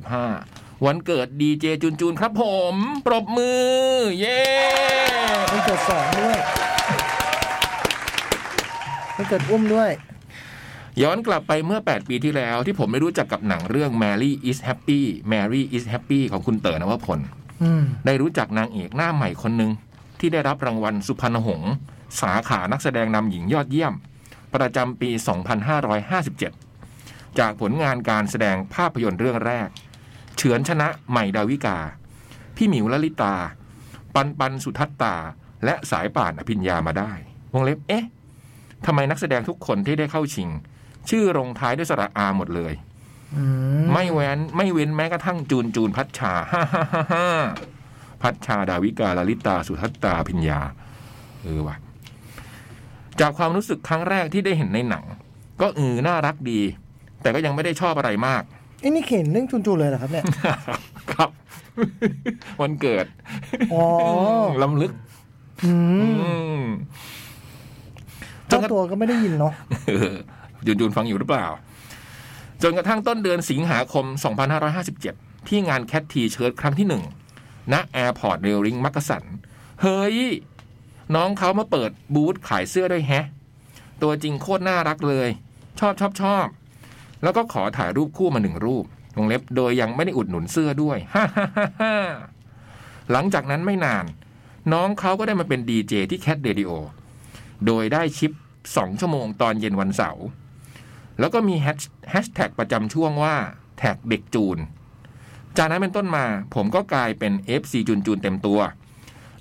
2565 วันเกิดดีเจจูนจูนครับผม ปรบมือ เย้ มันเกิดสองด้วยมันเกิดอุ้มด้วย ย้อนกลับไปเมื่อ 8 ปีที่แล้วที่ผมไม่รู้จักกับหนังเรื่อง Mary is Happy Mary is Happy ของคุณเต๋อนวพล อืม ได้รู้จักนางเอกหน้าใหม่คนหนึ่งที่ได้รับรางวัลสุพรรณหงษ์สาขานักแสดงนำหญิงยอดเยี่ยม ประจำปี 2557 จากผลงานการแสดงภาพยนตร์เรื่องแรก เฉือนชนะใหม่ดาวิกา พี่หมิวลลิตา ปันปันสุทัตตา และสายป่านอภิญญามาได้ วงเล็บเอ๊ะทำไมนักแสดงทุกคนที่ได้เข้าชิง ชื่อลงท้ายด้วยสระอาหมดเลย อืม ไม่แว้นไม่เว้นแม้กระทั่งจูนจูนพัชชา [laughs] ฮ่าฮ่าฮ่าฮ่าพัชชาดาวิกาลลิตา สุทัตตาพิญญา เออว่ะ จากความรู้สึกครั้งแรกที่ได้เห็นในหนัง ก็เออน่ารักดี แต่ก็ยังไม่ได้ชอบอะไรมาก [laughs] ไอ้นี่เขียนเรื่องจุนจูเลยเหรอครับเนี่ย ครับ วันเกิด อ๋อ ลำลึก อืม อืม เจ้าตัวก็ไม่ได้ยินเนาะ เออ [laughs] จูนจูนฟังอยู่หรือเปล่า จนกระทั่งต้นเดือนสิงหาคม 2557 ที่งานแคททีเชิร์ตครั้งที่หนึ่ง ณแอร์พอร์ตเรลลิงมักกะสัน เฮ้ย น้องเขามาเปิดบูธขายเสื้อด้วยแฮะ ตัวจริงโคตรน่ารักเลย ชอบชอบชอบ แล้วก็ขอถ่ายรูปคู่มาหนึ่งรูปวงเล็บโดยยังไม่ได้อุดหนุนเสื้อด้วย [laughs] ฮ่าฮ่าฮ่าฮ่าหลังจากนั้นไม่นาน น้องเขาก็ได้มาเป็นดีเจที่แคทเดดิโอ โดยได้ชิป 2 ชั่วโมงตอนเย็นวันเสาร์ แล้วก็มีแฮชแท็กประจำช่วงว่า แท็กเด็กจูน จากนั้นเป็นต้นมา ผมก็กลายเป็น FC จูนจูนเต็มตัว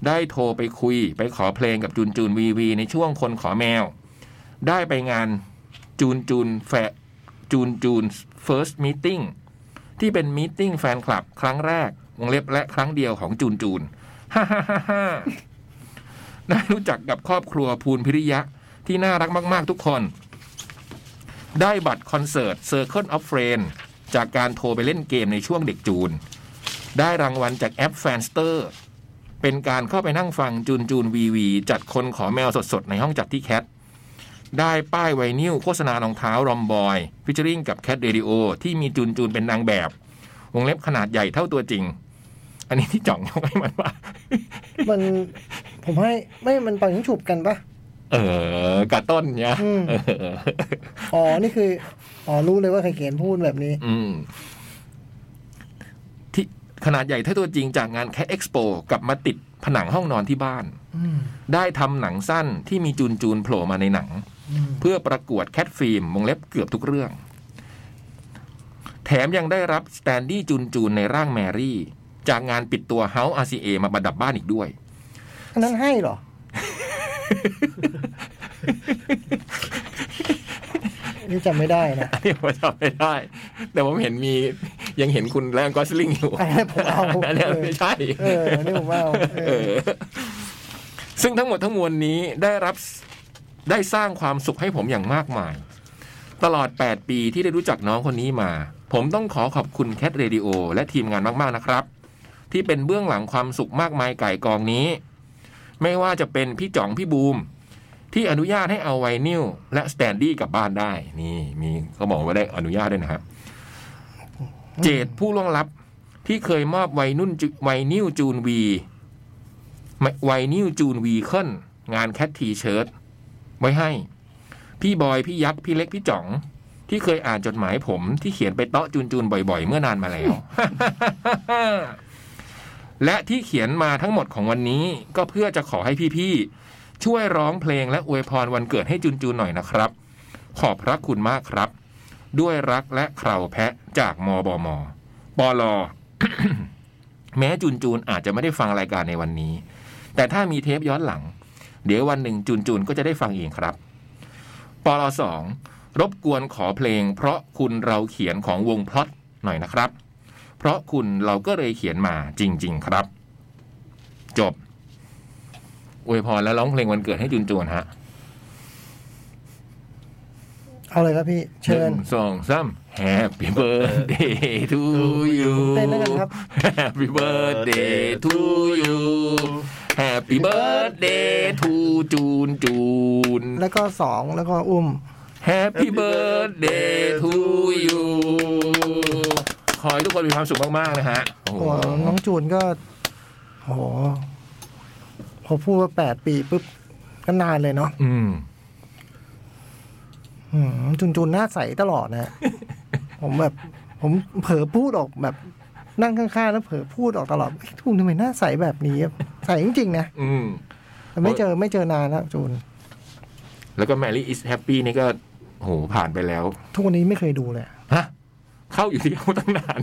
ได้โทรไปคุยไปขอเพลงกับจูนจูนวีวีในช่วงคนขอแมว ได้ไปงานจูนจูนแฟจูนจูน first meeting ที่เป็น meeting แฟนคลับครั้งแรกวงเล็บและครั้งเดียวของจูนจูน [laughs] ฮ่าฮ่าฮ่าฮ่า [laughs] ได้รู้จักกับครอบครัวภูลพิริยะที่น่ารักมาก ๆ ทุกคน ได้บัตรคอนเสิร์ต Circle of f r i e n d จากการโทรไปเล่นเกมในช่วงเด็กจูน ได้รางวัลจากแอปแฟนสเตอร์ เป็นการเข้าไปนั่งฟังจูนจูนวีวี จัดคนขอแมวสด ๆ ในห้องจัดที่แคท ได้ป้ายไวนิลโฆษณารองเท้ารอมบอยฟิชเชอริงกับแคทเรดิโอที่มีจูนจูนเป็นนางแบบ วงเล็บขนาดใหญ่เท่าตัวจริง อันนี้ที่จ่องยกให้มันว่า มันผมให้ไม่มันปังยิ่งฉุบกันปะ เออกระต้นเนี่ย อืม เออ อ๋อนี่คืออ๋อรู้เลยว่าใครเขียนพูดแบบนี้ อืมที่ขนาดใหญ่เท่าตัวจริงจากงานแค t เอ็กซ์โปกลับมาติดผนังห้องนอนที่บ้าน อืม ได้ทำหนังสั้นที่มีจูนจูนๆโผล่มาในหนัง อืม เพื่อประกวดแคทฟิล์มวงเล็บเกือบทุกเรื่อง แถมยังได้รับสแตนดี้จูนจูนๆในร่างแมรี่ จากงานปิดตัวเฮาส์อาซีเอมาประดับบ้านอีกด้วย อันนั้นให้เหรอ นี่จำไม่ได้นะ อันนี้ผมจำไม่ได้ แต่ผมเห็นมียังเห็นคุณแรงกอสลิงอยู่ อันนี้ผมเอา อันนี้ไม่ใช่ เอออันนี้ผมเอาเอ เอออซึ่งทั้งหมดทั้งมวลนี้ได้รับได้สร้างความสุขให้ผมอย่างมากมาย ตลอด 8 ปีที่ได้รู้จักน้องคนนี้มา ผมต้องขอขอบคุณแคทเรดิโอและทีมงานมาก ๆ นะครับ ที่เป็นเบื้องหลังความสุขมากมายไก่ายกองนี้ ไม่ว่าจะเป็นพี่จ่องพี่บูม ที่อนุญาตให้เอาไวนิลและสแตนดี้กลับบ้านได้ นี่ มีเขาบอกว่าได้อนุญาตด้วยนะครับ เจดผู้ล่วงลับที่เคยมอบไวนุ่นจุไวนิลจูนวี ไวนิวจูนวีเคิลงานแคททีเชิร์ตไว้ให้ พี่บอย พี่ยักษ์ พี่เล็ก พี่จ๋อง ที่เคยอ่านจดหมายผมที่เขียนไปเตาะจูนจูนๆบ่อยๆ เมื่อนานมาแล้ว [laughs] และที่เขียนมาทั้งหมดของวันนี้ก็เพื่อจะขอให้พี่ๆ ช่วยร้องเพลงและอวยพรวันเกิดให้จุนจูนหน่อยนะครับ ขอบพระคุณมากครับ ด้วยรักและเคราวแพะจากมบมปล [coughs] แม้จุนจูนอาจจะไม่ได้ฟังรายการในวันนี้ แต่ถ้ามีเทปย้อนหลัง เดี๋ยววันหนึ่งจูนจูนก็จะได้ฟังเองครับปลสองรบกวนขอเพลง เพราะคุณเราเขียนของวงพลอตหน่อยนะครับ เพราะคุณเราก็เลยเขียนมาจริง ๆ ครับ จบอวยพรและร้องเพลงวันเกิดให้จุนจูนฮะ เอาเลยครับพี่ เชิ ห ญ นึ่งสองสาม Happy birthday to you เต้นด้วยกันครับ Happy birthday to you Happy birthday to จูนจูน แล้วก็สองแล้วก็อุ้ม Happy birthday to you ขอให้ทุกคนมีความสุขมาก ๆ นะฮะ โอ้โห โอ้น้องจูนก็โอ้โหพอพูดว่าแปดปีปุ๊บก็นานเลยเนาะ อืม อืมจูนจูนหน้าใสตลอดนะ [laughs] ผมแบบ ผมเผลอพูดออกแบบ นั่งข้างๆแล้วเผลอพูดออกตลอดเอ้ยจูนทำไมหน้าใสแบบนี้อะใสจริงๆนะ อืม แต่ไม่เจอไม่เจอนานแล้วจูน แล้วก็ Mary is happy นี่ก็ โอ้โห ผ่านไปแล้ว ทุกวันนี้ไม่เคยดูเลย ฮะ เข้าอยู่ที่เขาตั้งนาน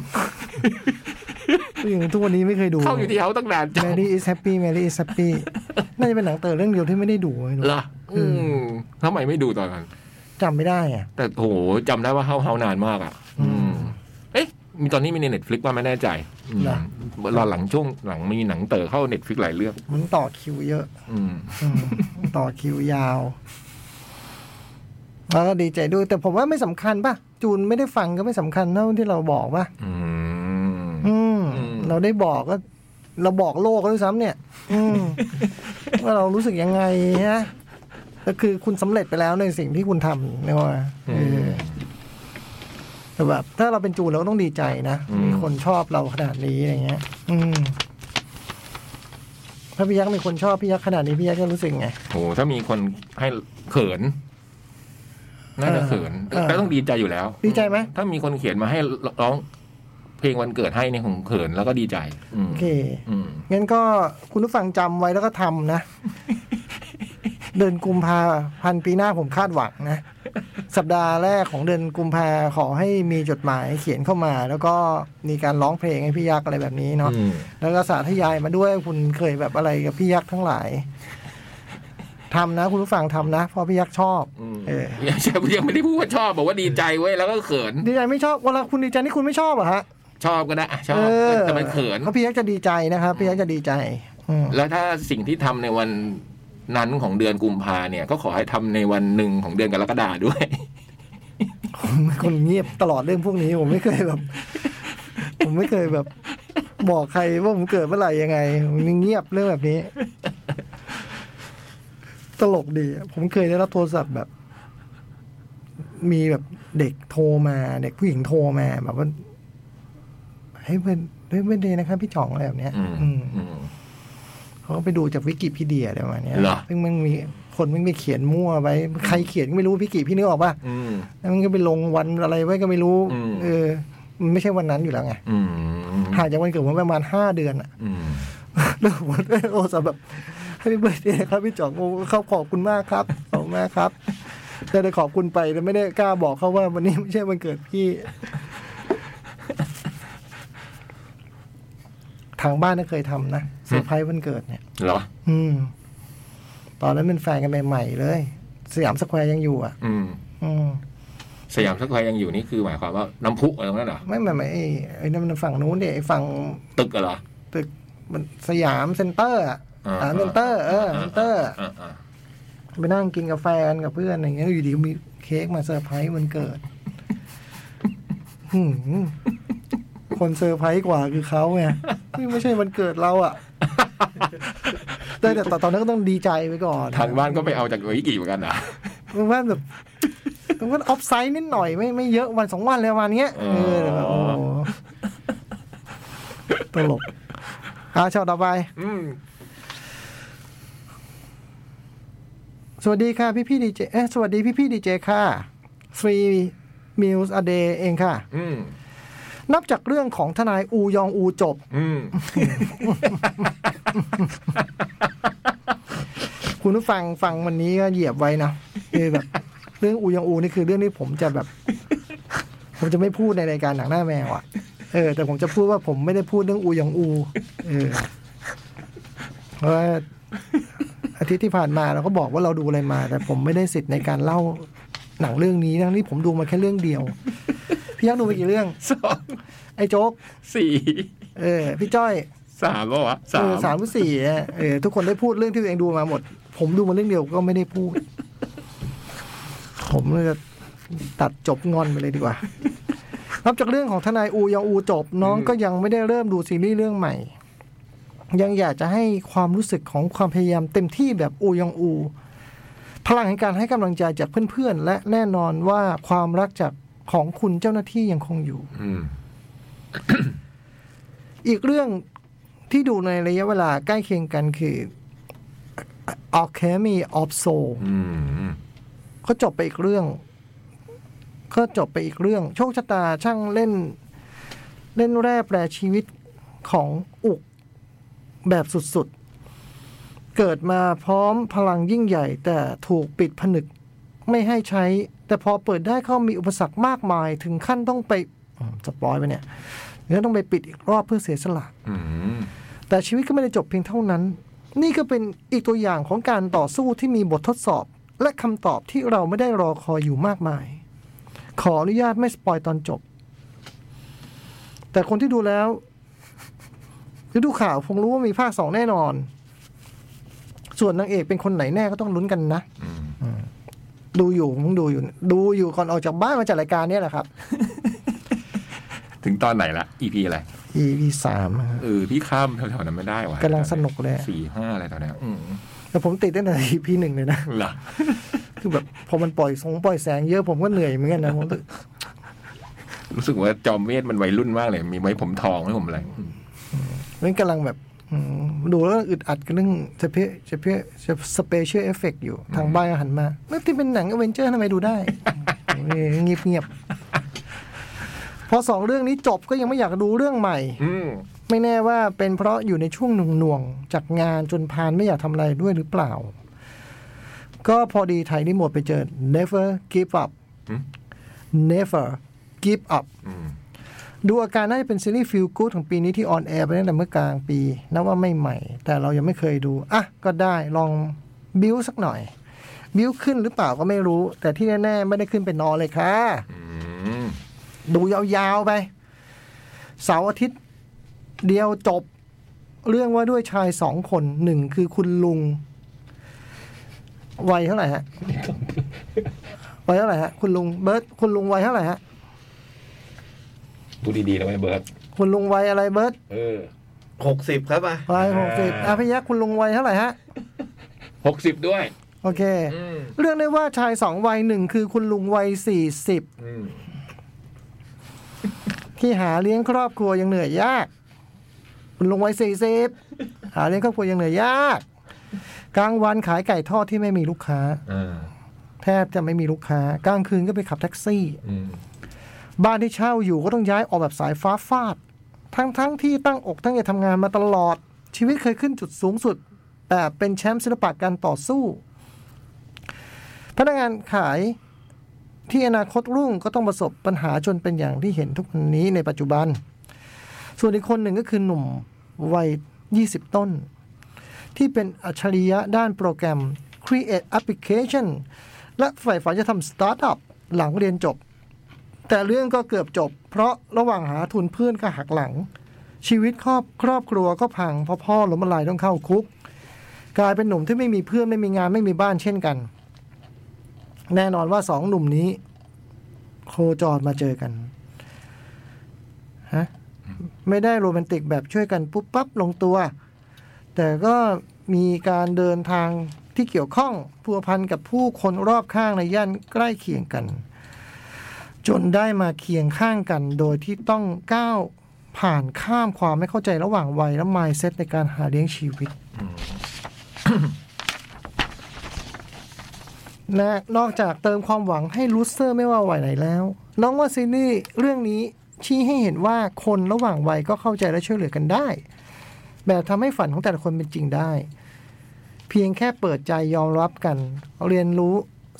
ทุกวันนี้ไม่เคยดู เข้าอยู่ที่เขาตั้งนานจัง Mary is happy Mary is happy น่าจะเป็นหนังเต๋อเรื่องเดียวที่ไม่ได้ดูไม่รู้ เหรออืมทำไมไม่ดูตอนนั้น จำไม่ได้อะ แต่โอ้โหจำได้ว่าเฮาเฮานานมากอ่ะ อืม เอ๊ะ มีตอนนี้มีในเน็ตฟลิกว่าไม่แน่ใจอืมรอหลังช่วงหลังมีหนังเต๋อเข้าเน็ตฟลิกหลายเรื่อง มันต่อคิวเยอะ อืม อืมต่อคิวยาว แล้วก็ดีใจด้วย แต่ผมว่าไม่สำคัญป่ะ จูนไม่ได้ฟังก็ไม่สำคัญเท่าที่เราบอกป่ะ อืม อืม อืม เราได้บอกก็ เราบอกโลกก็ด้วยซ้ำเนี่ย อืม ว่าเรารู้สึกยังไงฮะก็คือคุณสำเร็จไปแล้วในสิ่งที่คุณทำเนี่ยว่าเออแต่แบบถ้าเราเป็นจูนเราก็ต้องดีใจนะ มีคนชอบเราขนาดนี้อะไรเงี้ย อืม ถ้าพี่ยักษ์มีคนชอบพี่ยักษ์ขนาดนี้พี่ยักษ์จะรู้สึกไง โอ้โหถ้ามีคนให้เขิน น่าจะเขิน เออ แต่ต้องดีใจอยู่แล้ว ดีใจไหม ถ้ามีคนเขียนมาให้ร้อง เพลงวันเกิดให้เนี่ยผมเขินแล้วก็ดีใจ อืม โอเค อืม งั้นก็คุณผู้ฟังจำไว้แล้วก็ทำนะ [laughs] เดือนกุมภาพันธ์ปีหน้าผมคาดหวังนะ สัปดาห์แรกของเดือนกุมภาขอให้มีจดหมายเขียนเข้ามา แล้วก็มีการร้องเพลงให้พี่ยักษ์อะไรแบบนี้เนาะ อืม แล้วก็สาธยายมาด้วยคุณเคยแบบอะไรกับพี่ยักษ์ทั้งหลายทำนะ คุณผู้ฟังทำนะเพราะพี่ยักษ์ชอบ อืม เออ ยังไม่ได้พูดว่าชอบบอกว่าดีใจเว้ยแล้วก็เขิน ดีใจไม่ชอบเวลาคุณดีใจนี่คุณไม่ชอบเหรอฮะ ชอบก็ได้อ่ะชอบแต่มันเขิน เพราะพี่ยักษ์จะดีใจนะครับพี่ยักษ์จะดีใจ อืม แล้วถ้าสิ่งที่ทำในวันนั้นของเดือนกุมภาเนี่ย ก็ขอให้ทำในวันหนึ่งของเดือนกรกฎาด้วย ผมเป็นคนเงียบตลอดเรื่องพวกนี้ ผมไม่เคยแบบ ผมไม่เคยแบบ บอกใครว่าผมเกิดเมื่อไหร่ยังไงผมเงียบเรื่องแบบนี้ ตลกดีอะผมเคยได้รับโทรศัพท์แบบ มีแบบเด็กโทรมา เด็กผู้หญิงโทรมา แบบว่า เฮ้ยเวนเฮ้ยเวนเดย์นะครับพี่จ่องอะไรแบบเนี้ย อืม อืม อืม เขาก็ไปดูจากวิกิพีเดียอะไรประมาณเนี้ย เหรอ ซึ่งมันมีคนมันไปเขียนมั่วไว้ใครเขียนก็ไม่รู้วิกิพี่นึกออกป่ะ อืม แล้วมันก็ไปลงวันอะไรไว้ก็ไม่รู้ อืม เออมันไม่ใช่วันนั้นอยู่แล้วไง อืม ห่างจากวันเกิดผมประมาณห้าเดือนอะ อืม แล้วผมก็โอ้สำหรับให้พี่เบิร์ดเดย์ครับพี่จ่องโอ้เขาขอบคุณมากครับขอบคุณมากครับ แต่ได้ขอบคุณไปแต่ไม่ได้กล้าบอกเขาว่าวันนี้ไม่ใช่วันเกิดพี่ ทางบ้านก็เคยทำนะเซอร์ไพรส์วันเกิดเนี่ย เหรอ อืม ตอนนั้นเป็นแฟนกันใหม่ๆเลย สยามสแควร์ยังอยู่อ่ะ อืม อืม สยามสแควร์ยังอยู่นี่คือหมายความว่าน้ำพุอะไรตรงนั้นเหรอ ไม่ไม่ไม่ไอ้ไอ้นั่นมันฝั่งนู้นเดี๋ยไอ้ฝั่ง ตึกเหรอ ตึกมันสยามเซ็นเตอร์อะ อ่า สยามเซ็นเตอร์เออเซ็นเตอร์ อ่าอ่า ไปนั่งกินกาแฟกันกับเพื่อนอะไรเงี้ยอยู่ดีก็มีเค้กมาเซอร์ไพรส์วันเกิดหืมคนเซอร์ไพรส์กว่าคือเขาไงเฮ้ยไม่ใช่วันเกิดเรา [laughs] อะแต่แต่ตอนนั้นก็ต้องดีใจไว้ก่อน ทางบ้านก็ไปเอาจากวิกิเหมือนกันเหรอ ทางบ้านแบบทางบ้านออฟไซด์นิดหน่อยไม่ไม่เยอะวันสองวันเลยประมาณเนี้ย เออแต่แบบโอ้โหตลกอ่ะชาวต่อไป อืม สวัสดีค่ะพี่พี่ดีเจเอ๊ะสวัสดีพี่พี่ดีเจค่ะ three meals a day เองค่ะ อืม นับจากเรื่องของทนายอูยองอูจบ อืม คุณผู้ฟังฟังวันนี้ก็เหยียบไว้นะคือแบบ [laughs] เรื่องอูยองอูนี่คือเรื่องที่ผมจะแบบ [laughs] ผมจะไม่พูดในรายการหนังหน้าแมวอ่ะเออ แต่ผมจะพูดว่าผมไม่ได้พูดเรื่องอูยองอู เออเพราะว่าอาทิตย์ที่ผ่านมาเราก็บอกว่าเราดูอะไรมา แต่ผมไม่ได้สิทธิ์ในการเล่าหนังเรื่องนี้ทั้งที่ผมดูมาแค่เรื่องเดียว พี่ยักษ์ดูไปกี่เรื่อง [laughs] สอง ไอ้โจ๊ก สี่ เออ พี่จ้อย สามป่าวะ เอ สา อ ม สามหรือสี่เนี่ยเออ ทุกคนได้พูดเรื่องที่ตัวเองดูมาหมด ผมดูมาเรื่องเดียวก็ไม่ได้พูด ผมเลยจะตัดจบงอนไปเลยดีกว่า นับจากเรื่องของทนายอูยองอูจบ น้องก็ยังไม่ได้เริ่มดูซีรีส์เรื่องใหม่ ยังอยากจะให้ความรู้สึกของความพยายามเต็มที่แบบอูยองอู พลังแห่งการให้กำลังใจจากเพื่อนๆและแน่นอนว่าความรักจากของคุณเจ้าหน้าที่ยังคงอยู่ อืม อีกเรื่องที่ดูในระยะเวลาใกล้เคียงกันคือ Alchemy of Soul อืม ก็จบไปอีกเรื่อง ก็จบไปอีกเรื่อง โชคชะตาช่างเล่น เล่นแร่แปรชีวิตของอุกแบบสุดๆ เกิดมาพร้อมพลังยิ่งใหญ่ แต่ถูกปิดผนึกไม่ให้ใช้ แต่พอเปิดได้เขามีอุปสรรคมากมายถึงขั้นต้องไปอืมสปอยไปเนี่ยแล้วต้องไปปิดอีกรอบเพื่อเสียสละ อืม แต่ชีวิตก็ไม่ได้จบเพียงเท่านั้น นี่ก็เป็นอีกตัวอย่างของการต่อสู้ที่มีบททดสอบ และคำตอบที่เราไม่ได้รอคอยอยู่มากมาย ขออนุญาตไม่สปอยตอนจบ แต่คนที่ดูแล้วหรือดูข่าวคงรู้ว่ามีภาคสองแน่นอน ส่วนนางเอกเป็นคนไหนแน่ก็ต้องลุ้นกันนะอืมดูอยู่มึงดูอยู่ ดูอยู่ก่อนออกจากบ้านมาจัดรายการเนี่ยแหละครับ ถึงตอนไหนละ EP อะไร EP สามอะครับ เออ พี่ข้ามแถวๆนั้นไม่ได้วะ กำลังสนุกเลย สี่ห้าอะไรตอนเนี้ยอืม แต่ผมติดตั้งแต่ EP หนึ่งเลยนะ เหรอ คือแบบพอมันปล่อยสงปล่อยแสงเยอะผมก็เหนื่อยเหมือนกันนะผมรู้สึก รู้สึกว่าจอมเวทมันวัยรุ่นมากเลย มีไว้ผมทองไว้ผมอะไรอืม นั่นกำลังแบบอืมดูแล้วอึดอัดกับเรื่องสเปเปสเปเชียลเอฟเฟกอยู่ทางบ้านก็หันมาเมื่อที่เป็นหนังอเวนเจอร์ทำไมดูได้ เงียบเงียบๆพอสองเรื่องนี้จบก็ยังไม่อยากดูเรื่องใหม่ อืม ไม่แน่ว่าเป็นเพราะอยู่ในช่วงหน่วงๆจากงานจนพานไม่อยากทำอะไรด้วยหรือเปล่า ก็พอดีไทยนี่หมดไปเจอ never give up หืม never give up อืม ดูอาการน่าจะเป็นซีรีส์ฟิลกู d ของปีนี้ที่ออนแอร์ไปตั้งแต่เมื่อกลางปีนับว่าไม่ใหม่ แต่เรายังไม่เคยดู อ่ะ ก็ได้ลองบิวสักหน่อย บิวขึ้นหรือเปล่าก็ไม่รู้ แต่ที่แน่ๆ ไม่ได้ขึ้นเป็นนอนเลยค่ะ อืม ดูยาวๆไป เสาร์อาทิตย์เดียวจบ เรื่องว่าด้วยชายสองคนหนึ่งคือคุณลุง วัยเท่าไหร่ฮะ วัยเท่าไหร่ฮะ คุณลุงเบิร์ตคุณลุงวัยเท่าไหร่ฮะ พูดดีๆนะไอ้เบิร์ด คุณลุงวัยอะไรเบิร์ต เออ หกสิบครับอ่ะ วัยหกสิบอาพยักคุณลุงวัยเท่าไหร่ฮะ หกสิบด้วย โอเค อืม เรื่องได้ว่าชายสองวัยหนึ่งคือคุณลุงวัยสี่สิบ อืม ที่หาเลี้ยงครอบครัวยังเหนื่อยยากคุณลงไว้สี่สิบหาเลี้ยงครอบครัวยังเหนื่อยยาก กลางวันขายไก่ทอดที่ไม่มีลูกค้า อ่า แทบจะไม่มีลูกค้ากลางคืนก็ไปขับแท็กซี่ อืม บ้านที่เช่าอยู่ก็ต้องย้ายออกแบบสายฟ้าฟาด ทั้งทั้งที่ตั้งอกตั้งใจทำงานมาตลอด ชีวิตเคยขึ้นจุดสูงสุด แบบเป็นแชมป์ศิลปะการต่อสู้ พนักงานขายที่อนาคตรุ่งก็ต้องประสบปัญหาจนเป็นอย่างที่เห็นทุกวันนี้ในปัจจุบัน ส่วนอีกคนหนึ่งก็คือหนุ่มวัย 20 ต้น ที่เป็นอัจฉริยะด้านโปรแกรม Create Application และใฝ่ฝันจะทำสตาร์ทอัพหลังเรียนจบ แต่เรื่องก็เกือบจบ เพราะระหว่างหาทุนเพื่อนก็หักหลัง ชีวิตครอบครอบครัวก็พังเพราะพ่อล้มละลายต้องเข้าคุก กลายเป็นหนุ่มที่ไม่มีเพื่อนไม่มีงานไม่มีบ้านเช่นกัน แน่นอนว่าสองหนุ่มนี้ โคจรมาเจอกันฮะไม่ได้โรแมนติกแบบช่วยกันปุ๊บปั๊บลงตัว แต่ก็มีการเดินทางที่เกี่ยวข้องพัวพันกับผู้คนรอบข้างในย่านใกล้เคียงกัน จนได้มาเคียงข้างกันโดยที่ต้องก้าวผ่านข้ามความไม่เข้าใจระหว่างวัยและ mindset ในการหาเลี้ยงชีวิต [coughs] นะนอกจากเติมความหวังให้ลูเซอร์ไม่ว่าวัยไหนแล้ว น้องว่าซีนี่เรื่องนี้ชี้ให้เห็นว่าคนระหว่างวัยก็เข้าใจและช่วยเหลือกันได้ แบบทำให้ฝันของแต่ละคนเป็นจริงได้ เพียงแค่เปิดใจยอมรับกัน เรียนรู้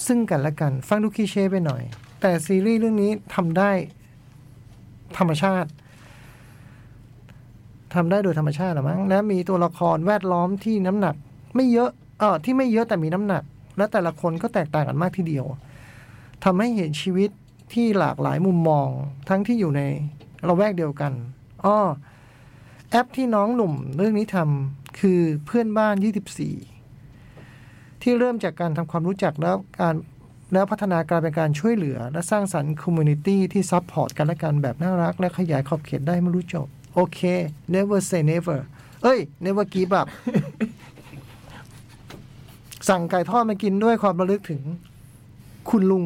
ซึ่งกันและกัน ฟังดูคลีเช่ไปหน่อย แต่ซีรีส์เรื่องนี้ทำได้ธรรมชาติทำได้โดยธรรมชาติเหรอมั้งและมีตัวละครแวดล้อมที่น้ำหนัก ไม่เยอะเออที่ไม่เยอะแต่มีน้ำหนัก และแต่ละคนก็แตกต่างกันมากทีเดียวทำให้เห็นชีวิตที่หลากหลายมุมมอง ทั้งที่อยู่ในระแวกเดียวกันอ้อแอปที่น้องหนุ่มเรื่องนี้ทำคือเพื่อนบ้าน 24 ที่เริ่มจากการทำความรู้จักแล้วการแล้วพัฒนากลารเป็นการช่วยเหลือ และสร้างสรรค์คอมมูนิตี้ที่ซัพพอร์ตกันและกันแบบน่ารัก และขยายขอบเขตได้ไม่รู้จบ โอเค never say never เอ้ย never give up [laughs] สั่งไก่ทอดมากินด้วยความระลึกถึง คุณลุง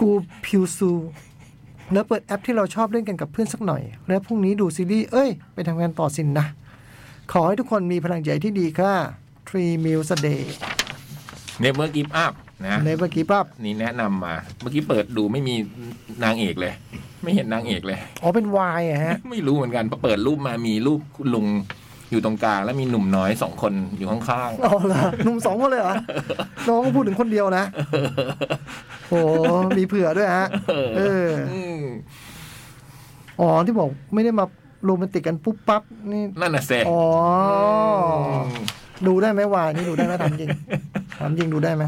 กูพิวซู แล้วเปิดแอปที่เราชอบเล่นกันกับเพื่อนสักหน่อย แล้วพรุ่งนี้ดูซีรีส์เอ้ย ไปทำงานต่อสินนะ ขอให้ทุกคนมีพลังใจที่ดีค่ะ Three meals a day เนเวอร์กิฟอัพนะ ในเมื่อกี้ปั๊บ นี่แนะนำมา เมื่อกี้เปิดดูไม่มีนางเอกเลย ไม่เห็นนางเอกเลย [laughs] อ๋อเป็นวายอะฮะ ไม่รู้เหมือนกันพอเปิดรูปมามีรูปคุณลุงอยู่ตรงกลางแล้วมีหนุ่มน้อยสองคนอยู่ข้าง เอาเหรอหนุ่มสองคนเลยเหรอ น้องก็พูดถึงคนเดียวนะ โอ้มีเผื่อด้วยฮะ เออ ๆอืม อ๋อที่บอกไม่ได้มาโรแมนติกกันปุ๊บปั๊บนี่ นั่นน่ะเซ่ อ๋อ ดูได้ไหมวายนี่ดูได้ไหมถามจริงถามจริงดูได้ไหม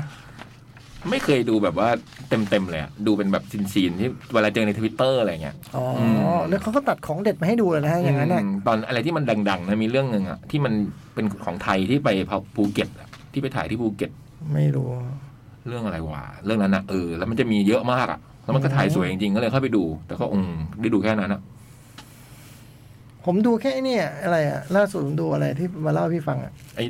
ไม่เคยดูแบบว่าเต็มๆเลยอะดูเป็นแบบซีนๆที่เวลาเจอในทวิตเตอร์อะไรเงี้ย อ๋ออ ม แล้วเขาก็ตัดของเด็ดมาให้ดูเลยนะฮะอย่างนั้นน่ะ มตอนอะไรที่มันดังๆนะมีเรื่องหนึ่งอะที่มันเป็นของไทยที่ไปภูเก็ตอะที่ไปถ่ายที่ภูเก็ต ไม่รู้ เรื่องอะไรวะเรื่องนั้นนะเออแล้วมันจะมีเยอะมากอะแล้วมันก็ถ่ายสวยจริงๆก็เลยเข้าไปดู แต่ก็อืมได้ดูแค่นั้นอะ ผมดูแค่ไอ้เนี่ยอะไรอะล่าสุดผมดูอะไรที่มาเล่าให้พี่ฟังอะ ไอ้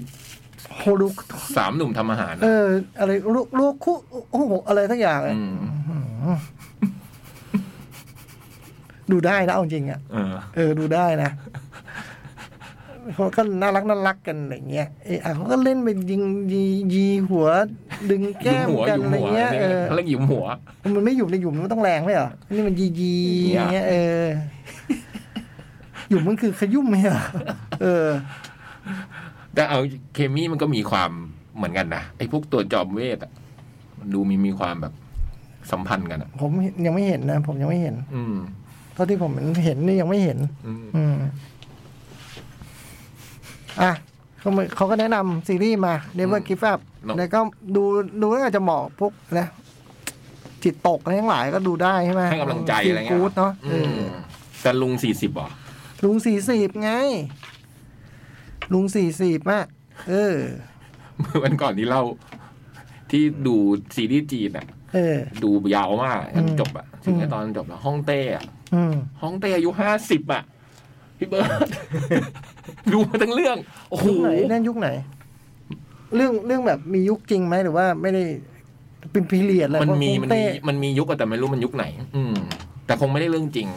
โฮลู สามหนุ่มทำอาหาร เอ อะ อ อะไรลูกลูกคุโอ้โหอะไรทั้งอย่างอะ ม ดูได้นะเอาจริงอ่ะ เออ เออดูได้นะเขาก็น่ารักน่ารักกันอะไรเงี้ยเอออ่ะเขาก็เล่นเป็นยิงยียีหัว ดึง หยุ แก้ ม ม หัว กัน หยุม อะไร หัว เงี้ยเออ เขาเรียกหยุมหัว มันไม่หยุมในหยุมมันต้องแรงไหมเหรออันนี่มันยียีอย่างเงี้ยเออหยุมมันคือขยุ่มไหมเหรอเออ แต่เอาเคมีมันก็มีความเหมือนกันนะไอ้พวกตัวจอมเวทอะมันดูมีมีความแบบสัมพันธ์กันอะ ผมยังไม่เห็นนะ ผมยังไม่เห็น อืม เท่าที่ผมเห็นนี่ยังไม่เห็น อืม อืมอ่ะเขามาเขาก็แนะนำซีรีส์มา Never Give Up เนอะ แล้วก็ดูดูแล้วอาจจะเหมาะพวกนะจิตตกอะไรทั้งหลายก็ดูได้ใช่ไหม ให้กำลังใจอะไร ฟีล เงี้ย กู๊ดเนาะเอ อื อ มแต่ลุงสี่สิบอ่ะ ลุงสี่สิบไง ลุงสี่สิบอะเออ วันก่อนที่เล่าที่ดูซีรีส์จีนอะ เออ ดูยาวมากจนจบอะถึง อืม แค่ตอนจบแล้วห้องเต้อะ อืม ห้องเต้อายุห้าสิบอะพี่เบิร์ด [laughs] ดูมาทั้งเรื่อง โอ้โห ยุคไหนเล่นยุคไหน เรื่องเรื่องแบบมียุคจริงไหมหรือว่าไม่ได้เป็นพีเรียดอะไร มัน พวก มี ฮ่อง มัน เต้ มีมันมียุคอะแต่ไม่รู้มันยุคไหน อืม แต่คงไม่ได้เรื่องจริง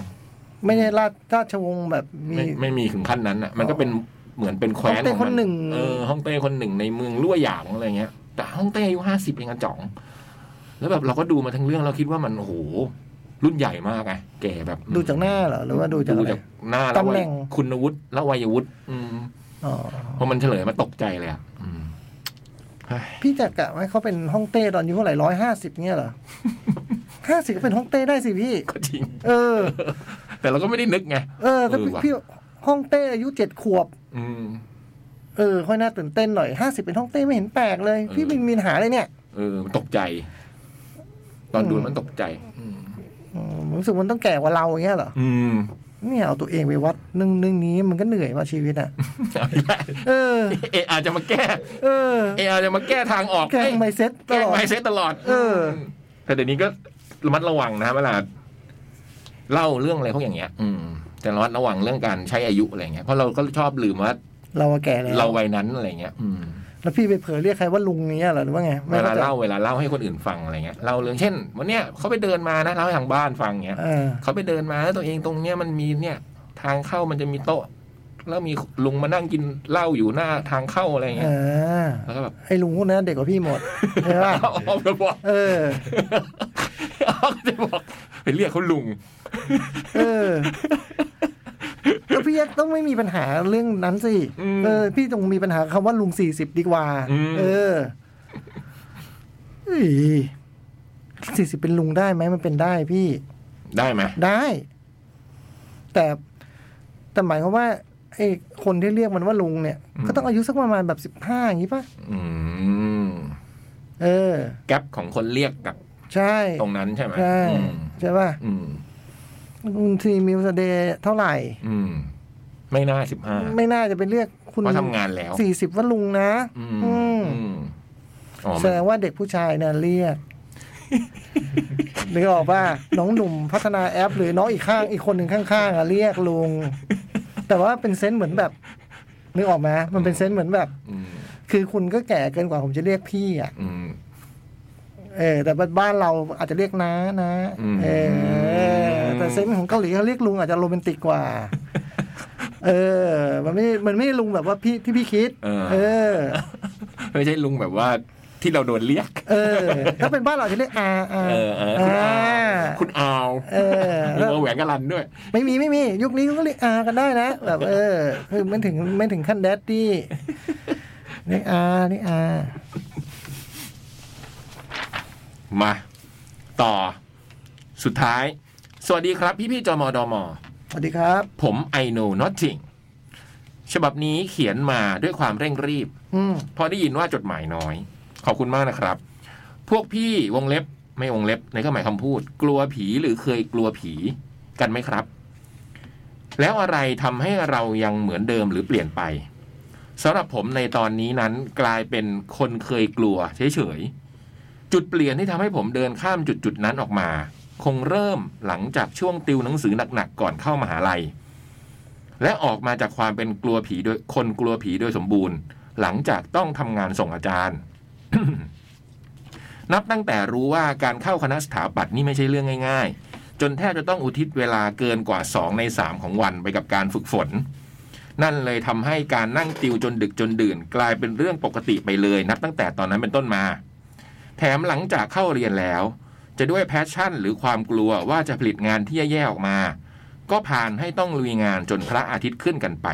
ไม่ใช่ราชราชวงศ์แบบมี ไม่ไม่มีถึงขั้นนั้นอ่ะ มันก็เป็นเหมือนเป็นแคว้น ฮ่องเต้ ขอมั คนหนึ่ง เออฮ่องเต้คนหนึ่งในเมืองลั่วหยางอะไรเงี้ย แต่ฮ่องเต้อายุห้าสิบเองอะจ่อง แล้วแบบเราก็ดูมาทั้งเรื่องเราคิดว่ามันโอ้โหรุ่นใหญ่มากไงแก่แบบ ดูจากหน้าเหรอหรือว่าดูจาก ดู อะไร จากหน้าแล้ว ตำแหน่ วัย ง คุณวุฒิและวัยวุฒิอืม อ๋อ พอมันเฉลยมาตกใจเลยอ่ะอืมเฮ้ย พี่จะกะว่าเขาเป็นฮ่องเต้ตอนอายุเท่าไหร่ร้อยห้าสิบเนี่ยเหร [laughs] อ ห้าสิบก็เป็นฮ่องเต้ได้สิพี่ ก็จริง เออ แต่เราก็ไม่ได้นึกไง เออถ้า เออว่ะ พี่ฮ่องเต้อายุเจ็ดขวบ อืม เออ ค่อยน่าตื่นเต้นหน่อยห้าสิบเป็นฮ่องเต้ไม่เห็นแปลกเลย พี่ เออ มีมีปัญหาเลยเนี่ย เออมันตกใจ ตอนดูมันตกใจ อืมรู้สึกมันต้องแก่กว่าเราอย่างเงี้ยเหรอ อืม เนี่ยเอาตัวเองไปวัดนึ่องนึ่องนี้มันก็เหนื่อยมาชีวิตอ่ะ เอาอีกแล้ว เออ เอะอาจจะมาแก้ เอ [laughs] อ เออาจะมาแก้ทางออก แกล้งไมเซ็ตต แก้ ลอด ไมเซ็ตตลอด เออ แต่เดี๋ยวนี้ก็ระมัดระวังนะเวลาเล่าเรื่องอะไรพวกอย่างเงี้ย อืมจะระมัดระวังเรื่องการใช้อายุอะไรเงี้ยเพราะเราก็ชอบลืมว่า เราอะแก่แล้ว เราวัยนั้นอะไรเงี้ย อืม แล้วพี่ไปเผลอเรียกใครว่าลุงเนี้ยเหรอหรือว่าไง เว ไม่ ลา ข้ใจ เล่าเวลาเล่าให้คนอื่นฟังอะไรเงี้ยเล่าเรื่องเช่นวันเนี้ยเขาไปเดินมานะเล่าให้ทางบ้านฟังเงี้ย เออ เขาไปเดินมาแล้วตัวเองตรงเนี้ยมันมีเนี่ย ทางเข้ามันจะมีโต๊ะ แล้วมีลุงมานั่งกินเหล้าอยู่หน้าทางเข้าอะไรเงี้ย อ่า แล้วก็แบบ ไอ้ลุงพวกนั้นเด็กกว่าพี่หมดใช่ป่ะ เอาเอาไปบอก เออ เขาจะบอกไปเรียกเขาลุง เออแล้วพี่ต้องไม่มีปัญหาเรื่องนั้นสิ อืม เออ พี่ต้องมีปัญหาคำว่าลุงสี่สิบดีกว่า อืม เออสี่สิบเป็นลุงได้ไหมมันเป็นได้พี่ ได้ไหม ได้ แต่แต่หมายความว่าไอ้คนที่เรียกมันว่าลุงเนี่ย ก็ต้องอายุสักประมาณแบบสิบห้าอย่างนี้ป่ะ อืม เออ แกลบของคนเรียกกับ ใช่ ตรงนั้นใช่ไหม ใช่ อืม ใช่ป่ะ อืม คุณทีมิวสเดย์เท่าไหร่ อืม ไม่น่าสิบห้า ไม่น่าจะไปเรียกคุณ เพราะทำงานแล้ว สี่สิบว่าลุงนะ อืม อืม อืมอ๋อ แสดงว่าเด็กผู้ชายน่ะเรียกนึกออกป่ะน้องหนุ่มพัฒนาแอป หรือน้องอีกข้างอีกคนหนึ่งข้างๆอ่ะเรียกลุง แต่ว่าเป็นเซนส์เหมือนแบบนึกออกไหมมันเป็นเซนส์เหมือนแบบ อืม คือคุณก็แก่เกินกว่าผมจะเรียกพี่อ่ะ อืม เออแต่บ้านเราอาจจะเรียกน้านะ อืม เออแต่เซนส์ของเกาหลีเขาเรียกลุงอาจจะโรแมนติก [laughs] กว่า เออ มันไม่ มันไม่ลุงแบบว่าพี่ที่พี่คิด เออ เออ ไม่ใช่ลุงแบบว่าที่เราโดนเรียก เออ ถ้าเป็นบ้านเราจะเรียกอาอา เออเออคุณ อา อาวคุณอาว เออ มี แล้ว วงแหวนกันลันด้วย ไม่มีไม่มี ยุคนี้ก็เรียกอากันได้นะแบบเออ คือไม่ถึงไม่ถึงขั้นแดดดี้เรียกอาเรียกอา มา ต่อ สุดท้าย สวัสดีครับ พี่พี่ๆจมดม สวัสดีครับ ผม I know nothing ฉบับนี้เขียนมาด้วยความเร่งรีบ อืม พอได้ยินว่าจดหมายน้อย ขอบคุณมากนะครับ พวกพี่วงเล็บไม่วงเล็บในก็หมายคำพูด กลัวผีหรือเคยกลัวผีกันไหมครับ แล้วอะไรทำให้เรายังเหมือนเดิมหรือเปลี่ยนไปสำหรับผมในตอนนี้นั้นกลายเป็นคนเคยกลัวเฉยๆจุดเปลี่ยนที่ทำให้ผมเดินข้ามจุดจุดๆนั้นออกมา คงเริ่มหลังจากช่วงติวหนังสือหนักๆก่อนเข้ามหาลัย และออกมาจากความเป็นกลัวผีโดยคนกลัวผีโดยสมบูรณ์ หลังจากต้องทำงานส่งอาจารย์ [coughs] นับตั้งแต่รู้ว่าการเข้าคณะสถาปัตย์นี่ไม่ใช่เรื่องง่ายๆ จนแทบจะต้องอุทิศเวลาเกินกว่า 2 ใน 3 ของวันไปกับการฝึกฝน นั่นเลยทำให้การนั่งติวจนดึกจนดื่น กลายเป็นเรื่องปกติไปเลย นับตั้งแต่ตอนนั้นเป็นต้นมา แถมหลังจากเข้าเรียนแล้ว จะด้วยแพชชั่น หรือความกลัวว่าจะผลิตงานที่แย่ๆออกมา ก็ผ่านให้ต้องลุยงานจนพระอาทิตย์ขึ้นกันไป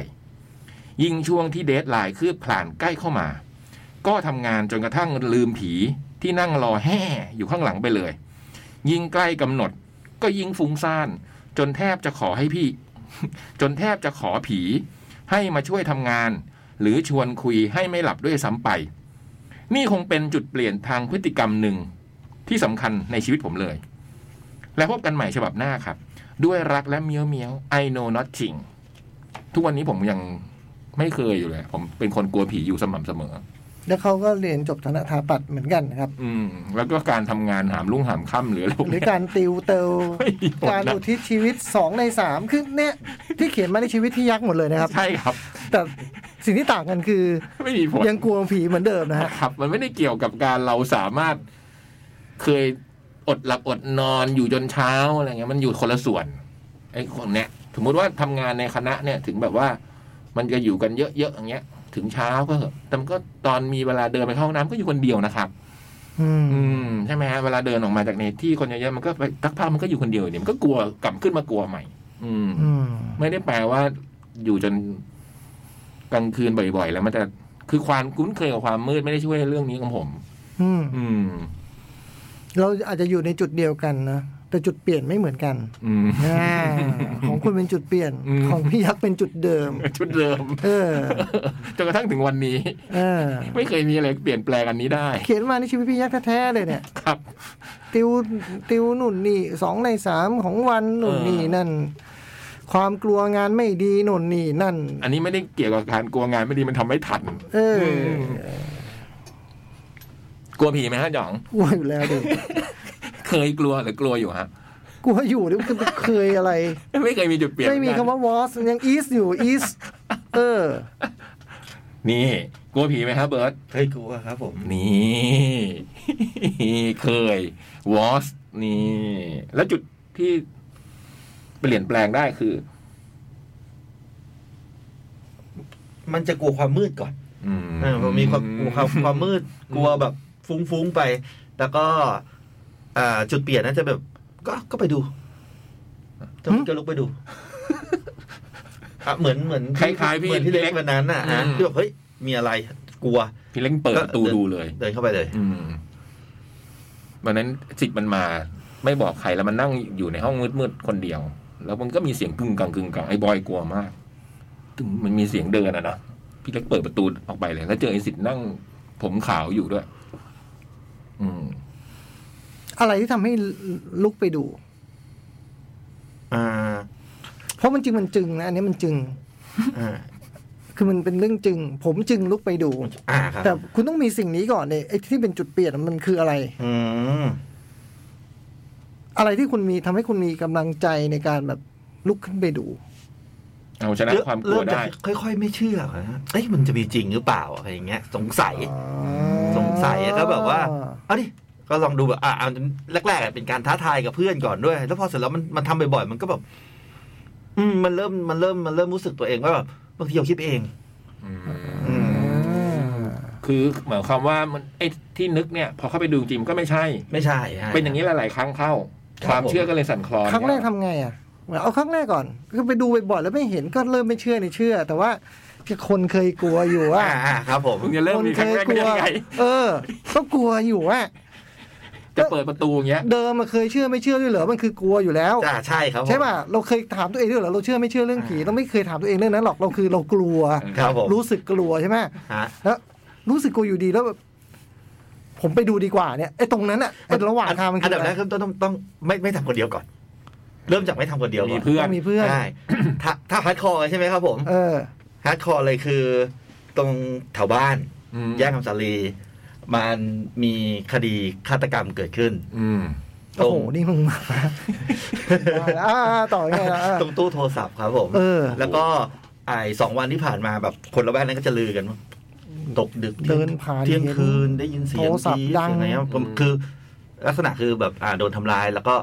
ยิ่งช่วงที่เดทไลน์คืบคลานใกล้เข้ามา ก็ทำงานจนกระทั่งลืมผีที่นั่งรอแห่อยู่ข้างหลังไปเลย ยิ่งใกล้กำหนด ก็ยิ่งฟุ้งซ่าน จนแทบจะขอให้พี่ [laughs] จนแทบจะขอผี ให้มาช่วยทำงาน หรือชวนคุยให้ไม่หลับด้วยซ้ำไป นี่คงเป็นจุดเปลี่ยนทางพฤติกรรมหนึ่งที่สำคัญในชีวิตผมเลย และพบกันใหม่ฉบับหน้าครับ ด้วยรักและเมียวเมียว I know not จริงทุกวันนี้ผมยัง ไม่เคยอยู่เลย ผมเป็นคนกลัวผีอยู่สม่ำเสมอ แล้วเขาก็เรียนจบธนถาปัตย์เหมือนกันครับ อืม แล้วก็การทำงานหามรุ่งหามค่ำหรืออะไรพวก หรือ เนี้ย การติวเตล เฮ้ยโหดนะ การอุทิศชีวิตสองในสามคือเนี่ยที่เขียนมาในชีวิตที่ยักษ์หมดเลยนะครับ ใช่ครับ แต่สิ่งที่ต่างกันคือ ไม่มีผล ยังกลัวผีเหมือนเดิมนะฮะ ครับ มันไม่ได้เกี่ยวกับการเราสามารถเคย อดหลับอดนอนอยู่จนเช้าอะไรเงี้ยมันอยู่คนละส่วนไอ้คนเนี้ยสมมติว่าทำงานในคณะเนี่ยถึงแบบว่า มันจะอยู่กันเยอะๆอย่างเงี้ย ถึงเช้าก็เหอะแต่มันก็ตอนมีเวลาเดินไปเข้าห้องน้ำก็อยู่คนเดียวนะครับ อืม อืมใช่ไหมฮะเวลาเดินออกมาจากในที่คนเยอะๆมันก็ไปทักผ้ามันก็อยู่คนเดียวเนี่ยมันก็กลัวกลับขึ้นมากลัวใหม่ อืม อืม ไม่ได้แปลว่าอยู่จนกลางคืนบ่อยๆ แล้วมันจะคือความคุ้นเคยกับความมืดไม่ได้ช่วยเรื่องนี้ของผม อืม อืม เราอาจจะอยู่ในจุดเดียวกันนะแต่จุดเปลี่ยนไม่เหมือนกัน อืม อ่า [laughs] ของคุณเป็นจุดเปลี่ยน อืม ของพี่ยักษ์เป็นจุดเดิม ชุดเดิม [laughs] เออ จนกระทั่งถึงวันนี้ เออ ไม่เคยมีอะไรเปลี่ยนแปลงอันนี้ได้ เขียนมาในชีวิตพี่ยักษ์แท้ๆเลยเนี่ย ครับ ติวติวหนุนนี่สองในสามของวันหนุนนี่ เออ นั่น ความกลัวงานไม่ดีหนุนนี่นั่น อันนี้ไม่ได้เกี่ยวกับการกลัวงานไม่ดีมันทำไม่ทัน เออ กลัวผีไหมฮะหยอง กลัวอยู่แล้วดิ เคยกลัวหรือกลัวอยู่ฮะ กลัวอยู่ดิคือเคยอะไร ไม่เคยมีจุดเปลี่ยน ไม่มีคำว่าวอสยังอีสอยู่อีสเออ นี่ กลัวผีไหมฮะเบิร์ต เคยกลัวครับผม นี่ [laughs] เคยวอสนี่ แล้วจุดที่เปลี่ยนแปลงได้คือ มันจะกลัวความมืดก่อน อืม เออมันมีความกลัวความความมืด กลัวแบบฟุ้งๆไป แล้วก็ อ่า จุดเปลี่ยนน่าจะแบบ ก็ก็ไปดูจะ หึ จะลุกไปดูอ่ะเหมือนเหมือน คล้ายๆพี่ เหมือนที่เล็ พี่เล็ ก ก วันนั้นน่ะอ่ะ อืม ที่แบบเฮ้ยมีอะไร กลัว พี่เล้งเปิด ก็ ประตูดูเลย เดินเข้าไปเลย อืมวันนั้นจิตมันมา ไม่บอกใครแล้วมันนั่งอยู่ในห้องมืดๆคนเดียว แล้วมันก็มีเสียงกึ่งกังกึ่งกังไอ้บอยกลัวมากตึงมันมีเสียงเดินอะเนาะพี่เล็กเปิดประตูออกไปเลย แล้วเจอไอ้สิทธิ์นั่ง ผมขาวอยู่ด้วย อืม อะไรที่ทำให้ลุกไปดู อ่า เพราะมันจริงมันจึงนะอันนี้มันจึง อ่า คือมันเป็นเรื่องจึง ผมจึงลุกไปดู อ่าครั แต่ บ คุณต้องมีสิ่งนี้ก่อนเนี่ยไอ้ที่เป็นจุดเปลี่ยนมันคืออะไร อืม อะไรที่คุณมีทำให้คุณมีกำลังใจในการแบบลุกขึ้นไปดู เอาชนะ เริ่ม ความกลัว เริ่จ ได้ ค่อยๆ ไม่เชื่อก่อนนะเอ้ยมันจะมีจริงหรือเปล่าอะไรอย่างเงี้ย สงสัย สงสัยแล้วก็แบบว่า เอาดิ ก็ลองดูแบบ อ่ะเอาแรกๆอ่ะเป็นการท้าทายกับเพื่อนก่อนด้วย แล้วพอเสร็จแล้วมันมันทำบ่อยๆ มันก็แบบ อืม มันเริ่ม มันเริ่ม มันเริ่มรู้สึกตัวเองว่าแบบบางทีเราคิดเอง อืม คือหมายความว่ามันไอ้ที่นึกเนี่ย พอเข้าไปดูจริงๆก็ไม่ใช่ ไม่ใช่ฮะ เป็นอย่างนี้หลายๆครั้งเข้า ค ครับ วาม ผม เชื่อก็เลยสั่นคลอน ครั้งแรกทำไงอ่ะเอาครั้งแรกก่อนคือไปดูบ่อยๆแล้วไม่เห็นก็เริ่มไม่เชื่อในเชื่อ แต่ว่าคนเคยกลัวอยู่ว่า อ่าอ่าครับ ผม มึงจะเริ่ม คน มีค เค รั้ง ย แรก ก ไม่ ลัว ได้ยังไง เออก็กลัวอยู่ว่า จะเปิดประตูอย่างเงี้ย เดิมมันเคยเชื่อไม่เชื่อด้วยเหรอมันคือกลัวอยู่แล้ว อ่าใช่ครับผม ใช่ป่ะเราเคยถามตัวเองด้วยเหรอเราเชื่อไม่เชื่อเรื่องผีเราไม่เคยถามตัวเองเรื่องนั้นหรอกเราคือเรากลัว ครับผม รู้สึกกลัวใช่ไหม ฮะ แล้วรู้สึกกลัวอยู่ดีแล้วแบบผมไปดูดีกว่าเนี่ยไอ้ตรงนั้นอะไอ้ระหว่างทางมัน อั คื นดับแรก อ ก็ต้องต้องต้อง ไม่ไม่ทำคนเดียวก่อน เริ่มจากไม่ทำคนเดียวก่ มี อน เพื่อน ต้องมีเพื่อน ใช่ถ้าถ้าฮาร์ดคอร์ใช่ไหมครับผม เออ ฮาร์ดคอร์เลยคือ ตรงแถวบ้าน อืม แยกคำสาลี มันมีคดีฆาตกรรมเกิดขึ้น อืม ตร โอ้ ง โห นี่มึงมา [laughs] อ่าอ่าต่อยังไงล่ะอ่า [laughs] ตรงตู้โทรศัพท์ครับผม เออ แล้วก็ไอ้สองวันที่ผ่านมาแบบคนละแวกนั้นก็จะลือกันว่าตกดึกที่ยง เดินผ่าน เที่ยงคืนได้ยินเสียง โทรศัพท์ จี๊ ดัง เสียอะไรเงี้ยผม อืม คือ ลักษณะคือแบบอ่าโดนทำลายแล้วก็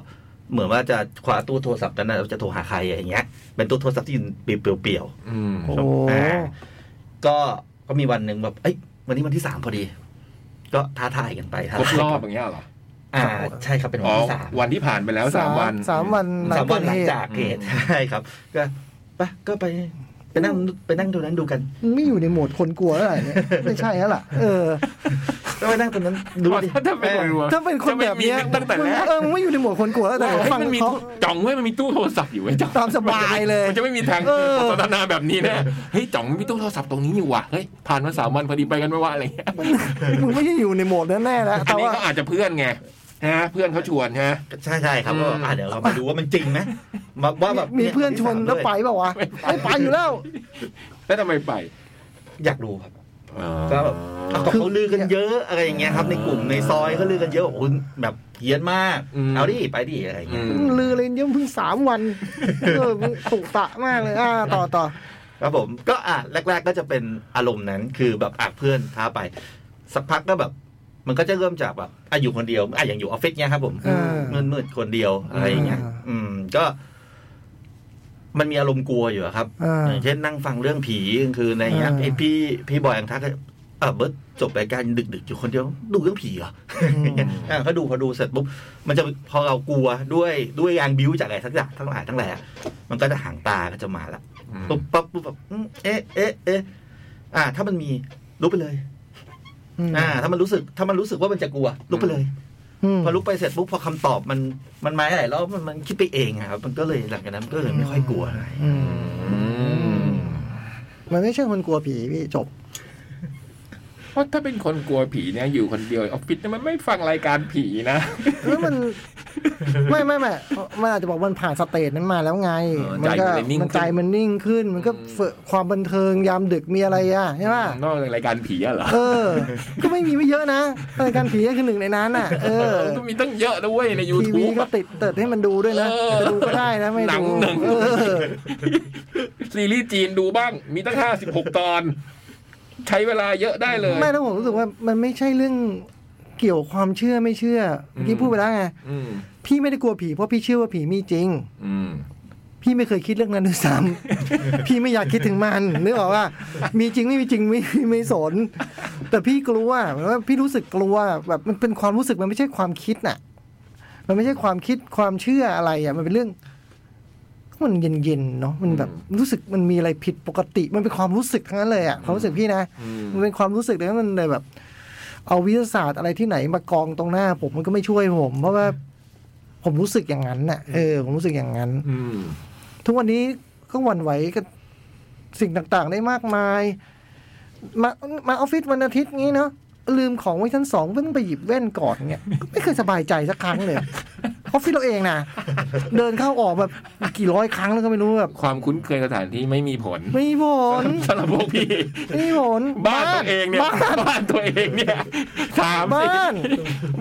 เหมือนว่าจะคว้าตู้โทรศัพท์นั้นนะจะโทรหาใครอะไรอย่างเงี้ย เป็นตู้โทรศัพท์ที่ยืนเปลี่ยวๆ อืม โอ้ ครับ โห อ่าก็ก็มีวันหนึ่งแบบ เอ้ย วันนี้วันที่สามพอดี ก็ท้าทายกันไปท้า ครบ ทาย รอบ กัน อย่างเงี้ยเหรอ อ่า ใช่ครับเป็นวัน อ๋อ ที่สาม วันที่ผ่านไปแล้วสามวัน สามวัน สามวันหลัง เกิดเหตุ จากเหตุใช่ครับ ก็ไปก็ไปไปนั่งไปนั่งตรงนั้นดูกัน มันไม่อยู่ในโหมดคนกลัวแล้วไหร่เนี่ยไม่ใช่แล้วล่ะ เออ ก็ไปนั่งตรงนั้นดู อ๋อ ดิ ถ้าถ้าเป็นรัวๆ ถ้าเป็นคน จะไม่ แบบเนี้ย มีตั้งแต่แรก เออมึงไม่อยู่ในโหมดคนกลัวแล้วแต่ เฮ้ย ฟัง มันมี เขา จ่องเว้ยมันมีตู้โทรศัพท์อยู่ไอ้ยจ่อง ตามสบายเลย มันจะไม่มีทาง เออ สนทนาแบบนี้แน่เฮ้ยจ่องมันมีตู้โทรศัพท์ตรงนี้อยู่ว่ะเฮ้ยผ่านมาสามวันพอดีไปกันไหม่ว่าอะไรเงี้ย มึงไม่ได้อยู่ในโหมดนั้นแน่แล้ว อั แต่ นนี้ ว่า ก็อาจจะเพื่อนไงนะเพื่อนเขาชวนฮะ ใช่ใช่ครับก็ อืม อ่าเดี๋ยวเรามาดูว่ามันจริงไหมมาว่าแบบ มีเพื่อนชวนแล้วไปเปล่าวะไม่ไปอยู่แล้ว แล้วทำไมไป อยากดูครับก็แบบอ่ะก็เขาลือกันเยอะอะไรอย่างเงี้ยครับ ในกลุ่มในซอยเขาลือกันเยอะบอกคุณแบบเฮี้ยนมาก อืม เอาดิไปดิอะไรอย่างเงี้ย อืม ลือเลยเยี่ยมเพิ่งสามวัน เออมึงตุกตะมากเลยอ่าต่อต่อ ครับผมก็อ่ะแรก ๆ ก็จะเป็นอารมณ์นั้นคือแบบอ่ะเพื่อนท้าไป สักพักก็แบบ มันก็จะเริ่มจากแบบอ่ะอยู่คนเดียวอ่ะอย่างอยู่ออฟฟิศเนี้ยครับผม เออ มืดๆคนเดียวอะไรอย่างเงี้ย อ่า อืมก็ มันมีอารมณ์กลัวอยู่อะครับ เออ อย่างเช่นนั่งฟังเรื่องผีกลางคืนอะไรอย่างเงี้ย อ่า ไอ้พี่พี่บอยอังทักก็เออเบิร์ตจบรายการดึกดึกๆอยู่คนเดียว ดูเรื่องผีเหรอ อืม อ่ะเขาดูพอดูเสร็จปุ๊บมันจะพอเรากลัวด้วยด้วยแรงบิ้วจากอะไรสักอย่างทั้งหลายทั้งแหล่มันก็จะห่างตาก็จะมาละปุ๊บปั๊บปุ๊บแบบอืมเอ๊ะเอ๊ะเอ๊ะอ่า ถ้ามันมีลุกไปเลยอ่า ถ้ามันรู้สึกถ้ามันรู้สึกว่ามันจะกลัวลุกไปเลย พอลุกไปเสร็จปุ๊บพอคำตอบมันมันมาหลายรอบมันมันคิดไปเองอะครับมันก็เลยหลังจากนั้นมันก็เลยไม่ค่อยกลัวอะไร อืมมันไม่ใช่คนกลัวผีพี่จบ เพราะถ้าเป็นคนกลัวผีเนี่ยอยู่คนเดียวออฟฟิศเนี่ยมันไม่ฟังรายการผีนะ เออมัน ไม่ไม่ไม่มันอาจจะบอกมันผ่านสเตจนั้นมาแล้วไง เออ มัก็ ใจมันเลยนิ่งขึ้น มัใจมันนิ่งขึ้น มันก็ อืม เฟอะความบันเทิงยามดึกมีอะไรอ่ะใช่ป่ะ นอกจากรายการผีอะเหรอ เออ ก็ไม่มีไม่เยอะนะรายการผีก็คือหนึ่งในนั้นน่ะ เออ ก็มีตั้งเยอะนะเว้ยในยู ที ทู วี บ ก็ติดเติดให้มันดูด้วยนะ เออ จะดูก็ได้นะไม่ หนัง ดู หนึ่ง เออ ซีรีส์จีนดูบ้าง มีตั้งห้าสิบหกตอน ใช้เวลาเยอะได้เลย ไม่แล้วผมรู้สึกว่ามันไม่ใช่เรื่องเกี่ยวความเชื่อไม่เชื่อเมื่อกี้ อืม พูดไปแล้วไง อืม พี่ไม่ได้กลัวผีเพราะพี่เชื่อว่าผีมีจริง อืม พี่ไม่เคยคิดเรื่องนั้นด้วยซ้ [laughs] ำ พี่ไม่อยากคิดถึงมันนึกออกว่า มีจริงไม่มีจริงไม่ไม่สน แต่พี่กลัวเหมือนว่าพี่รู้สึกกลัวแบบมันเป็นความรู้สึกมันไม่ใช่ความคิดน่ะ มันไม่ใช่ความคิดความเชื่ออะไรอ่ะ มันเป็นเรื่อง มันเย็นๆเนาะมันแบบ อืม รู้สึกมันมีอะไรผิดปกติ มันเป็นความรู้สึกทั้งนั้นเลยอ่ะความรู้สึกพี่นะ อืม มันเป็นความรู้สึกเลยว่ามันเลยแบบ เอาวิทยาศาสตร์อะไรที่ไหนมากองตรงหน้า ผมมันก็ไม่ช่วยผม เพราะว่า ผมรู้สึกอย่างนั้นน่ะเออผมรู้สึกอย่างนั้น อืม ทุกวันนี้ก็หวั่นไหวกับสิ่งต่างๆ ได้มากมาย มามาออฟฟิศวันอาทิตย์งี้เนาะลืมของไว้ชั้นสองเพิ่งไปหยิบแว่นก่อนเนี่ยก็ไม่เคยสบายใจสักครั้งเลยอะออฟฟิศเราเองนะเดินเข้าออกแบบกี่ร้อยครั้งแล้วก็ไม่รู้แบบ ความคุ้นเคยสถานที่ไม่มีผล ไม่มีผล สำหรับพวกพี่ ไม่มีผล บ้านตัวเองเนี่ย บ้าน บ้านตัวเองเนี่ยถามสิ บ้าน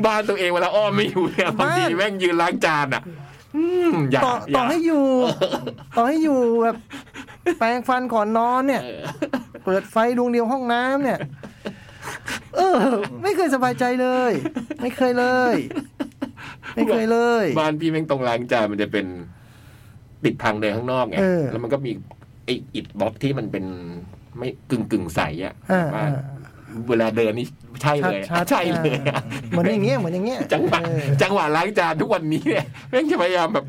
บ้านตัวเองเวลาอ้อมไม่อยู่เนี่ยบางที บ้าน แม่งยืนล้างจานอ่ะ อืมอย่า ต่อ อ ต่ ย่า อให้อยู่ ต่อให้อยู่แบบแปรงฟันก่อนนอนเนี่ย เออ เปิดไฟดวงเดียวห้องน้ำเนี่ย เออ ไม่เคยสบายใจเลย ไม่เคยเลย ไม่เคยเลย บ้านพี่แม่งตรงล้างจานมันจะเป็นติดทางเดินข้างนอกไง เออ แล้วมันก็มีไอ้อิดบล็อกที่มันเป็นไม่กึ่งกึ่งๆใสอ่ะ อ่า ว่า อ่า เวลาเดินนี่ใช่เลย ชัดๆ ใช่เลย อ่า อะ เหมือนอย่างเงี้ยเหมือนอย่างเงี้ย [laughs] จังหวะ เออ จังหวะล้างจานทุกวันนี้เนี่ยแม่งจะพยายามแบบ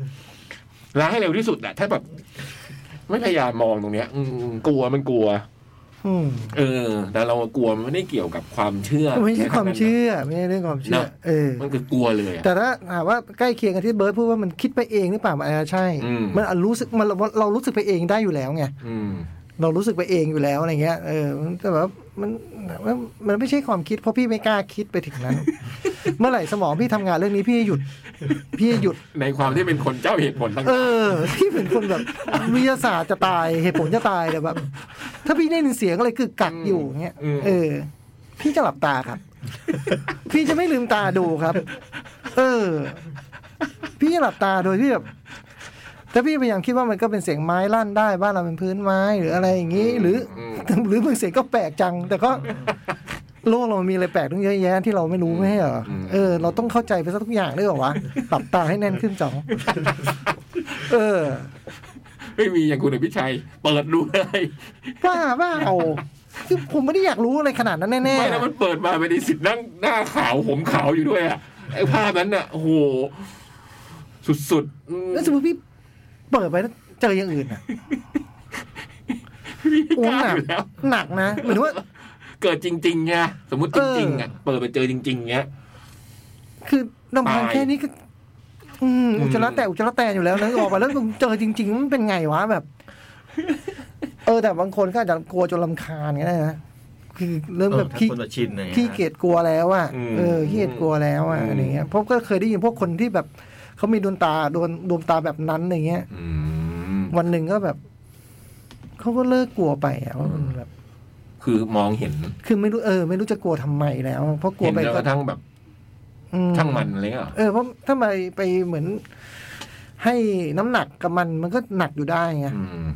ล้างให้เร็วที่สุดอะถ้าแบบ ไม่พยายามมองตรงเนี้ย อืมกลัวมันกลัว อืม เออ แต่เรากลัวมันไม่ได้เกี่ยวกับความเชื่อ ไม่ใช่ความเชื่อ ไม่ใช่เรื่องความเชื่อ เออ มันคือกลัวเลยอะ แต่ถ้าถามว่าใกล้เคียงกับที่เบิร์ดพูดว่ามันคิดไปเองหรือเปล่ามันอาจจะใช่ อืม มันอาจรู้สึกมันเราเรารู้สึกไปเองได้อยู่แล้วไง อืม เรารู้สึกไปเองอยู่แล้วอะไรเงี้ย เออ แต่แบบมันมันมันไม่ใช่ความคิดเพราะพี่ไม่กล้าคิดไปถึงนั้น [laughs] เมื่อไหร่สมองพี่ทำงานเรื่องนี้พี่หยุด พี่หยุด ในความที่เป็นคนเจ้าเหตุผลต่าง เออ พี่เป็นคนแบบวิทยาศาสตร์จะตายเหตุผลจะตายแต่แบบ ถ้าพี่ได้ยินเสียงอะไรกึกกักอยู่เงี้ย เออ พี่จะหลับตาครับ พี่จะไม่ลืมตาดูครับ เออ พี่จะหลับตาโดยที่แบบแต่พี่พยายามคิดว่ามันก็เป็นเสียงไม้ลั่นได้บ้านเราเป็นพื้นไม้หรืออะไรอย่างนี้ หรือ [laughs] หรือมันเสียงก็แปลกจัง แต่ก็ โลกเรามันมีอะไรแปลกตั้งเยอะแยะที่เราไม่รู้ไม่ใช่เหรอเออเราต้องเข้าใจไปซะทุกอย่างด้วยเหรอวะหลับตาให้แน่นขึ้น [laughs] จ๋อง เออ ๆไม่มีอย่างคุณอภิชัย เปิดดูเลย บ้าบ้าเอาคือผมไม่ได้อยากรู้อะไรขนาดนั้นแน่ ไม่ ๆ แล้วมันเปิดมาไปในสิทธิ์นั่งหน้าขาวผมขาวอยู่ด้วยอ่ะไอ้ภาพนั้นน่ะโอ้โหสุดๆอืม แล้วสมมติพี่เปิดไปแล้วเจออย่างอื่นอ่ะ พี่ โอ้ กล้า หนั อก ยู่แล้ว หนักนะเหมือนว่า เกิดจริงๆไงสมมติจริงๆอ่ะเปิดไปเจอจริงๆเงี้ย คือลำพัง ตาย แค่นี้ก็ อืม อืม อุจจาระแตกอุจจาระแตนอยู่แล้วนะออกมาแล้วเจอจริง ๆ มันเป็นไงวะแบบ เออ แต่บางคนก็อาจจะกลัวจนลำคาญก็ได้นะคือเริ่มแบบ เออถ้า ขี้ คนมาชินอะไรอย่างเงี้ย ขี้เกียจกลัวแล้วอ่ะ อืม เออขี้เกียจกลัวแล้วอ่ะ อืม อะไรเงี้ยเพราะก็เคยได้ยินพวกคนที่แบบเขามีดวงตาดวงดวงตาแบบนั้นอะไรเงี้ย อืม วันหนึ่งก็แบบเขาก็เลิกกลัวไปอ่ะว่ามันแบบ คือมองเห็น คือไม่รู้เออ ไม่รู้จะกลัวทำไมแล้ว เพราะกลัว เห็น ไป แล้วกระทั่งแบบ อื ช่างมันอะไรเงี้ยเหรอ เออเพราะถ้าไปไปเหมือน ให้น้ำหนักกับมันมันก็หนักอยู่ได้ไง อืม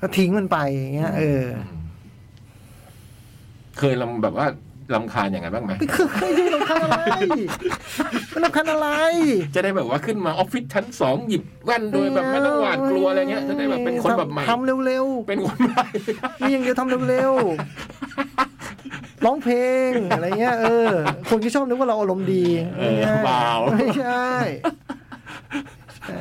ก็ทิ้งมันไปอย่างเงี้ยเออ เคยลำแบบว่า ลำคาญอย่างนั้นบ้างไหม ไม่เคยไม่ได้รำคาญอะไรมันรำคาญอะไร จะได้แบบว่าขึ้นมาออฟฟิศชั้นสองหยิบแว่นโดยแบบไม่ต้องหวาดกลัวอะไรเงี้ย จะได้แบบเป็นคนแบบใหม่ ทำเร็ว เป็นคนใหม่ [laughs] ๆนี่ยังจะทำเร็วๆร้องเพลงอะไรเงี้ยเออคนก็ชอบนึกว่าเราอารมณ์ดี เออเปล่า ไม่ใช่ใช่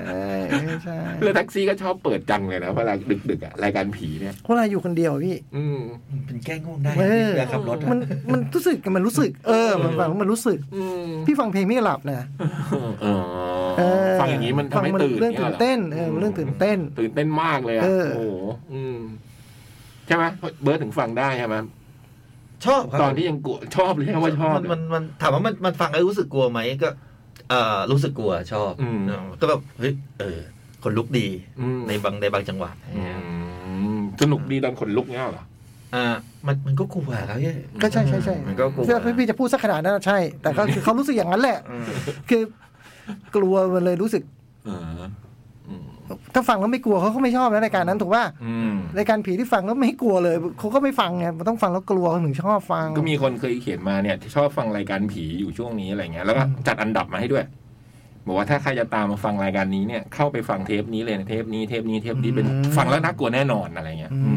ไม่ใช่ แล้วแท็กซี่ก็ชอบเปิดจังเลยนะเวลาดึกๆอะรายการผีเนี่ย เวลาอยู่คนเดียวอะพี่ อืม เป็นแก้ง่วงได้ เออ เวลาขับรถอะ มันมันรู้สึกมันรู้สึก เออ มันฟังมันรู้สึก อืม พี่ฟังเพลงไม่หลับนะ เออ เออ ฟังอย่างนี้มันทำให้ ฟั ตื่น เรื่องตื่นเต้นเออ งี้ยห เรื่องตื่นเต้น ตื่นเต้นมากเลยอะ เออ โอ้โหอืมใช่ไหมเบิร์ดถึงฟังได้ใช่ไหม ชอบครับ ตอนที่ยังกลัวชอบเลยใช่ไหมว่าชอบ มันมันมันถามว่ามันมันฟังแล้วรู้สึกกลัวไหมก็ เออรู้สึกกลัวชอบเออก็แบบเฮ้ยเออคนลุกดี อืม ในบางในบางจังหวะ อืมสนุกดีตอนขนลุกเงี้ยเหรอ อ่า มันมันก็กลัวครับเนี่ย ก็ใช่ใช่ใช่ มันก็กลัว ถ้าพี่จะพูดสักขนาดนั้นอะใช่ แต่ก็คือเขารู้สึกอย่างนั้นแหละ อืม คือกลัวมันเลยรู้สึก เอออืม ถ้าฟังแล้วไม่กลัวเขาก็ไม่ชอบนะรายการนั้นถูกป่ะ อืม รายการผีที่ฟังแล้วไม่กลัวเลยเขาก็ไม่ฟังไงมันต้องฟังแล้วกลัวถึงชอบฟัง ก็มีคนเคยเขียนมาเนี่ยที่ชอบฟังรายการผีอยู่ช่วงนี้อะไรเงี้ยแล้วก็จัดอันดับมาให้ด้วย บอกว่าถ้าใครจะตามมาฟังรายการนี้เนี่ย เข้าไปฟังเทปนี้เลยนะเทปนี้เทปนี้เทปนี้เป็นฟังแล้วน่ากลัวแน่นอนอะไรเงี้ย อื อื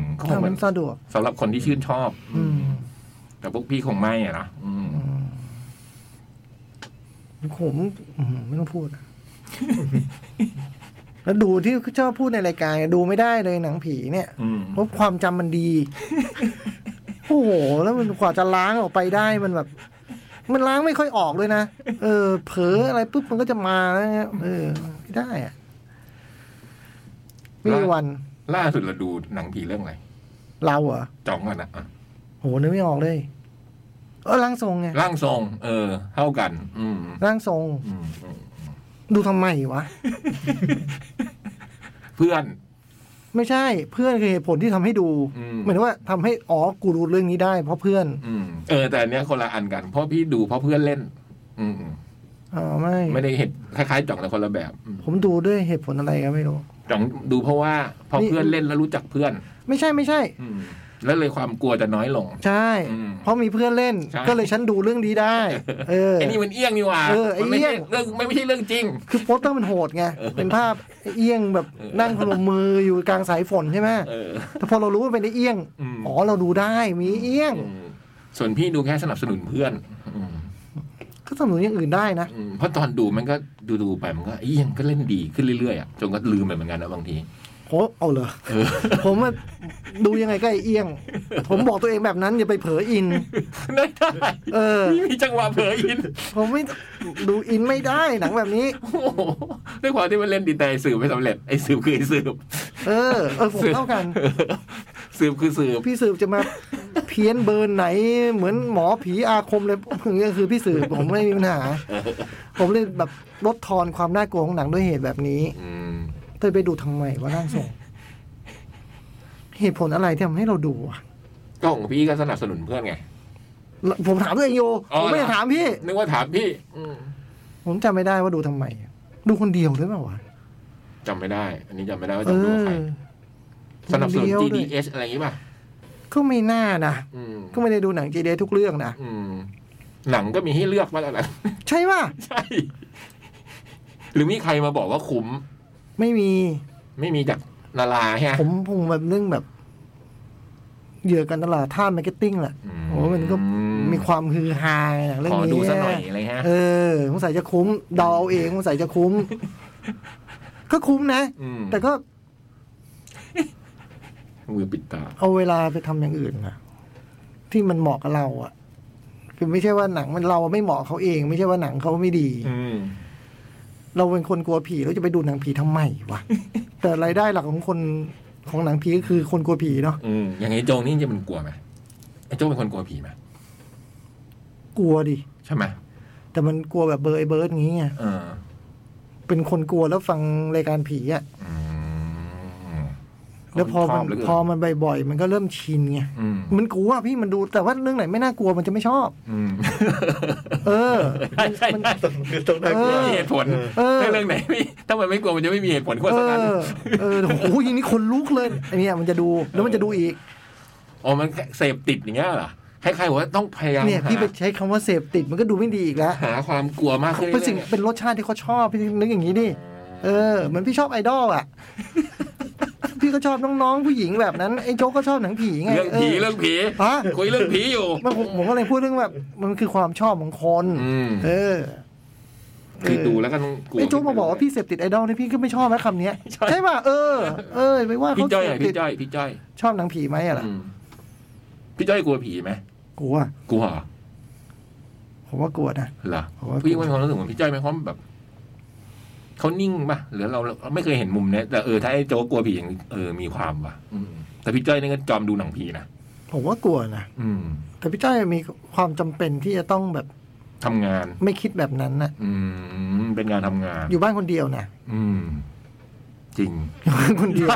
มก็ค ถ้าง เป็ มัน นสะดวก สำหรับคนที่ชื่นชอบ อืม แต่พวกพี่คงไม่อะนะอืม ผมอืมไม่ต้องพูดอะแล้วดูที่ชอบพูดในรายการดูไม่ได้เลยหนังผีเนี่ย อืม เพราะความจำมันดี โอ้โห แล้วมันกว่าจะล้างออกไปได้มันแบบ มันล้างไม่ค่อยออกเลยนะ เออ เผลออะไรปุ๊บมันก็จะมาแล้วเนี่ยเออ ไม่ได้อะไม่มีวัน ล่าสุดเราดูหนังผีเรื่องอะไร เราเหรอ จ้องกันนะอ่ะ โหนึกไม่ออกเลย เออร่างทรงไง ร่างทรง เออ เท่ากัน อืม ร่างทรง อืมอืม ดูทำไมวะ เพื่อน ไม่ใช่ เพื่อนคือเหตุผลที่ทำให้ดู อืม หมายถึงว่าทำให้อ๋อกูรู้เรื่องนี้ได้ เพราะเพื่อน อืมเออ แต่อันเนี้ยคนละอันกันเพราะพี่ดูเพราะเพื่อนเล่น อืมอืม อ๋อไม่ ไม่ได้เห็นคล้ายๆจ่องแต่คนละแบบอืม ผมดูด้วยเหตุผลอะไรก็ไม่รู้ จ่องดูเพราะว่าพอ นี่ เพื่อนเล่นแล้วรู้จักเพื่อน ไม่ใช่ไม่ใช่ อืม แล้วเลยความกลัวจะน้อยลง ใช่ อืม เพราะมีเพื่อนเล่น ใช่ ก็เลยฉันดูเรื่องนี้ได้ เออ ไอ้นี่มันเอี้ยงนี่หว่า เออไอ้ มันไม่ใช่ เอี้ยง เรื่องไม่ไม่ใช่เรื่องจริง คือโปสเตอร์มันโหดไง เออ เป็นภาพไอ้เอียงแบบนั่งพนมมืออยู่กลางสายฝนใช่ไหม [laughs] เออ แต่พอเรารู้ว่าเป็นไอ้เอียง อืม อ๋อเราดูได้มีเอียง อืมส่วนพี่ดูแค่สนับสนุนเพื่อนอืม ก็สนับสนุนอย่างอื่นได้นะ อืมเพราะตอนดูมันก็ดูดูๆไปมันก็เอี้ยงก็เล่นดีขึ้นเรื่อยๆอ่ะจนก็ลืมไปเหมือนกันนะบางที โหเอา [laughs] เหรอผมอะดูยังไงก็ไอ้เอียง ผมบอกตัวเองแบบนั้นอย่าไปเผลออิน ได้ได้ เออ นี่มีจังหวะเผลออิน ผมไม่ดูอินไม่ได้หนังแบบนี้ โอ้โหด้วยความที่มันเล่นดีแต่ไอ้สืบไม่สำเร็จไอ้สืบคือไอ้สืบ [laughs] เออ เออผมเท่ากัน สืบคือสืบ พี่สืบจะมาเพี้ยนเบอร์ไหนเหมือนหมอผีอาคมเลยอย่างเงี้ยคือพี่สืบผมไม่มีปัญหา ผมเลยแบบลดทอนความน่ากลัวของหนังด้วยเหตุแบบนี้ อืม เธอไปดูทำไมว่าร่างทรงเหตุผลอะไรที่ทำให้เราดูอะ ก็ของพี่ก็สนับสนุนเพื่อนไง ผมถามตัวเองโย อ๋อ ผมไม่ เหรอได้ถามพี่ นึกว่าถามพี่อืม ผมจำไม่ได้ว่าดูทำไมอะดูคนเดียวด้วยเปล่าวะ จำไม่ได้ อันนี้จำไม่ได้ว่า เอ จำดู อ ใครสนับสนุน คเดียวด้วย GDS อะไรอย่างงี้ป่ะ ก็ไม่น่านะ อืม ก็ไม่ได้ดูหนัง g d ทุกเรื่องนะ อืม หนังก็มีให้เลือกว่าอะไร ใช่ป่ะ [laughs] ใช่ หรือมีใครมาบอกว่าคุ้ม ไม่มี ไม่มีจากนาราใช่ไหม ผมผมแบบเรื่องแบบเหยื่อกันตลาดท่ามาร์เก็ตติ้งแหละ อืม โอ้มันก็มีความฮือฮานะเรื่อ ของนี้ ดูสักหน่อยอะไรฮะ เออสงสัยจะคุ้มเดาเอาเองสงสัยจะ [laughs] คุ้ม ก็คุ้มนะ อืม แต่ก็ มือปิดตา เอาเวลาไปทำอย่างอื่นนะที่มันเหมาะกับเราอะคือไม่ใช่ว่าหนังมันเราไม่เหมาะเขาเอง ไม่ใช่ว่าหนังเขาไม่ดี อืม เราเป็นคนกลัวผีเราจะไปดูหนังผีทำไม [laughs] วะ แต่รายได้หลักของคนของหนังผีก็คือคนกลัวผีเนาะ อืม อย่างไอ้โจงนี่จะมันกลัวไหมไอ้โจงเป็นคนกลัวผีไหม กลัวดิ ใช่ไหม แต่มันกลัวแบบเบอร์ไอ้เบิร์ดงี้ไง เออ เป็นคนกลัวแล้วฟังรายการผีอ่ะ อืม แล้วพอมัชนบเหลืเกิ พอมันบ่อยๆมันก็เริ่มชินไง อืม มันกลัวพี่มันดูแต่ว่าเรื่องไหนไม่น่ากลัวมันจะไม่ชอบ อืม เออ ใช่ใช่ใช่ ต้องต้องได้กเอลัวอ มีเหตุผล เออ ถ้าเรื่องไหนไม่ถ้ามัน [laughs] ไม่กลัวมันจะไม่มีเหตุผลโฆ เอ ษณา อ เออโอ้โหอยางนี้คนลุกเลยไอเนี้ยมันจะดูแล้วมันจะดูอีก อ๋อมันเสพติดอย่างเงี้ยเหรอ ใครๆบอกว่าต้องพยายาม เนี่ย หา พี่ไปใช้คำว่าเสพติดมันก็ดูไม่ดีอีกแล้ว หาความกลัวมากขึ้น เป็นสิ่ง รื่อย เป็นรสชาติที่เขาชอบพี่นึกอย่างนี้ดิเออเหมือนพี่ชอบไอดอลอ่ะ [laughs] พี่ก็ชอบน้องๆผู้หญิงแบบนั้นไอ้โจ๊กก็ชอบหนังผีไง ๆเรื่องผี เอ เรื่องผี อฮะ คุยเรื่องผีอยู่ มันผมผมก็เลยพูดเรื่องแบบ มันคือความชอบของคน อืม เออ คือดูแล้วก็ต้องกลัว ไอ้โจ๊กมาบอกว่าพี่เสพติดไอดอลเนี่ยพี่ก็ไม่ชอบนะคำเนี้ยใช่ป่ะเออเออไม่ว่า พี่ เขา จ้อย เส อะ พติ พี่ ด จ้อยพี่จ้อย ชอบหนังผีไหมอะล่ะ อืมพี่จ้อยกลัวผีไหม กลัว กลัวเหรอ ผมว่ากลัวนะ เหรอ ผมว่ากลัว พี่ว่าความรู้สึกเหมือนพี่จ้อยไหมเพราะแบบเขานิ่งป่ะหรือเราเราไม่เคยเห็นมุมเนี้ยแต่เออถ้าไอ้โจ๊กกลัวผีอย่างเออมีความว่ะอืมแต่พี่จ้อยนี่ก็จอมดูหนังผีนะ ผมว่ากลัวนะ อืม แต่พี่จ้อยมีความจำเป็นที่จะต้องแบบ ทำงาน ไม่คิดแบบนั้นน่ะ อืมเป็นงานทำงาน อยู่บ้านคนเดียวนะ อืม จริง อยู่บ้านคนเดียว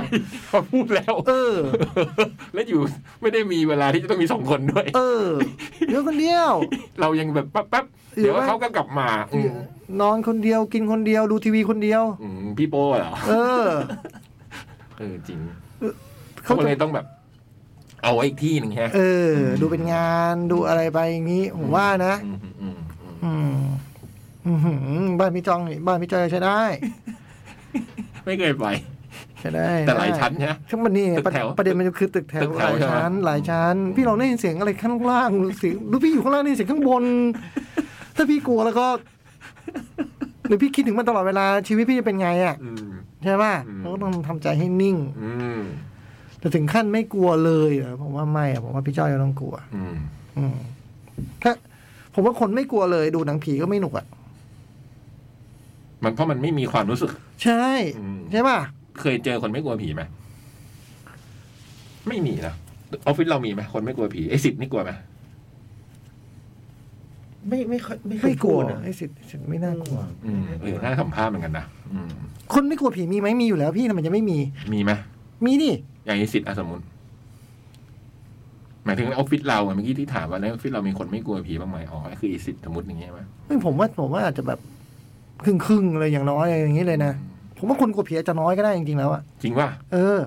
พอพูดแล้ว [laughs] เออ แล้วอยู่ไม่ได้มีเวลาที่จะต้องมีสองคนด้วย เอออยู่คนเดียว เรายังแบบแป๊บๆ หรือ เดี๋ยว ว่า เขาก็กลับมาอืม นอนคนเดียวกินคนเดียวดูทีวีคนเดียว อืมพี่โป้เหรอ เออ เออจริงเขา เขา ก็ จะ เลยต้องแบบ เอาไว้อีกที่หนึ่งแฮะ เออ ดูเป็นงานดูอะไรไปอย่างนี้ ผมว่านะ มอืมอืม อืมอื้อหือบ้านพี่จองนี่บ้านพี่จอยใช้ได้ ไม่เคยไป ใช้ได้ แต่หลายชั้นนะ ข้างบนนี่ ตึกแถว ประเด็นมันคือตึกแถ ตึ ว กแถวหลาย ใช่ไหม ชั้น หลายชั้น พี่ลองได้ยินเสียงอะไรข้างล่างเสียงหรือพี่อยู่ข้างล่างได้ยินเสียงข้างบน ถ้าพี่กลัวแล้วก็ หรือพี่คิดถึงมันตลอดเวลาชีวิตพี่จะเป็นไงอ่ะ อืม ใช่ป่ะ อืม เราก็ต้องทำใจให้นิ่ง อืม แต่ถึงขั้นไม่กลัวเลยเหรอผมว่าไม่อะผมว่าพี่จ้อยก็ต้องกลัว อืม อืมถ้าผมว่าคนไม่กลัวเลยดูหนังผีก็ไม่หนุกอ่ะ มันเพราะมันไม่มีความรู้สึก ใช่ อืม ใช่ป่ะ เคยเจอคนไม่กลัวผีไหมไม่มีนะออฟฟิศเรามีไหมคนไม่กลัวผีไอ้สิบนี่กลัวไหม ไม่ไม่ค่อยไม่ค่อย ไม่กลัว นะ ไอ้สิทธิ์สิทธิ์ไม่น่ากลัว อืมเออน่าสัมภาษณ์เหมือนกันนะอืม คนไม่กลัวผีมีไหมมีอยู่แล้วพี่ทำไมจะไม่มี มีไหม มีดิ อย่างนี้สิทธิ์อะสมมุติหมายถึงออฟฟิศเราอะเมื่อกี้ที่ถามว่าในออฟฟิศเรามีคนไม่กลัวผีบ้างไหมอ๋อคืออีสิทธิ์สมมติอย่างเงี้ยไหม ไม่ผมว่าผมว่าอาจจะแบบครึ่งครึ่งๆเลยอย่างน้อยอะไรอย่างนี้เลยนะ ผมว่าคนกลัวผีอาจจะน้อยก็ได้จริงๆแล้วอ่ะ จริงป่ะ เออ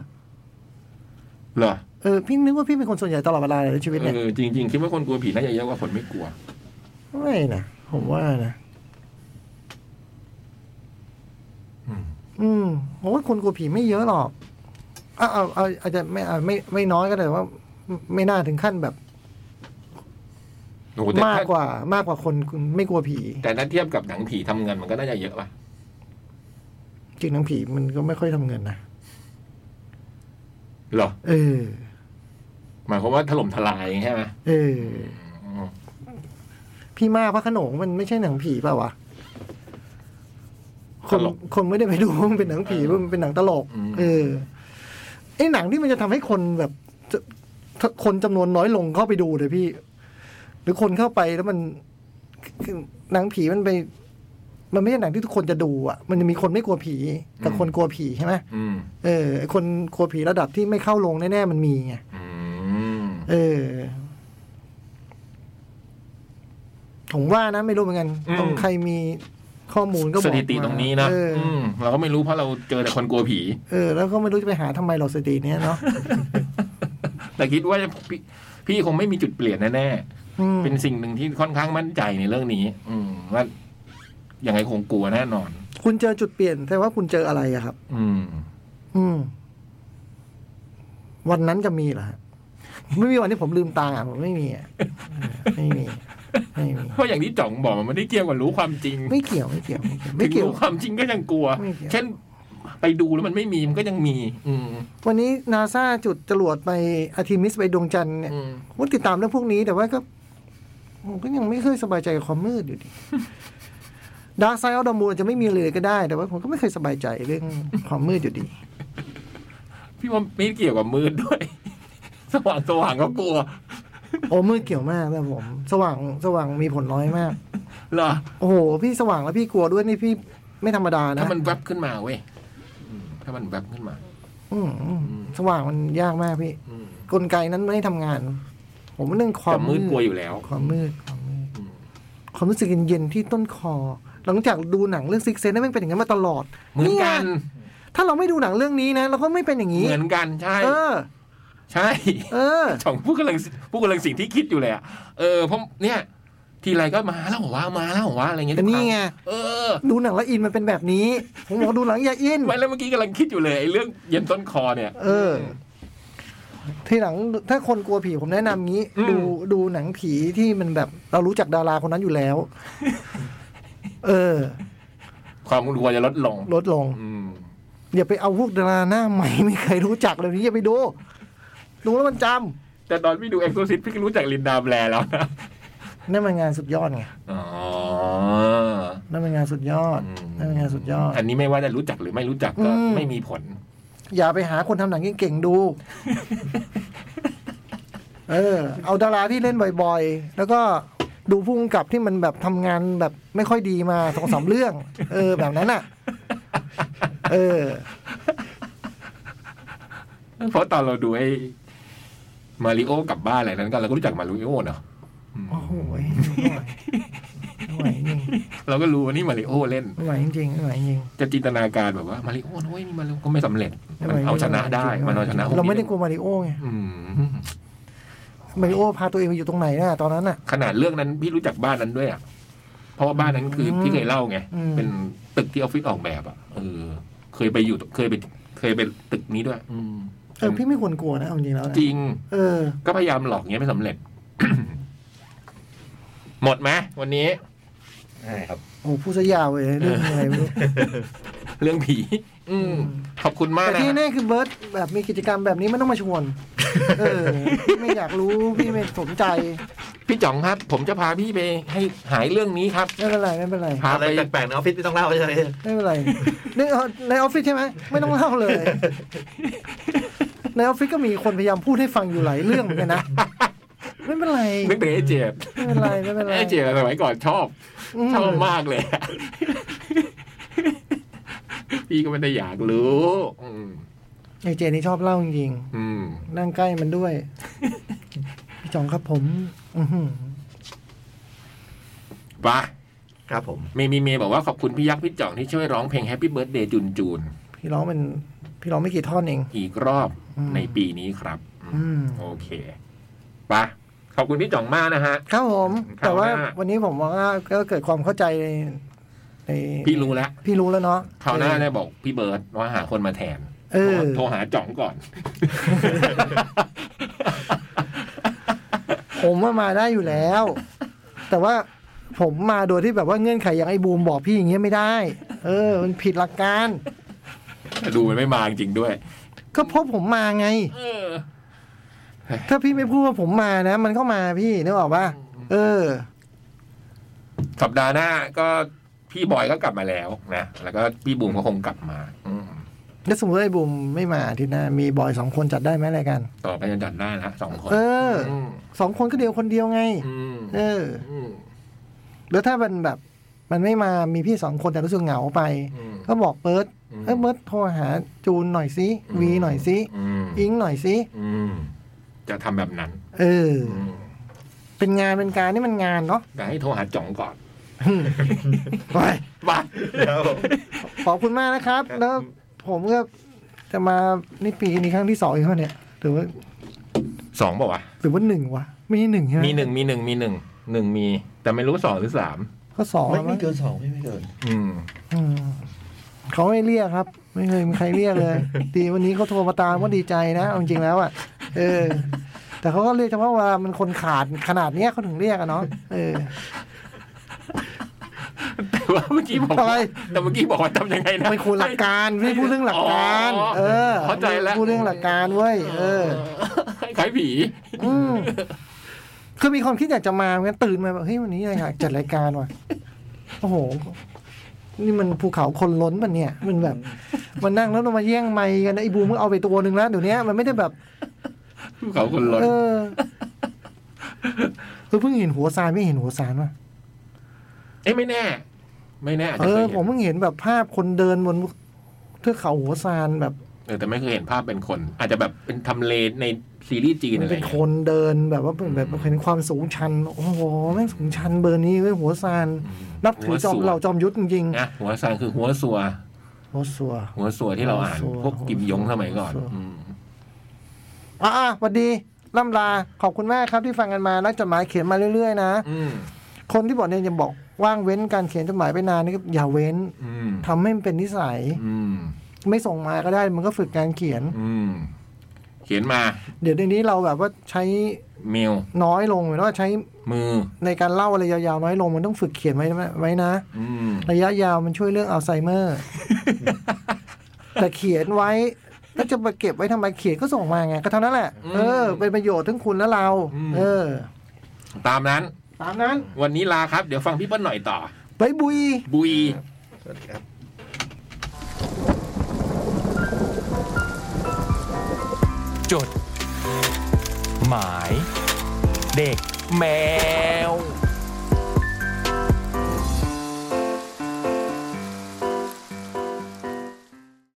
เหรอ เออพี่นึกว่าพี่เป็นคนส่วนใหญ่ตลอดเวลาเลยในชีวิตเนี่ย เออจริงจริงๆคิดว่าคนกลัวผีน่าจะเยอะกว่าคนไม่กลัว ไม่นะผมว่านะ อืม อืมผมว่าคนกลัวผีไม่เยอะหรอกเอาเอาเอาอาจจะไม่เอาไม่ไม่น้อยก็ได้ว่าไม่ไม่น่าถึงขั้นแบบ โอ้โหแต่ มาก ถ้าก ว่า มากกว่าคนไม่กลัวผี แต่ถ้าเทียบกับหนังผีทำเงินมันก็น่าจะเยอะป่ะ จริงหนังผีมันก็ไม่ค่อยทำเงินนะ เหรอ เออ หมายความว่าถล่มทลายใช่ไหม เออ อืม พี่มาพระโขนงมันไม่ใช่หนังผีเปล่าวะคนคนไม่ได้ไปดูว่ามันเป็นหนังผีว่ามันเป็นหนังตลก เออไอหนังที่มันจะทำให้คนแบบจะถ้าคนจำนวนน้อยลงเข้าไปดูเลยพี่ หรือคนเข้าไปแล้วมันคือหนังผีมันไป มันไม่ใช่หนังที่ทุกคนจะดูอ่ะ มันจะมีคนไม่กลัวผีกับคนกลัวผีใช่ไหม อืม เออไอ้คนกลัวผีระดับที่ไม่เข้าลงแน่ๆมันมีไง อืม เออผมว่านะไม่รู้เหมือนกันตรงใครมีข้อมูลก็บอก ส มา ถิติตรงนี้นะ เอออ มเราก็ไม่รู้เพราะเราเจอแต่คนกลัวผี เออแล้วก็ไม่รู้จะไปหาทำไมหรอกสติเนี้ยเนาะ แต่คิดว่าพี่พี่คงไม่มีจุดเปลี่ยนแน่ๆ อืม เป็นสิ่งหนึ่งที่ค่อนข้างมั่นใจในเรื่องนี้ อืมว่ายังไงคงกลัวแน่นอน คุณเจอจุดเปลี่ยนแต่ว่าคุณเจออะไรอะครับ อืม อืม วันนั้นจะมีเหรอฮะไม่มีวันที่ผมลืมตาอะผมไม่มีอะเออไม่มีไม่มี เพราะอย่างที่จ่องบอกมันไม่ได้เกี่ยวกับรู้ความจริง ไม่เกี่ยวไม่เกี่ยวไม่เกี่ยว ถึ ไม่ ง เกี่ยว รู้ความจริงก็ยังกลัว ไม่เกี่ยว เช่น ไปดูแล้วมันไม่มีมันก็ยังมี อืม วันนี้นาซาจุดจรวดไปอาทิมิสไปดวงจันทร์เนี่ย อืม ผมติดตามเรื่องพวกนี้แต่ว่าก็ผมก็ยังไม่เคยสบายใจกับความมืดอยู่ดี [laughs] ดาร์ไซออดมูนจะไม่มีเลยก็ได้ แต่ว่าผมก็ไม่เคยสบายใจเรื่องความมืดอยู่ดี พี่ว่าไม่เกี่ยวกับมืดด้วย [laughs] สว่างสว่างก็กลัว โอ้มืดเกี่ยวมากนะผม สว่างสว่างมีผลน้อยมาก เหรอ โอ้โห พี่สว่างแล้วพี่กลัวด้วยนี่พี่ไม่ธรรมดานะ ถ้ามันแวบขึ้นมาเว้ยอืมถ้ามันแวบขึ้นมา อืมสว่างมันยากมากพี่ อืม กลไกนั้นไม่ทำงาน ผมเรื่องความ แต่มืดกลัวอยู่แล้ว ความมืดความมืด อืม ความรู้สึกเย็นๆที่ต้นคอ หลังจากดูหนังเรื่องซิกเซนนั่นมันเป็นอย่างนั้นมาตลอด เหมือนกัน เยถ้าเราไม่ดูหนังเรื่องนี้นะเราก็ไม่เป็นอย่างนี้ เหมือนกันใช่ เออ ใช่ [laughs] เออ สองผู้กำลังผู้กำลังสิ่งที่คิดอยู่เลยอะเออเพราะเนี่ย ทีไรก็มาแล้วเหรอวะมาแล้วเหรอวะอะไรเงี้ย แต่ ทุกค นี่ รั้ง ไง เออ ดูหนังและอินมันเป็นแบบนี้ ผมบอกดูหนังอย่าอิน ไม่แล้วเมื่อกี้กำลังคิดอยู่เลยไอ้เรื่องเย็นต้นคอเนี่ย เออ ทีหลังถ้าคนกลัวผีผมแนะนำงี้ อืม ดูดูหนังผีที่มันแบบ เรารู้จักดาราคนนั้นอยู่ [laughs] แล้ว เออ ความกลัวจะลดลง ลดลง อืม อย่าไปเอาพวกดาราหน้าใหม่ไม่เคยรู้จักเลยนี้อย่าไปดู ดูแล้วมันจ แต่ตอนพี่ดูเอ็กซ์โซซิพี่ก็รู้จักลินดาแบลแล้วนะ ำนั่นมันงานสุดยอดไง อ๋อ นั่นมันงานสุดยอด อืม นั่นมันงานสุดยอด อันนี้ไม่ว่าจะรู้จักหรือไม่รู้จักก็ อืม ไม่มีผล อย่าไปหาคนทำหนังเก่งๆดู [laughs] เออ เอาดาราที่เล่นบ่อยๆ แล้วก็ดูพุ่งกับที่มันแบบทำงานแบบไม่ค่อยดีมาสองสามเรื่อง เออ แบบนั้นอ่ะ เออ เพราะตอนเราดูไอ้มาริโอกลับบ้านอะไรนั้นก็เราก็รู้จักมาริโอเนาะ โอ้โหไม่ไหวจริง เราก็รู้ว่านี่มาริโอเล่น ไม่ไหวจริงไม่ไหวจริง จะจินตนาการแบบว่ามาริโอนะเว้ยนี่มาริโอก็ไม่สำเร็จ ไม่ มั ไหวน จริง เอาชนะได้มัม่หวจงนเอาชนะ เราไม่ได้กลัวมาริโอไง อืม มาริโอพาตัวเองไปอยู่ตรงไหนน่ะตอนนั้นน่ะ ขนาดเรื่องนั้นพี่รู้จักบ้านนั้นด้วยอ่ะเพราะว่าบ้านนั้นคือพี่เคยเล่าไง อืม เป็นตึกที่ออฟฟิศออกแบบอ่ะเออ เคยไปอยู่เคยไปเคยไปตึกนี้ด้วย อืม เออพี่ไม่ควรกลัวนะเอาจริงแล้วนะ จริง เออ ก็พยายามหลอกเงี้ยไม่สำเร็จ [coughs] หมดไหมวันนี้ [coughs] ใช่ครับ โอ้ผู้สยาวเลยเรื่องอะไรไม่รู้ เรื่องผี อืม ขอบคุณมาก แต่ นะ ที่แน่คือเบิร์ตแบบมีกิจกรรมแบบนี้ไม่ต้องมาช [laughs] วน เออพี่ไม่อยากรู้พี่ไม่สนใจ พี่จ๋องครับ ผมจะพาพี่ไปให้หายเรื่องนี้ครับ ไม่เป็นไรไม่เป็นไร พา อะไร ไป แปลกๆในออฟฟิศไม่ต้องเล่าใช่ไหม ไม่เป็นไรในในออฟฟิศใช่ไหมไม่ต้องเล่าเลย ในออฟฟิศก็มีคนพยายามพูดให้ฟังอยู่หลายเรื่องเหมือนกันนะไม่เป็นไร นึกถึงไอ้เจ็บ ไม่เป็นไรไม่เป็นไร ไอ้เจ็บสมัยก่อนชอบ ม ชอบมากเลยอะพี่ก็ไม่ได้อยากรู้ อืม ไอเจนี่ชอบเล่าจริง อืม ๆนั่งใกล้มันด้วยพี่จองครับผมอื้อหือ ไปะ ครับผม เมย์มีเมย์บอกว่าขอบคุณพี่ยักษ์พี่จ่องที่ช่วยร้องเพลง Happy Birthday จุนจูน พี่ร้องเป็นพี่ร้องไม่กี่ท่อนเอง อีกรอบ อืม ในปีนี้ครับ อืม โอเคไปะขอบคุณพี่จ่องมากนะฮะ ครับผม ครา แต่ วหน้า ว่าวันนี้ผมว่าก็เกิดความเข้าใจในใน พี่รู้แล้ว พี่รู้แล้วเนาะ คราวหน้าเนี่ยบอกพี่เบิร์ดว่าหาคนมาแทน เออ โทรหาจ่องก่อน [laughs] ผมว่ามาได้อยู่แล้ว แต่ว่าผมมาโดยที่แบบว่าเงื่อนไขอย่างไอ้บูมบอกพี่อย่างเงี้ยไม่ได้ เออ มันผิดหลักการ ดูมันไม่มาจริงๆด้วย ก็เพราะผมมาไง เออ ถ้าพี่ไม่พูดว่าผมมานะ มันก็มาพี่นึกออกป่ะเออ สัปดาห์หน้าก็พี่บอยก็กลับมาแล้วนะ แล้วก็พี่บุ๋มก็คงกลับมา อืม แล้วสมมติว่าไอ้บูมไม่มาอาทีหน้ามีบอยสองคนจัดได้ไหมรายการ ต่อไปจะจัดได้ละสองคน เออ ม สองคนก็เดียวคนเดียวไง อืม เออ อืม แล้วถ้ามันแบบ มันไม่มามีพี่สองคนแต่รู้สึกเหงาไป อืม ก็บอกเบิร์ต อืม เอ้ยเบิร์ตโทรหาจูนหน่อยสิวีหน่อยสิ อืม อิงหน่อยสิ อืมจะทำแบบนั้น เออ อืม เป็นงานเป็นการนี่มันงานเนาะ [laughs] แต่ให้โทรหาจ่องก่อน ไป ไป ครับผม ขอบคุณมากนะครับ ครับ แล้วผมก็จะมานี่ปีนี้ครั้งที่สองอีกแล้วเนี่ยหรือว่า สองบอกว่าวะ หรือว่าหนึ่งวะไม่ใช่หนึ่งใช่ไหม มีหนึ่งมีหนึ่งมีหนึ่งหนึ่งมี แต่ไม่รู้สองหรือสาม ก็สอง ไม่ แล้วมั้ ไม่ ง เกินสองไม่ไม่เกิน อืม อืมเขาไม่เรียกครับ ไม่เคยมีใครเรียกเลย [laughs] ดีวันนี้เขาโทรมาตามก็ดีใจนะเอาจริงๆแล้วอ่ะเออ แต่เขาก็เรียกเฉพาะเว่ามันคนขาดขนาดเนี้ยเขาถึงเรียกอะเนาะเออ แต่ว่าเมื่อกี้บอกว่า อะไร แต่เมื่อกี้บอกว่าทำยังไงนะ ไม่คุยหลักการไม่พูดเรื่องหลักการ อ๋อ เออ เข้าใจแล้ว พูดเรื่องหลักการเว้ยเออ ขายผี อืมคือมีความคิดอยากจะมาเหมือนกันตื่นมาแบบเฮ้ยวันนี้อยากจัดรายการว่ะโอ้โห นี่มันภูเขาคนล้นมันเนี่ย มันแบบ มันนั่งแล้วมาแย่งไมค์กันนะไอ้บูมมึงเอาไปตัวหนึ่งแล้วเดี๋ยวนี้มันไม่ได้แบบ ภูเขาคนร้อน เออคือเพิ่งเห็นหัวซานไม่เห็นหัวซานว่ะ เอ้ยไม่แน่ ไม่แน่อาจ เอ จะเค อย ผ เห็ ม น เพิ่งเห็นแบบภาพคนเดินบนเทือกเขาหัวซานแบบ เออแต่ไม่เคยเห็นภาพเป็นคน อาจจะแบบเป็นทำเลในซีรีส์จีน มั อะ น ไรอ เป็น ย่าง ค เงี้ย นเดินแบบว่าเป็นแบบเห็นความสูงชัน โอ้โหแม่งสูงชันเบอร์นี้เว้ยหัวซานนับถือจอมเหล่าจอมยุทธจริง นะหัวซานคือหัวสัว ๆหัวสัว หัวสัวที่เราอ่าน หัวสัว พวกกิมยงสมัยก่อน หัวสัว อืม อ่าสวัสดีล่ำลาขอบคุณมากครับที่ฟังกันมานักจดหมายเขียนมาเรื่อยๆนะ อืม คนที่บอกเนี่ยจะบอกว่างเว้นการเขียนจดหมายไปนานนี่ก็อย่าเว้น อืม ทำให้มันเป็นนิสัย อืม ไม่ส่งมาก็ได้มันก็ฝึกการเขียน อืมเขียนมา เดี๋ยวเดี๋ยวนี้เราแบบว่าใช้ เมล น้อยลงหมายถึงว่าใช้ มือ ในการเล่าอะไรยาวๆน้อยลงมันต้องฝึกเขียนไว้ไว้นะ อืม ระยะยาวมันช่วยเรื่องอัลไซเมอร์ แต่เขียนไว้แล้วจะมาเก็บไว้ทำไมเขียนก็ส่งมาไง ก็เท่านั้นแหละ เออ เป็นประโยชน์ทั้งคุณและเรา เออ ตามนั้น ตามนั้น วันนี้ลาครับ เดี๋ยวฟังพี่เปิ้ลหน่อยต่อ ไปบุย บุย สวัสดีครับ จด หมาย เด็กแมว